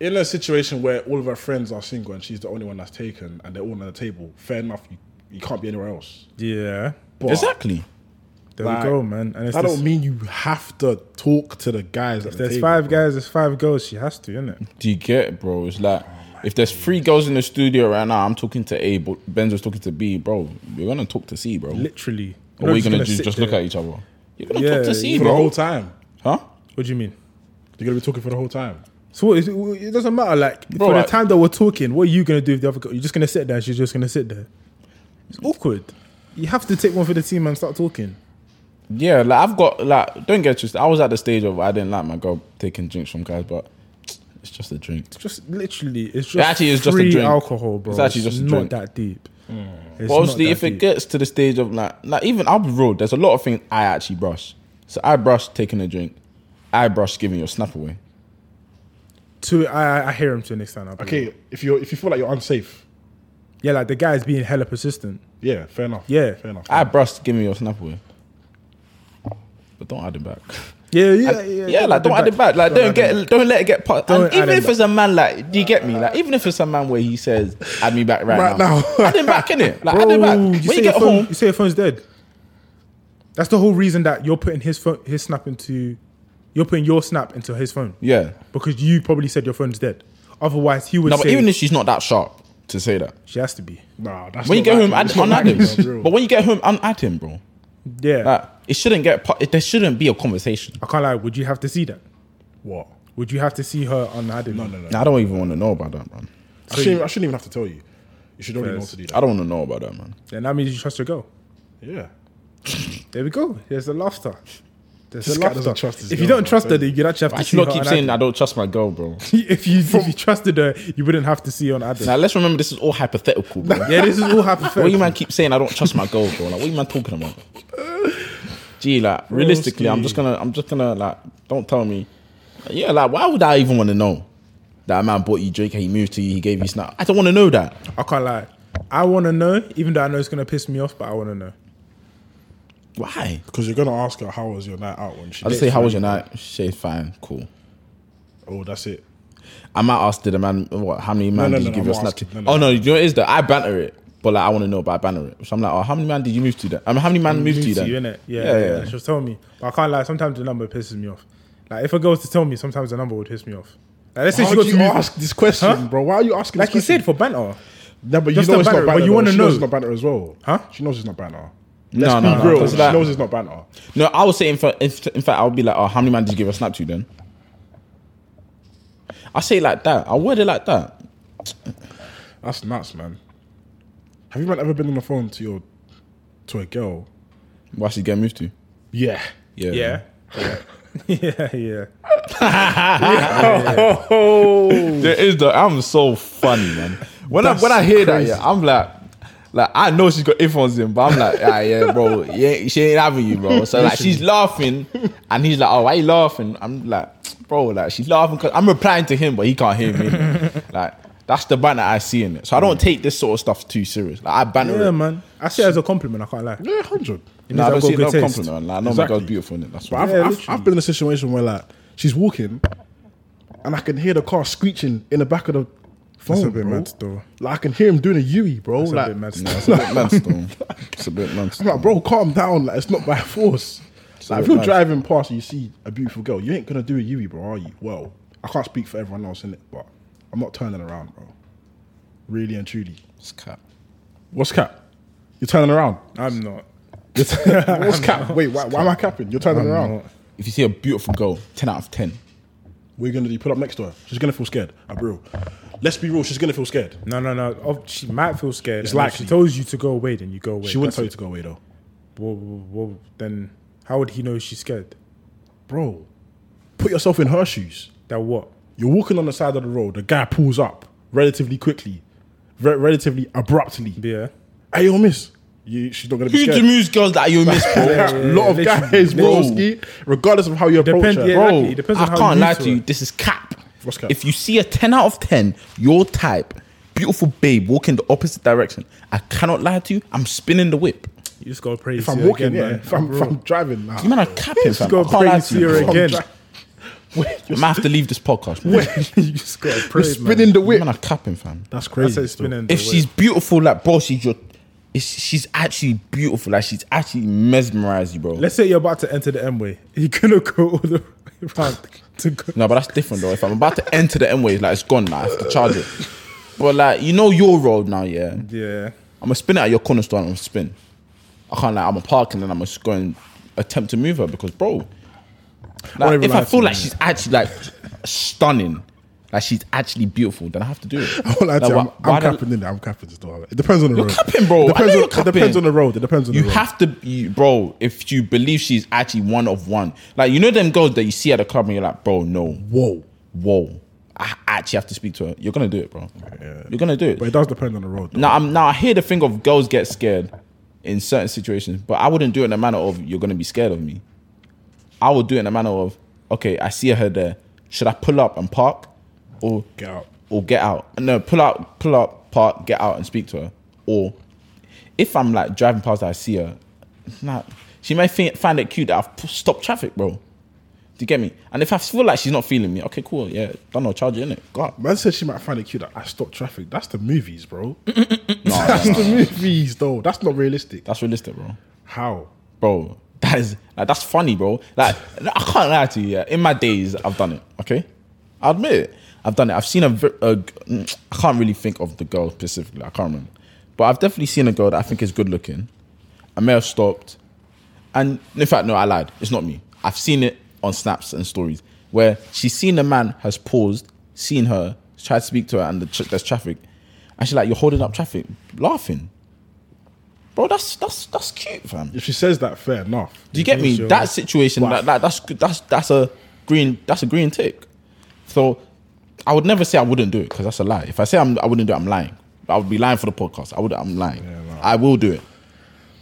Speaker 2: In a situation where all of her friends are single and she's the only one that's taken and they're all on the table, fair enough, you, you can't be anywhere else.
Speaker 3: yeah.
Speaker 2: But
Speaker 1: Exactly.
Speaker 3: There
Speaker 2: Like,
Speaker 3: we go, man. And it's
Speaker 2: that
Speaker 3: this-
Speaker 2: don't mean you have to talk to the guys at the
Speaker 3: there's
Speaker 2: table.
Speaker 3: five
Speaker 2: bro.
Speaker 3: guys, there's five girls. She has to, isn't it?
Speaker 1: Do you get, it, bro? It's like If there's three girls in the studio right now, I'm talking to A, but Benz was talking to B, bro. You're gonna talk to C, bro.
Speaker 3: Literally.
Speaker 1: Or what are you
Speaker 3: Everyone's
Speaker 1: gonna, do?
Speaker 3: sit
Speaker 1: Just
Speaker 3: there.
Speaker 1: look at each other. You're gonna
Speaker 3: Yeah,
Speaker 1: talk to C,
Speaker 2: for the
Speaker 1: bro.
Speaker 2: whole time.
Speaker 1: huh?
Speaker 3: What do you mean?
Speaker 2: You're gonna be talking for the whole time.
Speaker 3: So what is, it doesn't matter. Like
Speaker 1: Bro,
Speaker 3: for
Speaker 1: like-
Speaker 3: the time that we're talking, what are you gonna do with the other girl? You're just gonna sit there. and She's just gonna sit there. It's awkward. You have to take one for the team and start talking.
Speaker 1: Yeah, like I've got like. Don't get twisted. I was at the stage of I didn't like my girl taking drinks from guys, but it's just a drink.
Speaker 3: It's just literally, it's just
Speaker 1: actually is just a
Speaker 3: free
Speaker 1: drink.
Speaker 3: alcohol, bro.
Speaker 1: It's actually just a
Speaker 3: not
Speaker 1: drink. Hmm.
Speaker 3: that deep. It's
Speaker 1: But obviously,
Speaker 3: not
Speaker 1: if
Speaker 3: that
Speaker 1: it
Speaker 3: deep.
Speaker 1: gets to the stage of like, like even I'll be real, there's a lot of things I actually brush. So I brush taking a drink, I brush giving your snap away.
Speaker 3: to, I, I- I hear him to an extent. I'll be
Speaker 2: Okay,
Speaker 3: real.
Speaker 2: if you if you feel like you're unsafe,
Speaker 3: yeah, like the guy's being hella persistent.
Speaker 2: yeah, fair enough.
Speaker 3: Yeah.
Speaker 2: fair enough.
Speaker 1: I brush giving your snap away. But don't add it back.
Speaker 3: Yeah,
Speaker 1: (laughs)
Speaker 3: yeah,
Speaker 1: Yeah,
Speaker 3: yeah.
Speaker 1: like don't add it back. Like don't,
Speaker 3: add
Speaker 1: get,
Speaker 3: him
Speaker 1: don't let it get past.
Speaker 3: Don't
Speaker 1: and
Speaker 3: add
Speaker 1: even
Speaker 3: it
Speaker 1: if
Speaker 3: back.
Speaker 1: it's a man, like do you get me? Like even if it's a man where he says, "Add me back right,
Speaker 2: Right now.
Speaker 1: add him back in it. Like
Speaker 3: back.
Speaker 1: add him back.
Speaker 3: Bro,
Speaker 1: When you,
Speaker 3: say your
Speaker 1: get
Speaker 3: phone-
Speaker 1: home,
Speaker 3: you say your phone's dead. That's the whole reason that you're putting his phone, his snap into, you're putting your snap into his phone
Speaker 1: yeah.
Speaker 3: because you probably said your phone's dead. Otherwise, he would
Speaker 1: No, but
Speaker 3: say
Speaker 1: even if she's not that sharp to say that.
Speaker 3: she has to be.
Speaker 2: nah, that's
Speaker 1: When you
Speaker 2: not
Speaker 1: get home,
Speaker 2: like-
Speaker 1: add,
Speaker 2: that's not (laughs)
Speaker 1: unadd
Speaker 2: like
Speaker 1: him.
Speaker 2: it, bro, bro.
Speaker 1: But when you get home, unadd him, bro.
Speaker 3: Yeah,
Speaker 1: Like, it shouldn't get. pa- There shouldn't be a conversation.
Speaker 3: I can't lie. Would you have to see that?
Speaker 2: what?
Speaker 3: Would you have to see her unadded?
Speaker 2: No, no, no.
Speaker 1: Nah, I don't even want to know about that, man.
Speaker 2: I, shouldn't, I shouldn't even have to tell you. You should already know
Speaker 3: Fairs.
Speaker 2: to do that.
Speaker 1: I don't want to know about that, man.
Speaker 3: Then that means you trust your girl.
Speaker 2: Yeah.
Speaker 3: There we go. There's the laughter. There's
Speaker 2: This
Speaker 3: the
Speaker 2: guy
Speaker 3: laughter.
Speaker 2: doesn't trust his
Speaker 3: if you
Speaker 2: girl,
Speaker 3: don't
Speaker 2: bro.
Speaker 3: trust her, then you'd actually have
Speaker 1: I
Speaker 3: to see
Speaker 1: should
Speaker 3: her.
Speaker 1: not keep
Speaker 3: on
Speaker 1: saying I
Speaker 3: ad.
Speaker 1: don't trust my girl, bro.
Speaker 3: (laughs) if you if you trusted her, you wouldn't have to see her on ad.
Speaker 1: Now let's remember this is all hypothetical, (laughs) bro.
Speaker 3: yeah, this is all hypothetical.
Speaker 1: Why you man keep saying I don't trust my girl, bro? Like what you man talking about? Gee, like realistically, I'm just gonna, I'm just gonna like, don't tell me. Yeah, like why would I even want to know that a man bought you drink and he moved to you, he gave you snap? I don't want to know that.
Speaker 3: I can't lie. I want to know, even though I know it's gonna piss me off, but I want to know.
Speaker 1: Why?
Speaker 2: Because you're gonna ask her how was your night out when she.
Speaker 1: I just say how was your night? Shade fine, cool.
Speaker 2: Oh, that's it.
Speaker 1: I might ask did the man what how many man
Speaker 2: no,
Speaker 1: did
Speaker 2: no,
Speaker 1: you give
Speaker 2: I'm
Speaker 1: your
Speaker 2: not
Speaker 1: snap to?
Speaker 2: asking. No, no.
Speaker 1: Oh no, you know what it is though? I banter it, but like I want to know about banter it. So I'm like, oh, how many man did you move to then? I mean, how many man moved, to you then?
Speaker 3: innit? Yeah,
Speaker 1: Yeah,
Speaker 3: yeah,
Speaker 1: yeah.
Speaker 3: She'll tell me. But I can't lie. Sometimes the number pisses me off. Like if a girl was to tell me, sometimes the number would piss me off. Like, let's say
Speaker 2: How
Speaker 3: she
Speaker 2: do
Speaker 3: got to
Speaker 2: you
Speaker 3: move-
Speaker 2: ask this question,
Speaker 3: Huh?
Speaker 2: bro? Why are you asking?
Speaker 3: Like
Speaker 2: this
Speaker 3: you
Speaker 2: question?
Speaker 3: said, for banter.
Speaker 2: No, but you
Speaker 3: Just
Speaker 2: know
Speaker 3: the
Speaker 2: it's
Speaker 3: banter,
Speaker 2: not
Speaker 3: but
Speaker 2: banter.
Speaker 3: you
Speaker 2: though.
Speaker 3: wanna
Speaker 2: she
Speaker 3: know.
Speaker 2: knows it's not banter as well.
Speaker 3: Huh?
Speaker 2: She knows it's not banter.
Speaker 1: No, no,
Speaker 2: Be
Speaker 1: no,
Speaker 2: real,
Speaker 1: 'cause
Speaker 2: she
Speaker 1: like-
Speaker 2: knows it's not banter.
Speaker 1: no. I would say in fact, in fact, in fact, I would be like, oh, how many man did you give a snap to then? I say it like that. I word it like that.
Speaker 2: That's nuts, man. Have you man ever been on the phone to your to a girl?
Speaker 1: Why she get moved to?
Speaker 2: Yeah.
Speaker 1: Yeah,
Speaker 3: Yeah. (laughs) yeah, yeah.
Speaker 1: There is though. I'm so funny, man. When I when I hear that, yeah, I'm like. Like I know she's got earphones in, but I'm like, ah, yeah, bro, yeah, she ain't having you, bro. So like, she's laughing, and he's like, oh, why you laughing? I'm like, bro, like she's laughing because I'm replying to him, but he can't hear
Speaker 3: (laughs)
Speaker 1: me. like that's the banter I see in it. So I don't take this sort of stuff too serious. Like I banter
Speaker 3: Yeah,
Speaker 1: it.
Speaker 3: man. I see it as a compliment. I can't lie.
Speaker 2: Yeah, hundred.
Speaker 3: It means
Speaker 1: No, I
Speaker 3: I've
Speaker 1: don't
Speaker 3: got
Speaker 1: see it
Speaker 3: good
Speaker 1: no
Speaker 3: taste.
Speaker 1: compliment. man. Like, I know my
Speaker 2: Exactly.
Speaker 1: girl's beautiful in it. That's
Speaker 2: But I've,
Speaker 1: why.
Speaker 3: Yeah,
Speaker 2: I've,
Speaker 3: literally.
Speaker 2: I've been in a situation where like she's walking, and I can hear the car screeching in the back of the phone.
Speaker 3: That's a bit
Speaker 2: bro.
Speaker 3: mad, though.
Speaker 2: Like I can hear him doing a Yui, bro.
Speaker 3: That's
Speaker 2: like,
Speaker 3: a bit mad.
Speaker 1: No, it's a bit mad still. It's a bit mad.
Speaker 2: I'm
Speaker 1: still.
Speaker 2: like, bro, calm down. Like it's not by force. Like,
Speaker 1: a
Speaker 2: if
Speaker 1: bit
Speaker 2: you're
Speaker 1: mad.
Speaker 2: driving past and you see a beautiful girl, you ain't gonna do a Yui, bro, are you? Well, I can't speak for everyone else in it, but I'm not turning around, bro. Really and truly.
Speaker 1: It's cap.
Speaker 2: What's cap? You're turning around.
Speaker 3: (laughs) I'm not.
Speaker 2: You're turning- What's cap? Wait, why, why am I capping? You're turning around.
Speaker 3: not.
Speaker 1: If you see a beautiful girl, ten out of ten.
Speaker 2: We're gonna do put up next to her. She's gonna feel scared. I bro. Let's be real. She's gonna feel scared.
Speaker 3: No, no, no. Oh, she might feel scared.
Speaker 2: It's
Speaker 3: and if
Speaker 2: likely.
Speaker 3: she tells you to go away, then you go away.
Speaker 2: She wouldn't
Speaker 3: That's-
Speaker 2: tell you to go away though,
Speaker 3: Whoa, whoa, whoa. Then how would he know she's scared?
Speaker 2: bro. Put yourself in her shoes.
Speaker 3: That what?
Speaker 2: You're walking on the side of the road. The guy pulls up relatively quickly, re- relatively abruptly.
Speaker 3: Yeah.
Speaker 2: Hey, yo, miss. You, she's not gonna be
Speaker 1: Who's the
Speaker 2: scared.
Speaker 1: muse girls that you miss, bro?
Speaker 2: (laughs) A
Speaker 3: yeah,
Speaker 2: lot of
Speaker 3: literally,
Speaker 2: guys, bro.
Speaker 1: literally.
Speaker 2: ski, Regardless of how you approach
Speaker 3: Depend-
Speaker 2: her,
Speaker 3: yeah,
Speaker 1: bro,
Speaker 3: Exactly. It depends
Speaker 1: I
Speaker 3: on how
Speaker 1: can't
Speaker 3: you
Speaker 1: lie
Speaker 3: to
Speaker 1: to you.
Speaker 3: it.
Speaker 1: This is cap.
Speaker 2: What's cap?
Speaker 1: If you see a 10 out of 10, your type, beautiful babe, walking the opposite direction, I cannot lie to you. I'm spinning the whip.
Speaker 3: You just gotta praise.
Speaker 2: If I'm
Speaker 3: her
Speaker 2: walking,
Speaker 3: again,
Speaker 2: yeah.
Speaker 3: man.
Speaker 2: If I'm, if I'm driving, nah.
Speaker 1: You man are capping, fam. I
Speaker 3: gotta
Speaker 1: can't lie
Speaker 3: praise
Speaker 1: to you.
Speaker 3: her
Speaker 1: Bro.
Speaker 2: If I'm
Speaker 3: again. (laughs)
Speaker 2: dri- Wait,
Speaker 1: I might have to leave this podcast. Bro.
Speaker 3: you just gotta
Speaker 2: you're
Speaker 3: praise. man.
Speaker 2: spinning the
Speaker 1: You
Speaker 2: whip.
Speaker 1: man are capping, fam.
Speaker 2: That's
Speaker 3: I
Speaker 2: crazy.
Speaker 3: said
Speaker 2: still.
Speaker 3: spinning. the
Speaker 1: If
Speaker 3: whip.
Speaker 1: she's beautiful, like, bro, she's your. It's, she's actually beautiful. Like, she's actually mesmerized you, bro.
Speaker 3: let's say you're about to enter the M way, you're gonna go all the (laughs) way around to go.
Speaker 1: no, but that's different, though. If I'm about to enter the M-Way, like, it's gone. Like, I have to charge it. But like, you know your road now, yeah. I'm
Speaker 3: Yeah.
Speaker 1: gonna spin it at your corner store and I'm gonna spin. I can't like I'm a park and then I'm just going attempt to move her because bro. Like,
Speaker 2: even
Speaker 1: if I
Speaker 2: lie to
Speaker 1: feel
Speaker 2: you,
Speaker 1: like
Speaker 2: yeah.
Speaker 1: she's actually like stunning, like she's actually beautiful, then I have to do it.
Speaker 2: (laughs) I won't lie to
Speaker 1: Like,
Speaker 2: you,
Speaker 1: why-
Speaker 2: (laughs) I'm,
Speaker 1: why
Speaker 2: I'm
Speaker 1: don't-
Speaker 2: capping in there. I'm capping as well. It depends on the road.
Speaker 1: capping, bro. I know you're
Speaker 2: Depends on, It depends
Speaker 1: capping.
Speaker 2: on the road. It depends on
Speaker 1: You
Speaker 2: the road.
Speaker 1: have to, you, bro. If you believe she's actually one of one, like you know them girls that you see at the club and you're like, bro, no,
Speaker 2: Whoa.
Speaker 1: whoa, I actually have to speak to her. You're gonna do it, bro.
Speaker 2: Yeah.
Speaker 1: You're gonna do it.
Speaker 2: But it does depend on the road. though.
Speaker 1: Now, I'm now I hear the thing of girls get scared in certain situations, but I wouldn't do it in a manner of you're gonna be scared of me. I would do it in a manner of okay, I see her there. Should I pull up and park, or
Speaker 2: Get out.
Speaker 1: or get out? No, pull out, pull up, park, get out and speak to her. Or if I'm like driving past, I see her. Nah, she may think, find it cute that I've p- stopped traffic, bro. Do you get me? And if I feel like she's not feeling me, okay, cool, yeah, don't know, charge it in it. God,
Speaker 2: Man said she might find it cute that I stopped traffic. That's the movies,
Speaker 1: (laughs)
Speaker 2: bro. That's the movies, though. That's not realistic.
Speaker 1: that's realistic, bro.
Speaker 2: How?
Speaker 1: bro. That is like that's funny, bro. Like I can't lie to you. Yeah, in my days, I've done it. Okay, I admit it. I've done it. I've seen a. ver- a g- I can't really think of the girl specifically. I can't remember, but I've definitely seen a girl that I think is good looking. I may have stopped, and in fact, no, I lied. It's not me. I've seen it on snaps and stories where she's seen a man has paused, seen her, tried to speak to her, and the tr- there's traffic, and she's like, "You're holding up traffic," laughing. Bro, that's that's that's cute, fam.
Speaker 2: If she says that, fair enough.
Speaker 1: Do you get me?
Speaker 3: Sure.
Speaker 1: That situation, that, that that's good- that's that's a green that's a green tick. So I would never say I wouldn't do it because that's a lie. If I say I'm, I wouldn't do it, I'm lying. I would be lying for the podcast. I would. I'm lying.
Speaker 2: no.
Speaker 1: I will do it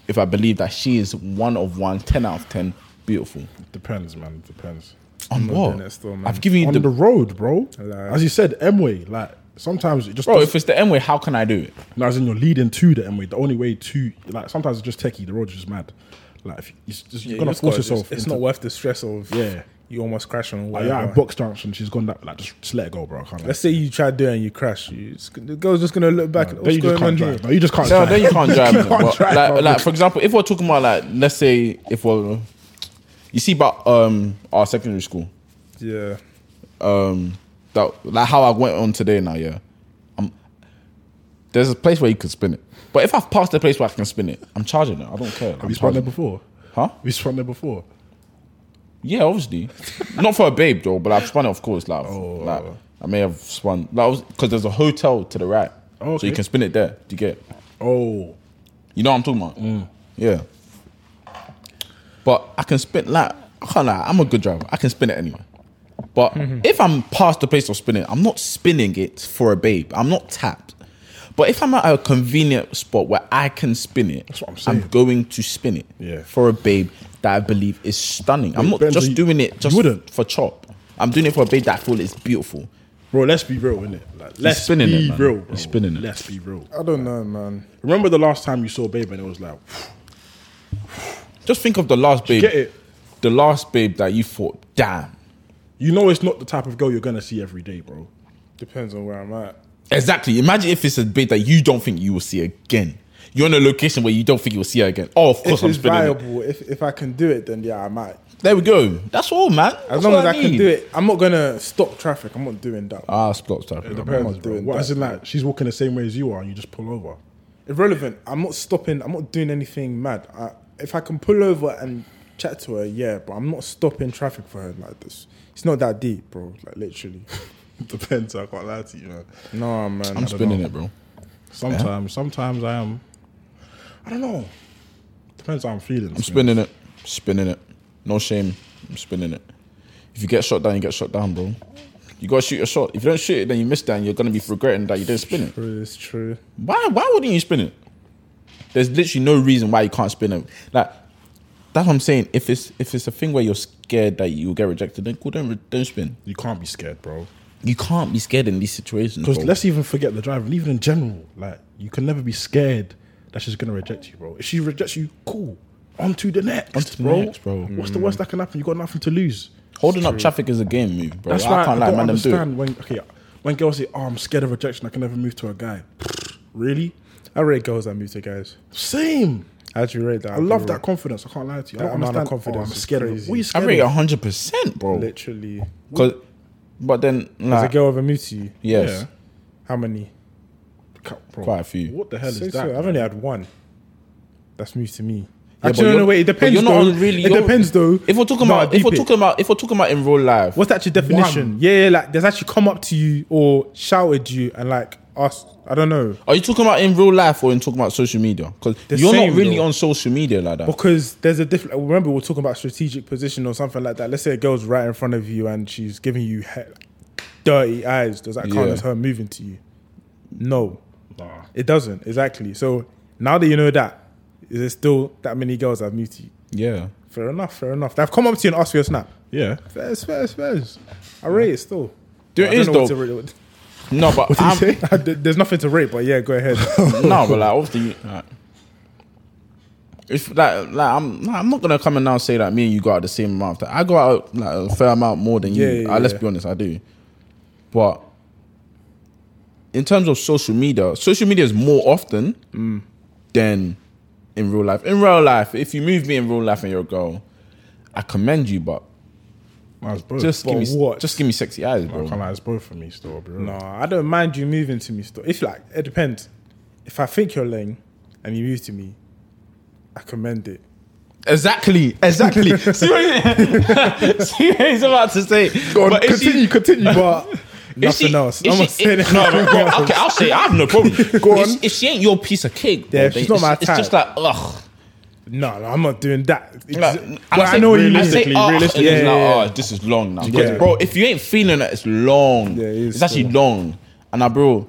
Speaker 1: if I believe that she is one of one, 10 out of ten, beautiful.
Speaker 2: Depends, man. Depends.
Speaker 1: On
Speaker 3: not doing
Speaker 1: what?
Speaker 3: that still, man.
Speaker 1: Oh, I've given you
Speaker 2: On
Speaker 1: the,
Speaker 2: the, road, bro.
Speaker 3: Like-
Speaker 2: As you said, M way. Like sometimes it just
Speaker 1: bro.
Speaker 2: does-
Speaker 1: If it's the M way, how can I do it?
Speaker 2: No, as in you're leading to the M way. The only way to like sometimes it's just techie. The road is just mad. Like if you, it's just, you're
Speaker 3: Yeah,
Speaker 2: gonna
Speaker 3: just
Speaker 2: force
Speaker 3: gotta just-
Speaker 2: yourself.
Speaker 3: it's
Speaker 2: into-
Speaker 3: not worth the stress of
Speaker 2: Yeah.
Speaker 3: you almost crash on
Speaker 2: Like,
Speaker 3: whatever.
Speaker 2: you're at a box dance and she's gone that. Like just, just let it go, bro. I can't.
Speaker 3: Oh, Let's say you try doing it and you crash. You, it's, the girl's just gonna look back. at
Speaker 2: then
Speaker 3: What's
Speaker 2: you just
Speaker 3: going
Speaker 2: can't
Speaker 3: on
Speaker 2: drive.
Speaker 3: here?
Speaker 2: No, you just can't.
Speaker 1: No,
Speaker 2: drive.
Speaker 1: then you
Speaker 2: (laughs)
Speaker 1: can't drive.
Speaker 2: you
Speaker 1: innit?
Speaker 2: can't
Speaker 1: But,
Speaker 2: drive,
Speaker 1: like,
Speaker 2: bro.
Speaker 1: like, for example, if we're talking about like, let's say if we're, you see, about um our secondary school,
Speaker 3: Yeah.
Speaker 1: um that like how I went on today now, yeah. Um there's a place where you could spin it. But if I've passed the place where I can spin it, I'm charging it. I don't care.
Speaker 2: Have
Speaker 1: I'm
Speaker 2: you spun there
Speaker 1: charging it.
Speaker 2: before?
Speaker 1: Huh?
Speaker 2: We spun there before.
Speaker 1: Yeah, obviously. Not for a babe though, but I've spun it of course. Like,
Speaker 2: Oh.
Speaker 1: like I may have spun like because there's a hotel to the right.
Speaker 2: Oh,
Speaker 1: So you
Speaker 2: okay.
Speaker 1: can spin it there. Do you get it?
Speaker 2: Oh,
Speaker 1: You know what I'm talking about?
Speaker 2: Mm.
Speaker 1: Yeah. But I can spin like I can't lie, I'm a good driver. I can spin it anyway. But
Speaker 2: Mm-hmm.
Speaker 1: if I'm past the place of spinning, I'm not spinning it for a babe. I'm not tapped. But if I'm at a convenient spot where I can spin it,
Speaker 2: what I'm saying.
Speaker 1: going to spin it
Speaker 2: Yeah.
Speaker 1: for a babe that I believe is stunning. I'm not
Speaker 2: Benzo,
Speaker 1: just
Speaker 2: you-
Speaker 1: doing it
Speaker 2: you
Speaker 1: just
Speaker 2: wouldn't?
Speaker 1: for chop. I'm doing it for a babe that I feel is beautiful.
Speaker 2: bro. Let's be real, innit? Like, let's
Speaker 1: spinning
Speaker 2: be
Speaker 1: it, man.
Speaker 2: real. Bro.
Speaker 1: He's spinning it.
Speaker 2: Let's be real.
Speaker 3: I don't know, man.
Speaker 2: Remember the last time you saw Babe and it was like,
Speaker 1: Just think of the last babe.
Speaker 2: get it.
Speaker 1: The last babe that you thought, damn.
Speaker 2: You know, it's not the type of girl you're gonna see every day, bro.
Speaker 3: Depends on where I'm at.
Speaker 1: Exactly. Imagine if it's a bait that you don't think you will see again. You're in a location where you don't think you'll see her again. Oh, of course
Speaker 3: If
Speaker 1: I'm
Speaker 3: it's
Speaker 1: spinning. it.
Speaker 3: viable, if if I can do it, then yeah, I might.
Speaker 1: There we go. That's all, man.
Speaker 3: As long as I can do it, I'm not gonna stop traffic. I'm not doing that.
Speaker 1: Ah, stop, stop.
Speaker 3: depends,
Speaker 2: Depends, bro.
Speaker 3: doing
Speaker 2: What
Speaker 3: that,
Speaker 2: as in like she's walking the same way as you are, and you just pull over.
Speaker 3: Irrelevant. I'm not stopping. I'm not doing anything mad. I, if I can pull over and chat to her, yeah, but I'm not stopping traffic for her like this. It's not that deep, bro. Like literally.
Speaker 2: (laughs) Depends. I can't lie to you, man.
Speaker 3: No, man.
Speaker 1: I'm spinning it, bro.
Speaker 2: Sometimes, sometimes I am. I don't know. Depends how I'm feeling.
Speaker 1: I'm spinning it. Spinning it. No shame. I'm spinning it. If you get shot down, you get shot down, bro. You gotta shoot your shot. If you don't shoot it, then you miss that and you're gonna be regretting that you didn't spin it.
Speaker 3: True, it's true.
Speaker 1: Why? Why wouldn't you spin it? There's literally no reason why you can't spin it. Like that's what I'm saying. If it's if it's a thing where you're scared that you'll get rejected, then cool, don't re- don't spin.
Speaker 2: You can't be scared, bro.
Speaker 1: You can't be scared in these situations.
Speaker 2: Because
Speaker 1: bro.
Speaker 2: let's even forget the driver, and even in general, like you can never be scared that she's gonna reject you, bro. If she rejects you, cool. On to the next,
Speaker 1: to the
Speaker 2: bro.
Speaker 1: next, bro.
Speaker 2: What's the worst that can happen? You got nothing to lose.
Speaker 1: holding up traffic is a game move, bro.
Speaker 2: That's
Speaker 1: I
Speaker 2: why I,
Speaker 1: can't lie,
Speaker 2: don't
Speaker 1: man. Them do it.
Speaker 2: understand when okay when girls say, "Oh, I'm scared of rejection. I can never move to a
Speaker 3: (sniffs)
Speaker 2: guy." really?
Speaker 3: I rate girls that move to guys.
Speaker 2: Same.
Speaker 3: I actually rate that.
Speaker 2: I love that confidence. I can't lie to you. I
Speaker 3: That
Speaker 2: don't
Speaker 3: amount of
Speaker 2: understand.
Speaker 3: confidence
Speaker 2: oh, I'm
Speaker 3: is
Speaker 2: scared of.
Speaker 3: crazy.
Speaker 2: What are you
Speaker 1: I
Speaker 2: scared
Speaker 1: rate
Speaker 2: of?
Speaker 1: hundred percent, bro.
Speaker 3: Literally.
Speaker 1: 'Cause- but then
Speaker 3: Has a
Speaker 1: like,
Speaker 3: girl ever moved to you?
Speaker 1: yes,
Speaker 2: Yeah.
Speaker 3: How many?
Speaker 2: cou- bro,
Speaker 1: Quite a few.
Speaker 2: What the hell
Speaker 3: So-
Speaker 2: is
Speaker 3: so
Speaker 2: that?
Speaker 3: I've only had one. That's news to me.
Speaker 1: Yeah, but
Speaker 3: Actually, no,
Speaker 1: you're-
Speaker 3: no, wait. It
Speaker 1: but
Speaker 3: depends.
Speaker 1: you're not
Speaker 3: though.
Speaker 1: on really-
Speaker 3: it
Speaker 1: you're-
Speaker 3: depends though.
Speaker 1: If we're talking
Speaker 3: No,
Speaker 1: about, if
Speaker 3: deep
Speaker 1: we're
Speaker 3: it.
Speaker 1: talking about, if we're talking about in real life,
Speaker 3: what's actually definition? Yeah, yeah, like there's actually come up to you or shouted you and like asked. I don't know
Speaker 1: are you talking about in real life or in talking about social media? Because
Speaker 3: The
Speaker 1: you're
Speaker 3: same,
Speaker 1: not really
Speaker 3: though.
Speaker 1: on social media like that.
Speaker 3: because there's a different. Remember, we're talking about strategic position or something like that. Let's say a girl's right in front of you and she's giving you he- dirty eyes. Does that count
Speaker 1: Yeah.
Speaker 3: as her moving to you? No,
Speaker 2: Nah.
Speaker 3: it doesn't exactly. So now that you know that, is there still that many girls that have moved to you?
Speaker 1: Yeah.
Speaker 3: Fair enough, fair enough. They've come up to you and asked for your snap.
Speaker 2: Yeah.
Speaker 3: Fairs, fairs, fairs. I rate it still.
Speaker 1: There
Speaker 3: I don't
Speaker 1: is,
Speaker 3: know what
Speaker 1: though.
Speaker 3: to (laughs) rate-
Speaker 1: No, but I'm,
Speaker 3: (laughs) I- there- There's nothing to rate, but yeah, go ahead.
Speaker 1: (laughs) no, but like obviously, like, if like like I'm nah, I'm not gonna come and now say that me and you go out the same amount. I go out like a fair amount more than
Speaker 3: Yeah,
Speaker 1: you.
Speaker 3: yeah,
Speaker 1: Uh, let's
Speaker 3: yeah.
Speaker 1: be honest, I do. But in terms of social media, social media is more often
Speaker 3: Mm.
Speaker 1: than in real life. In real life, if you move me in real life and you're a girl, I commend you, but
Speaker 2: Nah, it's
Speaker 1: (laughs)
Speaker 2: both.
Speaker 1: just give
Speaker 3: But
Speaker 1: me
Speaker 3: what?
Speaker 1: just give me sexy eyes,
Speaker 2: I
Speaker 1: bro.
Speaker 2: can't lie, it's both for me still. I'll be real.
Speaker 3: no, I don't mind you moving to me still. If like it depends. If I think you're lame and you move to me, I
Speaker 1: (laughs)
Speaker 3: commend it.
Speaker 1: Exactly, exactly. (laughs) See what, he- (laughs) see what he's about to say. But if she-
Speaker 3: continue, but
Speaker 1: If
Speaker 3: nothing else.
Speaker 1: if
Speaker 3: I'm gonna
Speaker 1: she-
Speaker 3: say
Speaker 1: if-
Speaker 3: that.
Speaker 1: no, no, go on. okay, I'll say it. I have no problem.
Speaker 3: (laughs) Go
Speaker 1: If,
Speaker 3: on.
Speaker 1: if she ain't your piece of cake, bro,
Speaker 3: Yeah,
Speaker 1: then
Speaker 3: she's not
Speaker 1: it's,
Speaker 3: my
Speaker 1: it's just like ugh.
Speaker 3: No, no, I'm not doing that. Ex-
Speaker 1: Like,
Speaker 3: well, I know what you mean.
Speaker 1: I say,
Speaker 2: Realistically,
Speaker 1: ugh,
Speaker 2: realistically,
Speaker 1: and it's
Speaker 3: yeah,
Speaker 1: like,
Speaker 3: yeah,
Speaker 1: oh, this is long now. 'Cause,
Speaker 3: Yeah.
Speaker 1: bro, if you ain't feeling it, it's long.
Speaker 3: Yeah, it is
Speaker 1: it's actually long. And I, bro,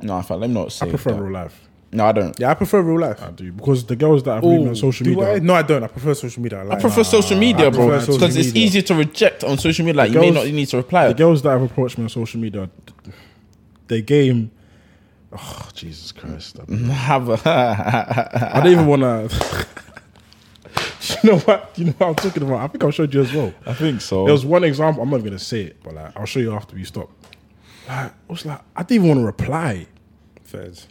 Speaker 1: no, in fact, let me not say
Speaker 2: I prefer
Speaker 1: that.
Speaker 2: real life.
Speaker 1: No, I don't.
Speaker 3: Yeah, I prefer real life. Oh,
Speaker 2: I do because the girls that I've met on social
Speaker 3: Do I?
Speaker 2: media,
Speaker 3: No, I don't. I prefer social media.
Speaker 1: I prefer social media, bro,
Speaker 3: prefer social
Speaker 1: because it's
Speaker 3: media.
Speaker 1: easier to reject on social media. Like you may
Speaker 2: girls-
Speaker 1: not need to reply.
Speaker 2: the girls that have approached me on social media, their game. Oh Jesus Christ! I
Speaker 1: (laughs) Have a (laughs)
Speaker 2: I don't even want (laughs) to. you know what? You know what I'm talking about. I think I showed you as well.
Speaker 1: I think so.
Speaker 2: There was one example. I'm not even gonna say it, but like, I'll show you after we stop. Like, I was like, I didn't even want to reply.
Speaker 3: Feds.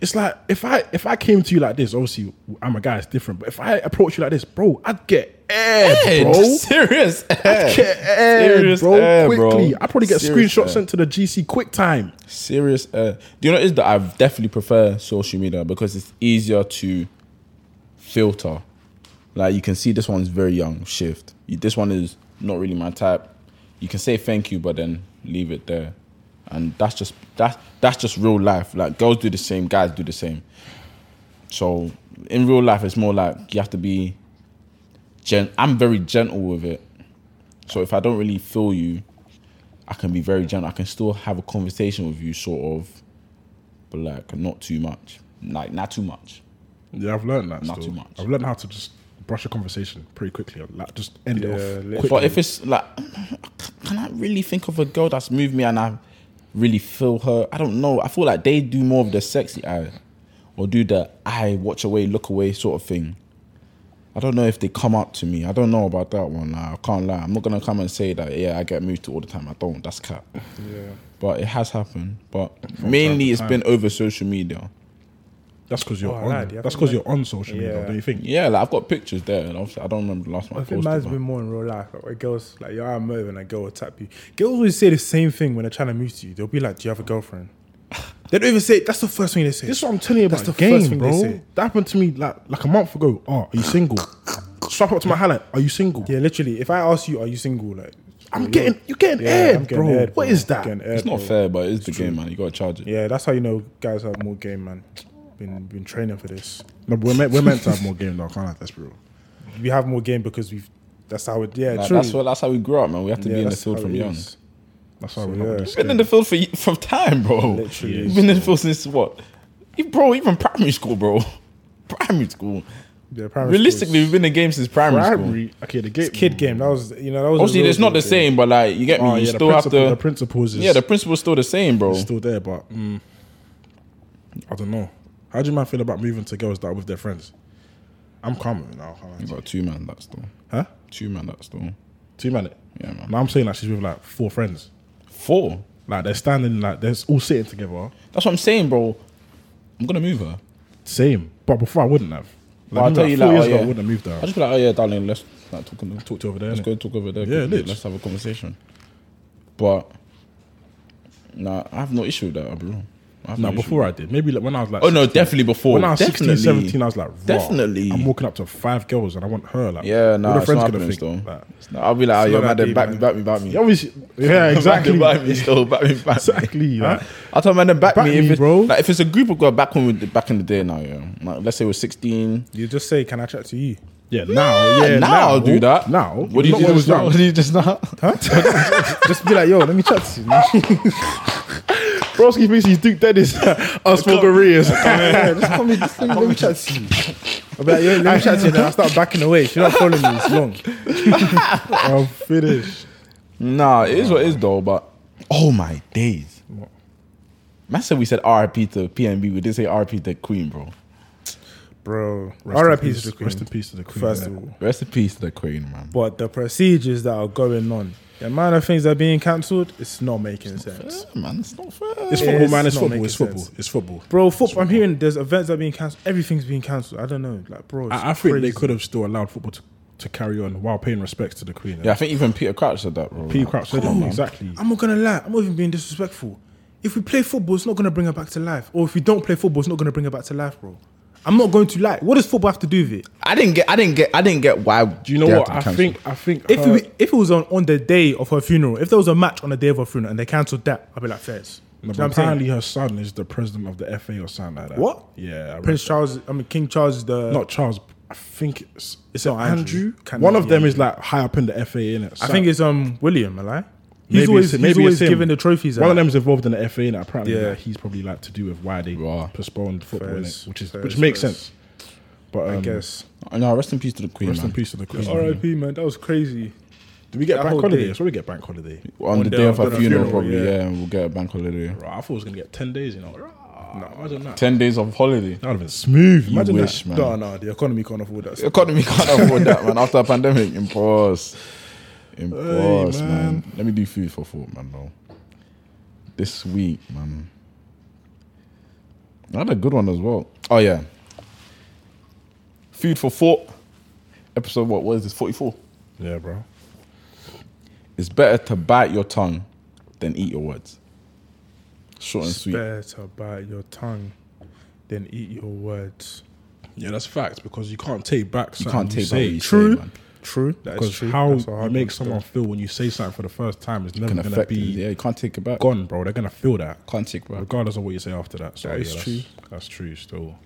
Speaker 2: It's like if I if I came to you like this, obviously I'm a guy. It's different. But if I approach you like this, bro, I'd get air,
Speaker 1: Hey, (laughs)
Speaker 2: bro.
Speaker 1: serious.
Speaker 2: I'd get air,
Speaker 1: Serious
Speaker 2: bro.
Speaker 1: air, bro.
Speaker 2: quickly, I probably get
Speaker 1: Serious
Speaker 2: screenshots
Speaker 1: air.
Speaker 2: sent to the GC quick time.
Speaker 1: serious. Uh, do you know what it is that I definitely prefer social media because it's easier to filter. Like you can see, this one's very young. Shift. You- This one is not really my type. You can say thank you, but then leave it there. And that's just that's that's just real life. Like girls do the same, guys do the same. So in real life, it's more like you have to be. Gen- I'm very gentle with it. So if I don't really feel you, I can be very gentle. I can still have a conversation with you, sort of, but like not too much. Like not too much.
Speaker 2: Yeah, I've learned that.
Speaker 1: Not
Speaker 2: still.
Speaker 1: too much.
Speaker 2: I've learned how to just brush a conversation pretty quickly. Like just end
Speaker 3: Yeah,
Speaker 2: it
Speaker 3: literally.
Speaker 2: off. Quickly.
Speaker 1: But if it's like, can I really think of a girl that's moved me and I really feel her? I don't know. I feel like they do more of the sexy eye, or do the eye watch away, look away sort of thing. I don't know if they come up to me. I don't know about that one. Like, I can't lie. I'm not gonna come and say that. Yeah, I get moved to all the time. I don't. That's cap.
Speaker 3: Yeah.
Speaker 1: But it has happened. But mainly,
Speaker 2: to
Speaker 1: it's
Speaker 2: time.
Speaker 1: been over social media.
Speaker 2: That's because you're
Speaker 3: Oh, I
Speaker 2: on.
Speaker 3: lied, yeah, I
Speaker 2: that's
Speaker 3: think
Speaker 2: because
Speaker 3: I-
Speaker 2: you're on social media,
Speaker 3: Yeah.
Speaker 2: don't you think?
Speaker 1: Yeah, like I've got pictures there, and obviously I don't remember the last one I,
Speaker 3: I think
Speaker 1: posted.
Speaker 3: mine's
Speaker 1: but-
Speaker 3: been more in real life. Like where girls, like you're out moving and a girl will tap you. Girls always say the same thing when they're trying to move to you. They'll be like, "Do you have
Speaker 2: (laughs)
Speaker 3: a girlfriend?" They don't even say. That's the first thing they say.
Speaker 2: This is what I'm telling you
Speaker 3: That's
Speaker 2: about
Speaker 3: the first
Speaker 2: game,
Speaker 3: thing they
Speaker 2: bro.
Speaker 3: say.
Speaker 2: That happened to me like like a month ago. Oh, are you single? Swap up to my highlight. Are you single?
Speaker 3: yeah, literally. If I ask you, "Are you single?" Like,
Speaker 2: I'm
Speaker 3: you're-
Speaker 2: getting you getting
Speaker 3: Yeah,
Speaker 2: aired,
Speaker 3: I'm getting
Speaker 2: bro.
Speaker 3: aired,
Speaker 2: What is that?
Speaker 3: I'm getting aired,
Speaker 1: It's not
Speaker 3: bro.
Speaker 1: fair, but it is the game, man. You gotta charge it.
Speaker 3: Yeah, that's how you know guys have more game, man. Been been training for this.
Speaker 2: No, but we're meant we're meant to have more game though. I can't lie, that's real.
Speaker 3: We have more game because we've. That's how it. Yeah,
Speaker 1: Like,
Speaker 3: true.
Speaker 1: that's what that's how we grew up, man. We have to
Speaker 3: Yeah,
Speaker 1: be in the
Speaker 3: that's
Speaker 1: field
Speaker 3: how
Speaker 1: from
Speaker 3: it
Speaker 1: young.
Speaker 3: is.
Speaker 2: That's why
Speaker 3: So,
Speaker 2: we're not
Speaker 3: yeah.
Speaker 2: gonna
Speaker 1: Been in the field for y- from time, bro.
Speaker 3: Literally.
Speaker 1: You've been in the field since what? You- Bro, even primary school, bro. (laughs) Primary school.
Speaker 3: Yeah, primary
Speaker 1: Realistically,
Speaker 3: schools.
Speaker 1: we've been in the game since primary, school.
Speaker 2: Primary, okay, the game
Speaker 3: It's kid game. That was you know that was. a
Speaker 1: Obviously,
Speaker 3: real
Speaker 1: it's not
Speaker 3: game.
Speaker 1: the same, but like you get me.
Speaker 2: Oh,
Speaker 1: you
Speaker 2: yeah,
Speaker 1: still
Speaker 2: the
Speaker 1: have
Speaker 2: principle-
Speaker 1: to.
Speaker 2: the principles is
Speaker 1: yeah, the principle's still the same, bro.
Speaker 2: still there, but mm, I don't know. How do you man feel about moving to girls that are with their friends? I'm calm with it now. I can't lie
Speaker 1: You
Speaker 2: to you.
Speaker 1: got two man that still.
Speaker 2: Huh?
Speaker 1: Two man that still.
Speaker 2: Two minute.
Speaker 1: Yeah, man.
Speaker 2: Now I'm saying like she's with like four friends.
Speaker 1: Four.
Speaker 2: Like they're standing, like they're all sitting together.
Speaker 1: That's what I'm saying, bro. I'm gonna move her.
Speaker 2: Same. But before I wouldn't have. Like,
Speaker 1: Well, I'll
Speaker 2: maybe,
Speaker 1: tell you,
Speaker 2: four
Speaker 1: like,
Speaker 2: years
Speaker 1: oh,
Speaker 2: ago, I
Speaker 1: yeah.
Speaker 2: wouldn't have moved
Speaker 1: I
Speaker 2: out.
Speaker 1: just be like, oh yeah, darling, let's like talk, and
Speaker 2: Talk to you over there.
Speaker 1: let's
Speaker 2: innit?
Speaker 1: go talk over there.
Speaker 2: Yeah,
Speaker 1: quickly,
Speaker 2: lit.
Speaker 1: let's have a conversation. But nah, I have no issue with that. I'll be real. I've
Speaker 2: No,
Speaker 1: issue.
Speaker 2: before I did. Maybe like when I was like.
Speaker 1: Oh no,
Speaker 2: 16.
Speaker 1: definitely before.
Speaker 2: When I was
Speaker 1: definitely.
Speaker 2: 16, 17, I was like, rah,
Speaker 1: Definitely.
Speaker 2: I'm walking up to five girls and I want her. Like,
Speaker 1: Yeah, no,
Speaker 2: what are
Speaker 1: it's not happening still.
Speaker 2: Like,
Speaker 1: It's not- I'll be like, oh,
Speaker 3: It's
Speaker 1: yo,
Speaker 3: not that
Speaker 1: man,
Speaker 3: deep,
Speaker 1: back me,
Speaker 3: man.
Speaker 1: back me, back me.
Speaker 2: yeah, obviously, (laughs) yeah,
Speaker 1: Back
Speaker 2: exactly.
Speaker 1: me, back me, still back me, back me.
Speaker 2: exactly. yeah.
Speaker 1: I tell man, then back,
Speaker 2: Back
Speaker 1: me,
Speaker 2: me,
Speaker 1: if it's,
Speaker 2: bro.
Speaker 1: Like if it's a group of girls back when we did- back in the day now, yeah. Like let's say we're sixteen.
Speaker 3: You just say, "Can I chat to you?"
Speaker 2: Yeah, now, yeah,
Speaker 1: now, I'll do that.
Speaker 2: Now,
Speaker 1: what do you
Speaker 2: Not
Speaker 1: do?
Speaker 2: when
Speaker 1: Just
Speaker 2: I was
Speaker 1: now? (laughs) What
Speaker 2: young.
Speaker 1: do you just now?
Speaker 2: Just be like, yo, let me chat to you. man. Broski thinks he's Duke Dennis. Us for careers.
Speaker 3: Yeah, just call me. Just let me, let me chat to you. I'll be like, "Yo, let me chat to you. Then I start backing away. She's not following me. It's long.
Speaker 2: I'm finished.
Speaker 1: Nah, it is what it is though. But oh my days, man said we said RIP to PNB. We didn't say RIP to Queen, bro.
Speaker 3: bro.
Speaker 2: in
Speaker 3: R.I.P.
Speaker 2: peace-
Speaker 3: to the queen.
Speaker 2: Rest in peace to the queen.
Speaker 3: First of
Speaker 2: innit?
Speaker 3: all,
Speaker 1: Rest in peace to the Queen, man.
Speaker 3: but the procedures that are going on, the amount of things that are being cancelled, it's not making sense,
Speaker 1: Yeah, man, it's not fair.
Speaker 2: It's
Speaker 3: Yeah,
Speaker 2: football,
Speaker 3: it's
Speaker 2: man. It's
Speaker 3: not
Speaker 2: football.
Speaker 3: making
Speaker 2: It's football.
Speaker 3: sense.
Speaker 2: It's football.
Speaker 3: bro. Football. I'm hearing there's events that are being cancelled. Everything's being cancelled. I don't know, like, bro. it's
Speaker 2: I, I think they
Speaker 3: crazy.
Speaker 2: could have still allowed football to, to carry on while paying respects to the queen. innit?
Speaker 1: yeah, I think even Peter Crouch said that, bro.
Speaker 2: P. Crouch said it.
Speaker 3: Oh,
Speaker 2: Exactly.
Speaker 3: I'm not gonna lie. I'm not even being disrespectful. If we play football, it's not gonna bring her back to life. Or if we don't play football, it's not gonna bring her back to life, bro. I'm not going to lie. What does football have to do with it?
Speaker 1: I didn't get. I didn't get. I didn't get why.
Speaker 2: Do you know what? I think. I think.
Speaker 3: If
Speaker 2: her-
Speaker 3: we if it was on, on the day of her funeral, if there was a match on the day of her funeral and they cancelled that, I'd be like, fairs.
Speaker 2: No, but
Speaker 3: Do you know what I'm
Speaker 2: apparently,
Speaker 3: saying?
Speaker 2: her son is the president of the FA or something like that.
Speaker 3: What?
Speaker 2: Yeah, I read
Speaker 3: Prince Charles, I mean King Charles is the.
Speaker 2: not Charles. I think it's,
Speaker 3: It's
Speaker 2: is it
Speaker 3: not Andrew. Can
Speaker 2: One
Speaker 3: it
Speaker 2: of
Speaker 3: be
Speaker 2: them
Speaker 3: Andrew?
Speaker 2: is like high up in the FA, in it.
Speaker 3: I think it's um William, am I? lie? He's
Speaker 2: Maybe
Speaker 3: always
Speaker 2: it's him.
Speaker 3: he's
Speaker 2: Maybe
Speaker 3: always
Speaker 2: it's him.
Speaker 3: giving the trophies.
Speaker 2: one
Speaker 3: out.
Speaker 2: of them is involved in the FA, and apparently
Speaker 3: uh, Yeah.
Speaker 2: that he's probably like to do with why they
Speaker 1: Raw.
Speaker 2: postponed football,
Speaker 3: Fairs,
Speaker 2: innit? which is
Speaker 3: fairs,
Speaker 2: which makes
Speaker 3: fairs.
Speaker 2: sense. But um,
Speaker 3: I guess.
Speaker 1: No, rest in peace to the Queen,
Speaker 2: rest
Speaker 1: man.
Speaker 2: in peace to the Queen.
Speaker 3: R.I.P. Man, that was crazy.
Speaker 2: Do we get
Speaker 3: That
Speaker 2: bank
Speaker 3: whole
Speaker 2: holiday?
Speaker 3: day.
Speaker 2: That's where we get bank holiday.
Speaker 1: On, the
Speaker 3: the-
Speaker 1: day of her
Speaker 3: on the
Speaker 1: funeral,
Speaker 3: funeral,
Speaker 1: probably.
Speaker 3: yeah.
Speaker 1: Yeah. we'll get a bank holiday.
Speaker 2: Right, I thought I was gonna get ten days. You know, no, imagine that.
Speaker 1: Ten days of holiday.
Speaker 2: That would have been smooth.
Speaker 1: You
Speaker 2: Imagine
Speaker 1: wish,
Speaker 2: that.
Speaker 1: man.
Speaker 3: No, no, the economy can't afford that.
Speaker 1: The economy can't
Speaker 2: (laughs)
Speaker 1: afford that, man. After a pandemic, impulse, impulse,
Speaker 2: Hey,
Speaker 1: man.
Speaker 2: man.
Speaker 1: Let me do food for thought, man. Though this week, man, I had a good one as well. Oh yeah, food for thought. Episode what? What is this? Forty four.
Speaker 2: Yeah, bro.
Speaker 1: It's better to bite your tongue than eat your words. Short and sweet.
Speaker 3: Better bite your tongue than eat your words.
Speaker 2: Yeah, that's facts because you can't take back.
Speaker 1: You
Speaker 2: something
Speaker 1: can't take back
Speaker 2: say.
Speaker 1: what you
Speaker 3: True.
Speaker 1: say, man.
Speaker 3: True. That is
Speaker 2: Because
Speaker 3: true.
Speaker 2: how
Speaker 3: That's a
Speaker 2: you
Speaker 3: hard
Speaker 2: make
Speaker 3: one.
Speaker 2: someone feel when you say something for the first time is never
Speaker 1: Can
Speaker 2: going to
Speaker 1: affect
Speaker 2: be
Speaker 1: you. Yeah, you can't take it back.
Speaker 2: gone, bro. They're going to feel that,
Speaker 1: Can't take it back.
Speaker 2: regardless of what you say after that. So,
Speaker 1: That
Speaker 2: yeah,
Speaker 1: is
Speaker 2: that's,
Speaker 1: true.
Speaker 2: That's true still.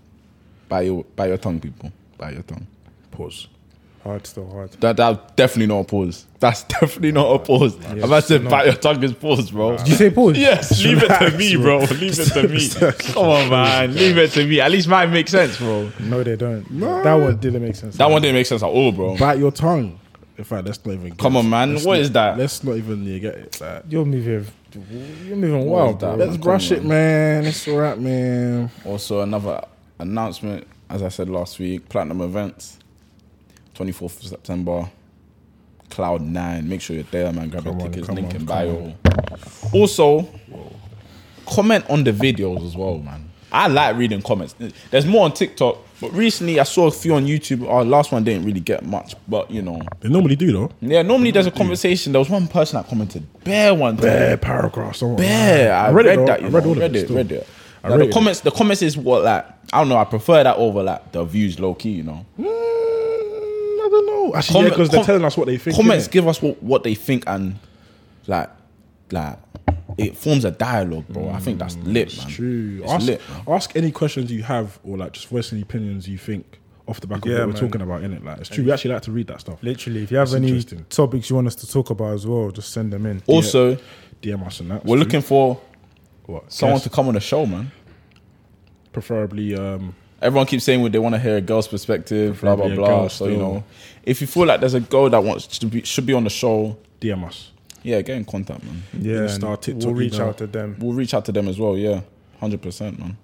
Speaker 1: Bite your bite your tongue, people. Bite your tongue.
Speaker 2: Pause.
Speaker 3: hard still hard.
Speaker 1: That that's definitely not a pause. That's definitely not a pause. I'm about to say bite your tongue is pause, bro.
Speaker 3: Did you say (laughs) pause?
Speaker 1: Yes, leave it to me, bro. Leave it to me. Come on, man. Leave it to me. At least mine makes sense, bro.
Speaker 3: No, they don't. That one didn't make sense.
Speaker 1: That one didn't make sense at all, bro.
Speaker 2: Bite your tongue. In fact, let's not even. Get
Speaker 1: Come on, man.
Speaker 2: Let's
Speaker 1: What
Speaker 2: not-
Speaker 1: is that?
Speaker 2: Let's not even yeah, get it. Like,
Speaker 3: You're moving. You're
Speaker 1: What
Speaker 3: moving wild,
Speaker 1: was that?
Speaker 3: bro.
Speaker 2: let's
Speaker 1: come
Speaker 2: brush it,
Speaker 1: on.
Speaker 2: man. It's all right, man.
Speaker 1: Also, another announcement, as I said last week, Platinum Events, 24th of September, Cloud 9. Make sure you're there, man. Grab
Speaker 2: Come
Speaker 1: your
Speaker 2: on,
Speaker 1: tickets,
Speaker 2: come
Speaker 1: link
Speaker 2: on,
Speaker 1: in
Speaker 2: come
Speaker 1: bio. Also, comment on the videos as well, man. I like reading comments. There's more on TikTok, but recently I saw a few on YouTube. Our last one didn't really get much, but you know.
Speaker 2: They normally do though.
Speaker 1: Yeah, normally there's a conversation. There was one person that commented, bear one time.
Speaker 2: Bare paragraphs. I want-
Speaker 1: Yeah, I, read,
Speaker 2: read it, though.
Speaker 1: that. You
Speaker 2: I
Speaker 1: read,
Speaker 2: read all of
Speaker 1: read
Speaker 2: it
Speaker 1: it.
Speaker 2: still.
Speaker 1: Read it.
Speaker 2: I
Speaker 1: Now,
Speaker 2: read
Speaker 1: the
Speaker 2: it.
Speaker 1: comments. The comments is what like I don't know. I prefer that over like the views, low key. You know,
Speaker 2: Mm, I don't know. Actually,
Speaker 1: Comment-
Speaker 2: because they're
Speaker 1: com-
Speaker 2: telling us what they think.
Speaker 1: comments
Speaker 2: innit?
Speaker 1: give us what, what they think and like like it forms a dialogue, bro. I think that's lit, man.
Speaker 2: Mm, True.
Speaker 1: It's
Speaker 2: ask,
Speaker 1: lit. Man.
Speaker 2: ask any questions you have, or like just voice any opinions you think off the back of what
Speaker 3: Yeah, man.
Speaker 2: we're talking about. In it, like it's true. We actually like to read that stuff.
Speaker 3: Literally, if you have any
Speaker 2: interesting.
Speaker 3: topics you want us to talk about as well, just send them in.
Speaker 1: Also,
Speaker 2: DM us and that.
Speaker 1: we're looking for
Speaker 2: what
Speaker 1: someone
Speaker 2: someone
Speaker 1: to come on the show, man.
Speaker 2: preferably. Um,
Speaker 1: Everyone keeps saying what they want to hear a girl's perspective, blah blah
Speaker 2: Preferably a
Speaker 1: blah.
Speaker 2: girl
Speaker 1: So you
Speaker 2: still.
Speaker 1: know, if you feel like there's a girl that wants to be should be on the show,
Speaker 2: DM us.
Speaker 1: yeah, get in contact, man.
Speaker 3: yeah, and
Speaker 2: Insta, TikTok,
Speaker 3: we'll reach
Speaker 2: email.
Speaker 3: out to them.
Speaker 1: We'll reach out to them as well. Yeah, hundred percent, man.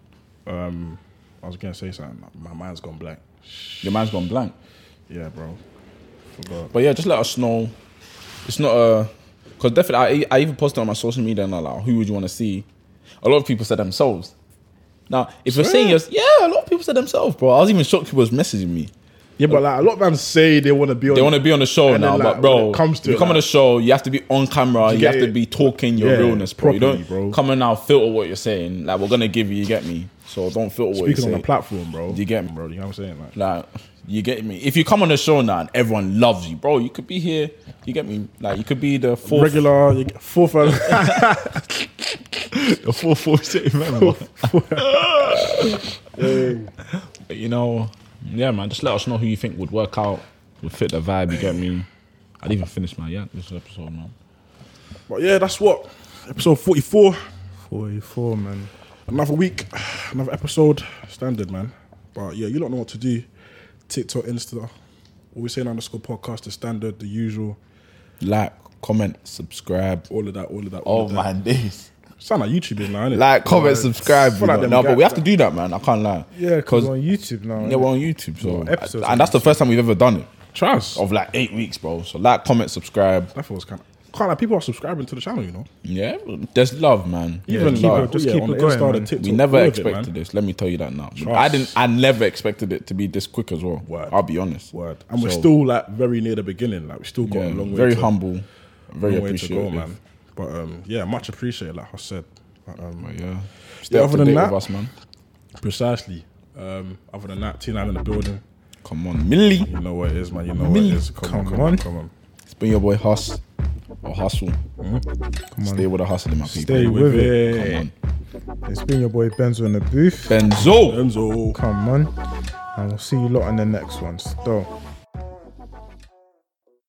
Speaker 2: Um, I was gonna say something. My mind's gone blank.
Speaker 1: Your man's gone blank.
Speaker 2: Yeah, bro. Forgot.
Speaker 1: But yeah, just let us know. It's not a because definitely I, I even posted on my social media and I like who would you want to see. A lot of people said themselves. Now, if you're saying yes, yeah, a lot of people said themselves, bro. I was even shocked people was messaging me.
Speaker 2: Yeah, but like a lot of them say they want to be on.
Speaker 1: They want to be on the show
Speaker 2: And
Speaker 1: now,
Speaker 2: then, like,
Speaker 1: but bro,
Speaker 2: when it comes to
Speaker 1: you
Speaker 2: it,
Speaker 1: come on the
Speaker 2: like-
Speaker 1: show, you have to be on camera, you,
Speaker 2: get
Speaker 1: have to
Speaker 2: it?
Speaker 1: be talking your
Speaker 2: Yeah,
Speaker 1: realness, bro.
Speaker 2: properly,
Speaker 1: you don't
Speaker 2: bro.
Speaker 1: come and now filter what you're saying. Like we're gonna give you, you get me. So don't filter what
Speaker 2: speaking on
Speaker 1: you're
Speaker 2: the
Speaker 1: saying.
Speaker 2: platform, bro.
Speaker 1: You get me?
Speaker 2: bro? You know what I'm saying? Like,
Speaker 1: Like you get me. If you come on the show now and everyone loves you, bro, you could be here. You get me? Like you could be the fourth.
Speaker 2: regular you get fourth and four four six member.
Speaker 1: (laughs) you know, yeah, man. Just let us know who you think would work out, would fit the vibe. You get me? I'd even finish my yeah this episode, man.
Speaker 2: But yeah, that's what episode forty four.
Speaker 3: 44, man.
Speaker 2: Another week, another episode. Standard, man. But yeah, you don't know what to do. TikTok, Insta. Always saying underscore podcast, the standard, the usual,
Speaker 1: Like, comment, subscribe.
Speaker 2: all of that, all of that. All
Speaker 1: Oh
Speaker 2: of that.
Speaker 1: man, this.
Speaker 2: Sound like YouTube is now, innit?
Speaker 1: Like, comment, subscribe.
Speaker 2: feel
Speaker 1: you
Speaker 2: like
Speaker 1: know.
Speaker 2: them
Speaker 1: no, but we
Speaker 2: guys
Speaker 1: have to do that, man. I can't lie.
Speaker 3: Yeah, because
Speaker 1: yeah,
Speaker 3: on YouTube now.
Speaker 1: we're on YouTube, so
Speaker 3: episodes
Speaker 1: and that's the first time we've ever done it
Speaker 2: trust.
Speaker 1: of like eight weeks, bro. So like, comment, subscribe.
Speaker 2: That feels kind of. Can't like people are subscribing to the channel, you know.
Speaker 1: Yeah, there's love, man.
Speaker 2: Even
Speaker 3: keep
Speaker 2: like,
Speaker 3: it- just
Speaker 2: yeah,
Speaker 3: keep
Speaker 2: on the
Speaker 3: it going,
Speaker 2: Insta, the
Speaker 3: man.
Speaker 2: TikTok,
Speaker 1: We never
Speaker 2: all of it,
Speaker 1: expected
Speaker 2: man.
Speaker 1: this. Let me tell you that now. I didn't. I never expected it to be this quick as well.
Speaker 2: Word.
Speaker 1: I'll be honest.
Speaker 2: Word. And we're
Speaker 1: So-
Speaker 2: still like very near the beginning. Like we still got
Speaker 1: Yeah,
Speaker 2: a long way.
Speaker 1: very
Speaker 2: to,
Speaker 1: humble, very
Speaker 2: long way to go,
Speaker 1: appreciative.
Speaker 2: man. But um, yeah, much appreciated. Like I said, but, um,
Speaker 1: But yeah, stay
Speaker 2: Yeah,
Speaker 1: up to
Speaker 2: other than
Speaker 1: date
Speaker 2: that-
Speaker 1: with us, man.
Speaker 2: precisely. Um, other than that, T9 in the building.
Speaker 1: Come on, Millie.
Speaker 2: You know what it is, man. You know what
Speaker 1: Me.
Speaker 2: it is. Come, on,
Speaker 3: Come
Speaker 2: come on,
Speaker 3: on.
Speaker 2: come on.
Speaker 1: It's been your boy Hus or Hustle.
Speaker 2: Mm-hmm.
Speaker 3: Come on.
Speaker 1: Stay with the hustle, my people.
Speaker 3: Stay with it.
Speaker 1: Come on.
Speaker 3: It's been your boy Benzo in the booth.
Speaker 1: Benzo.
Speaker 2: Enzo.
Speaker 3: Come on. And we'll see you lot in the next one. Still.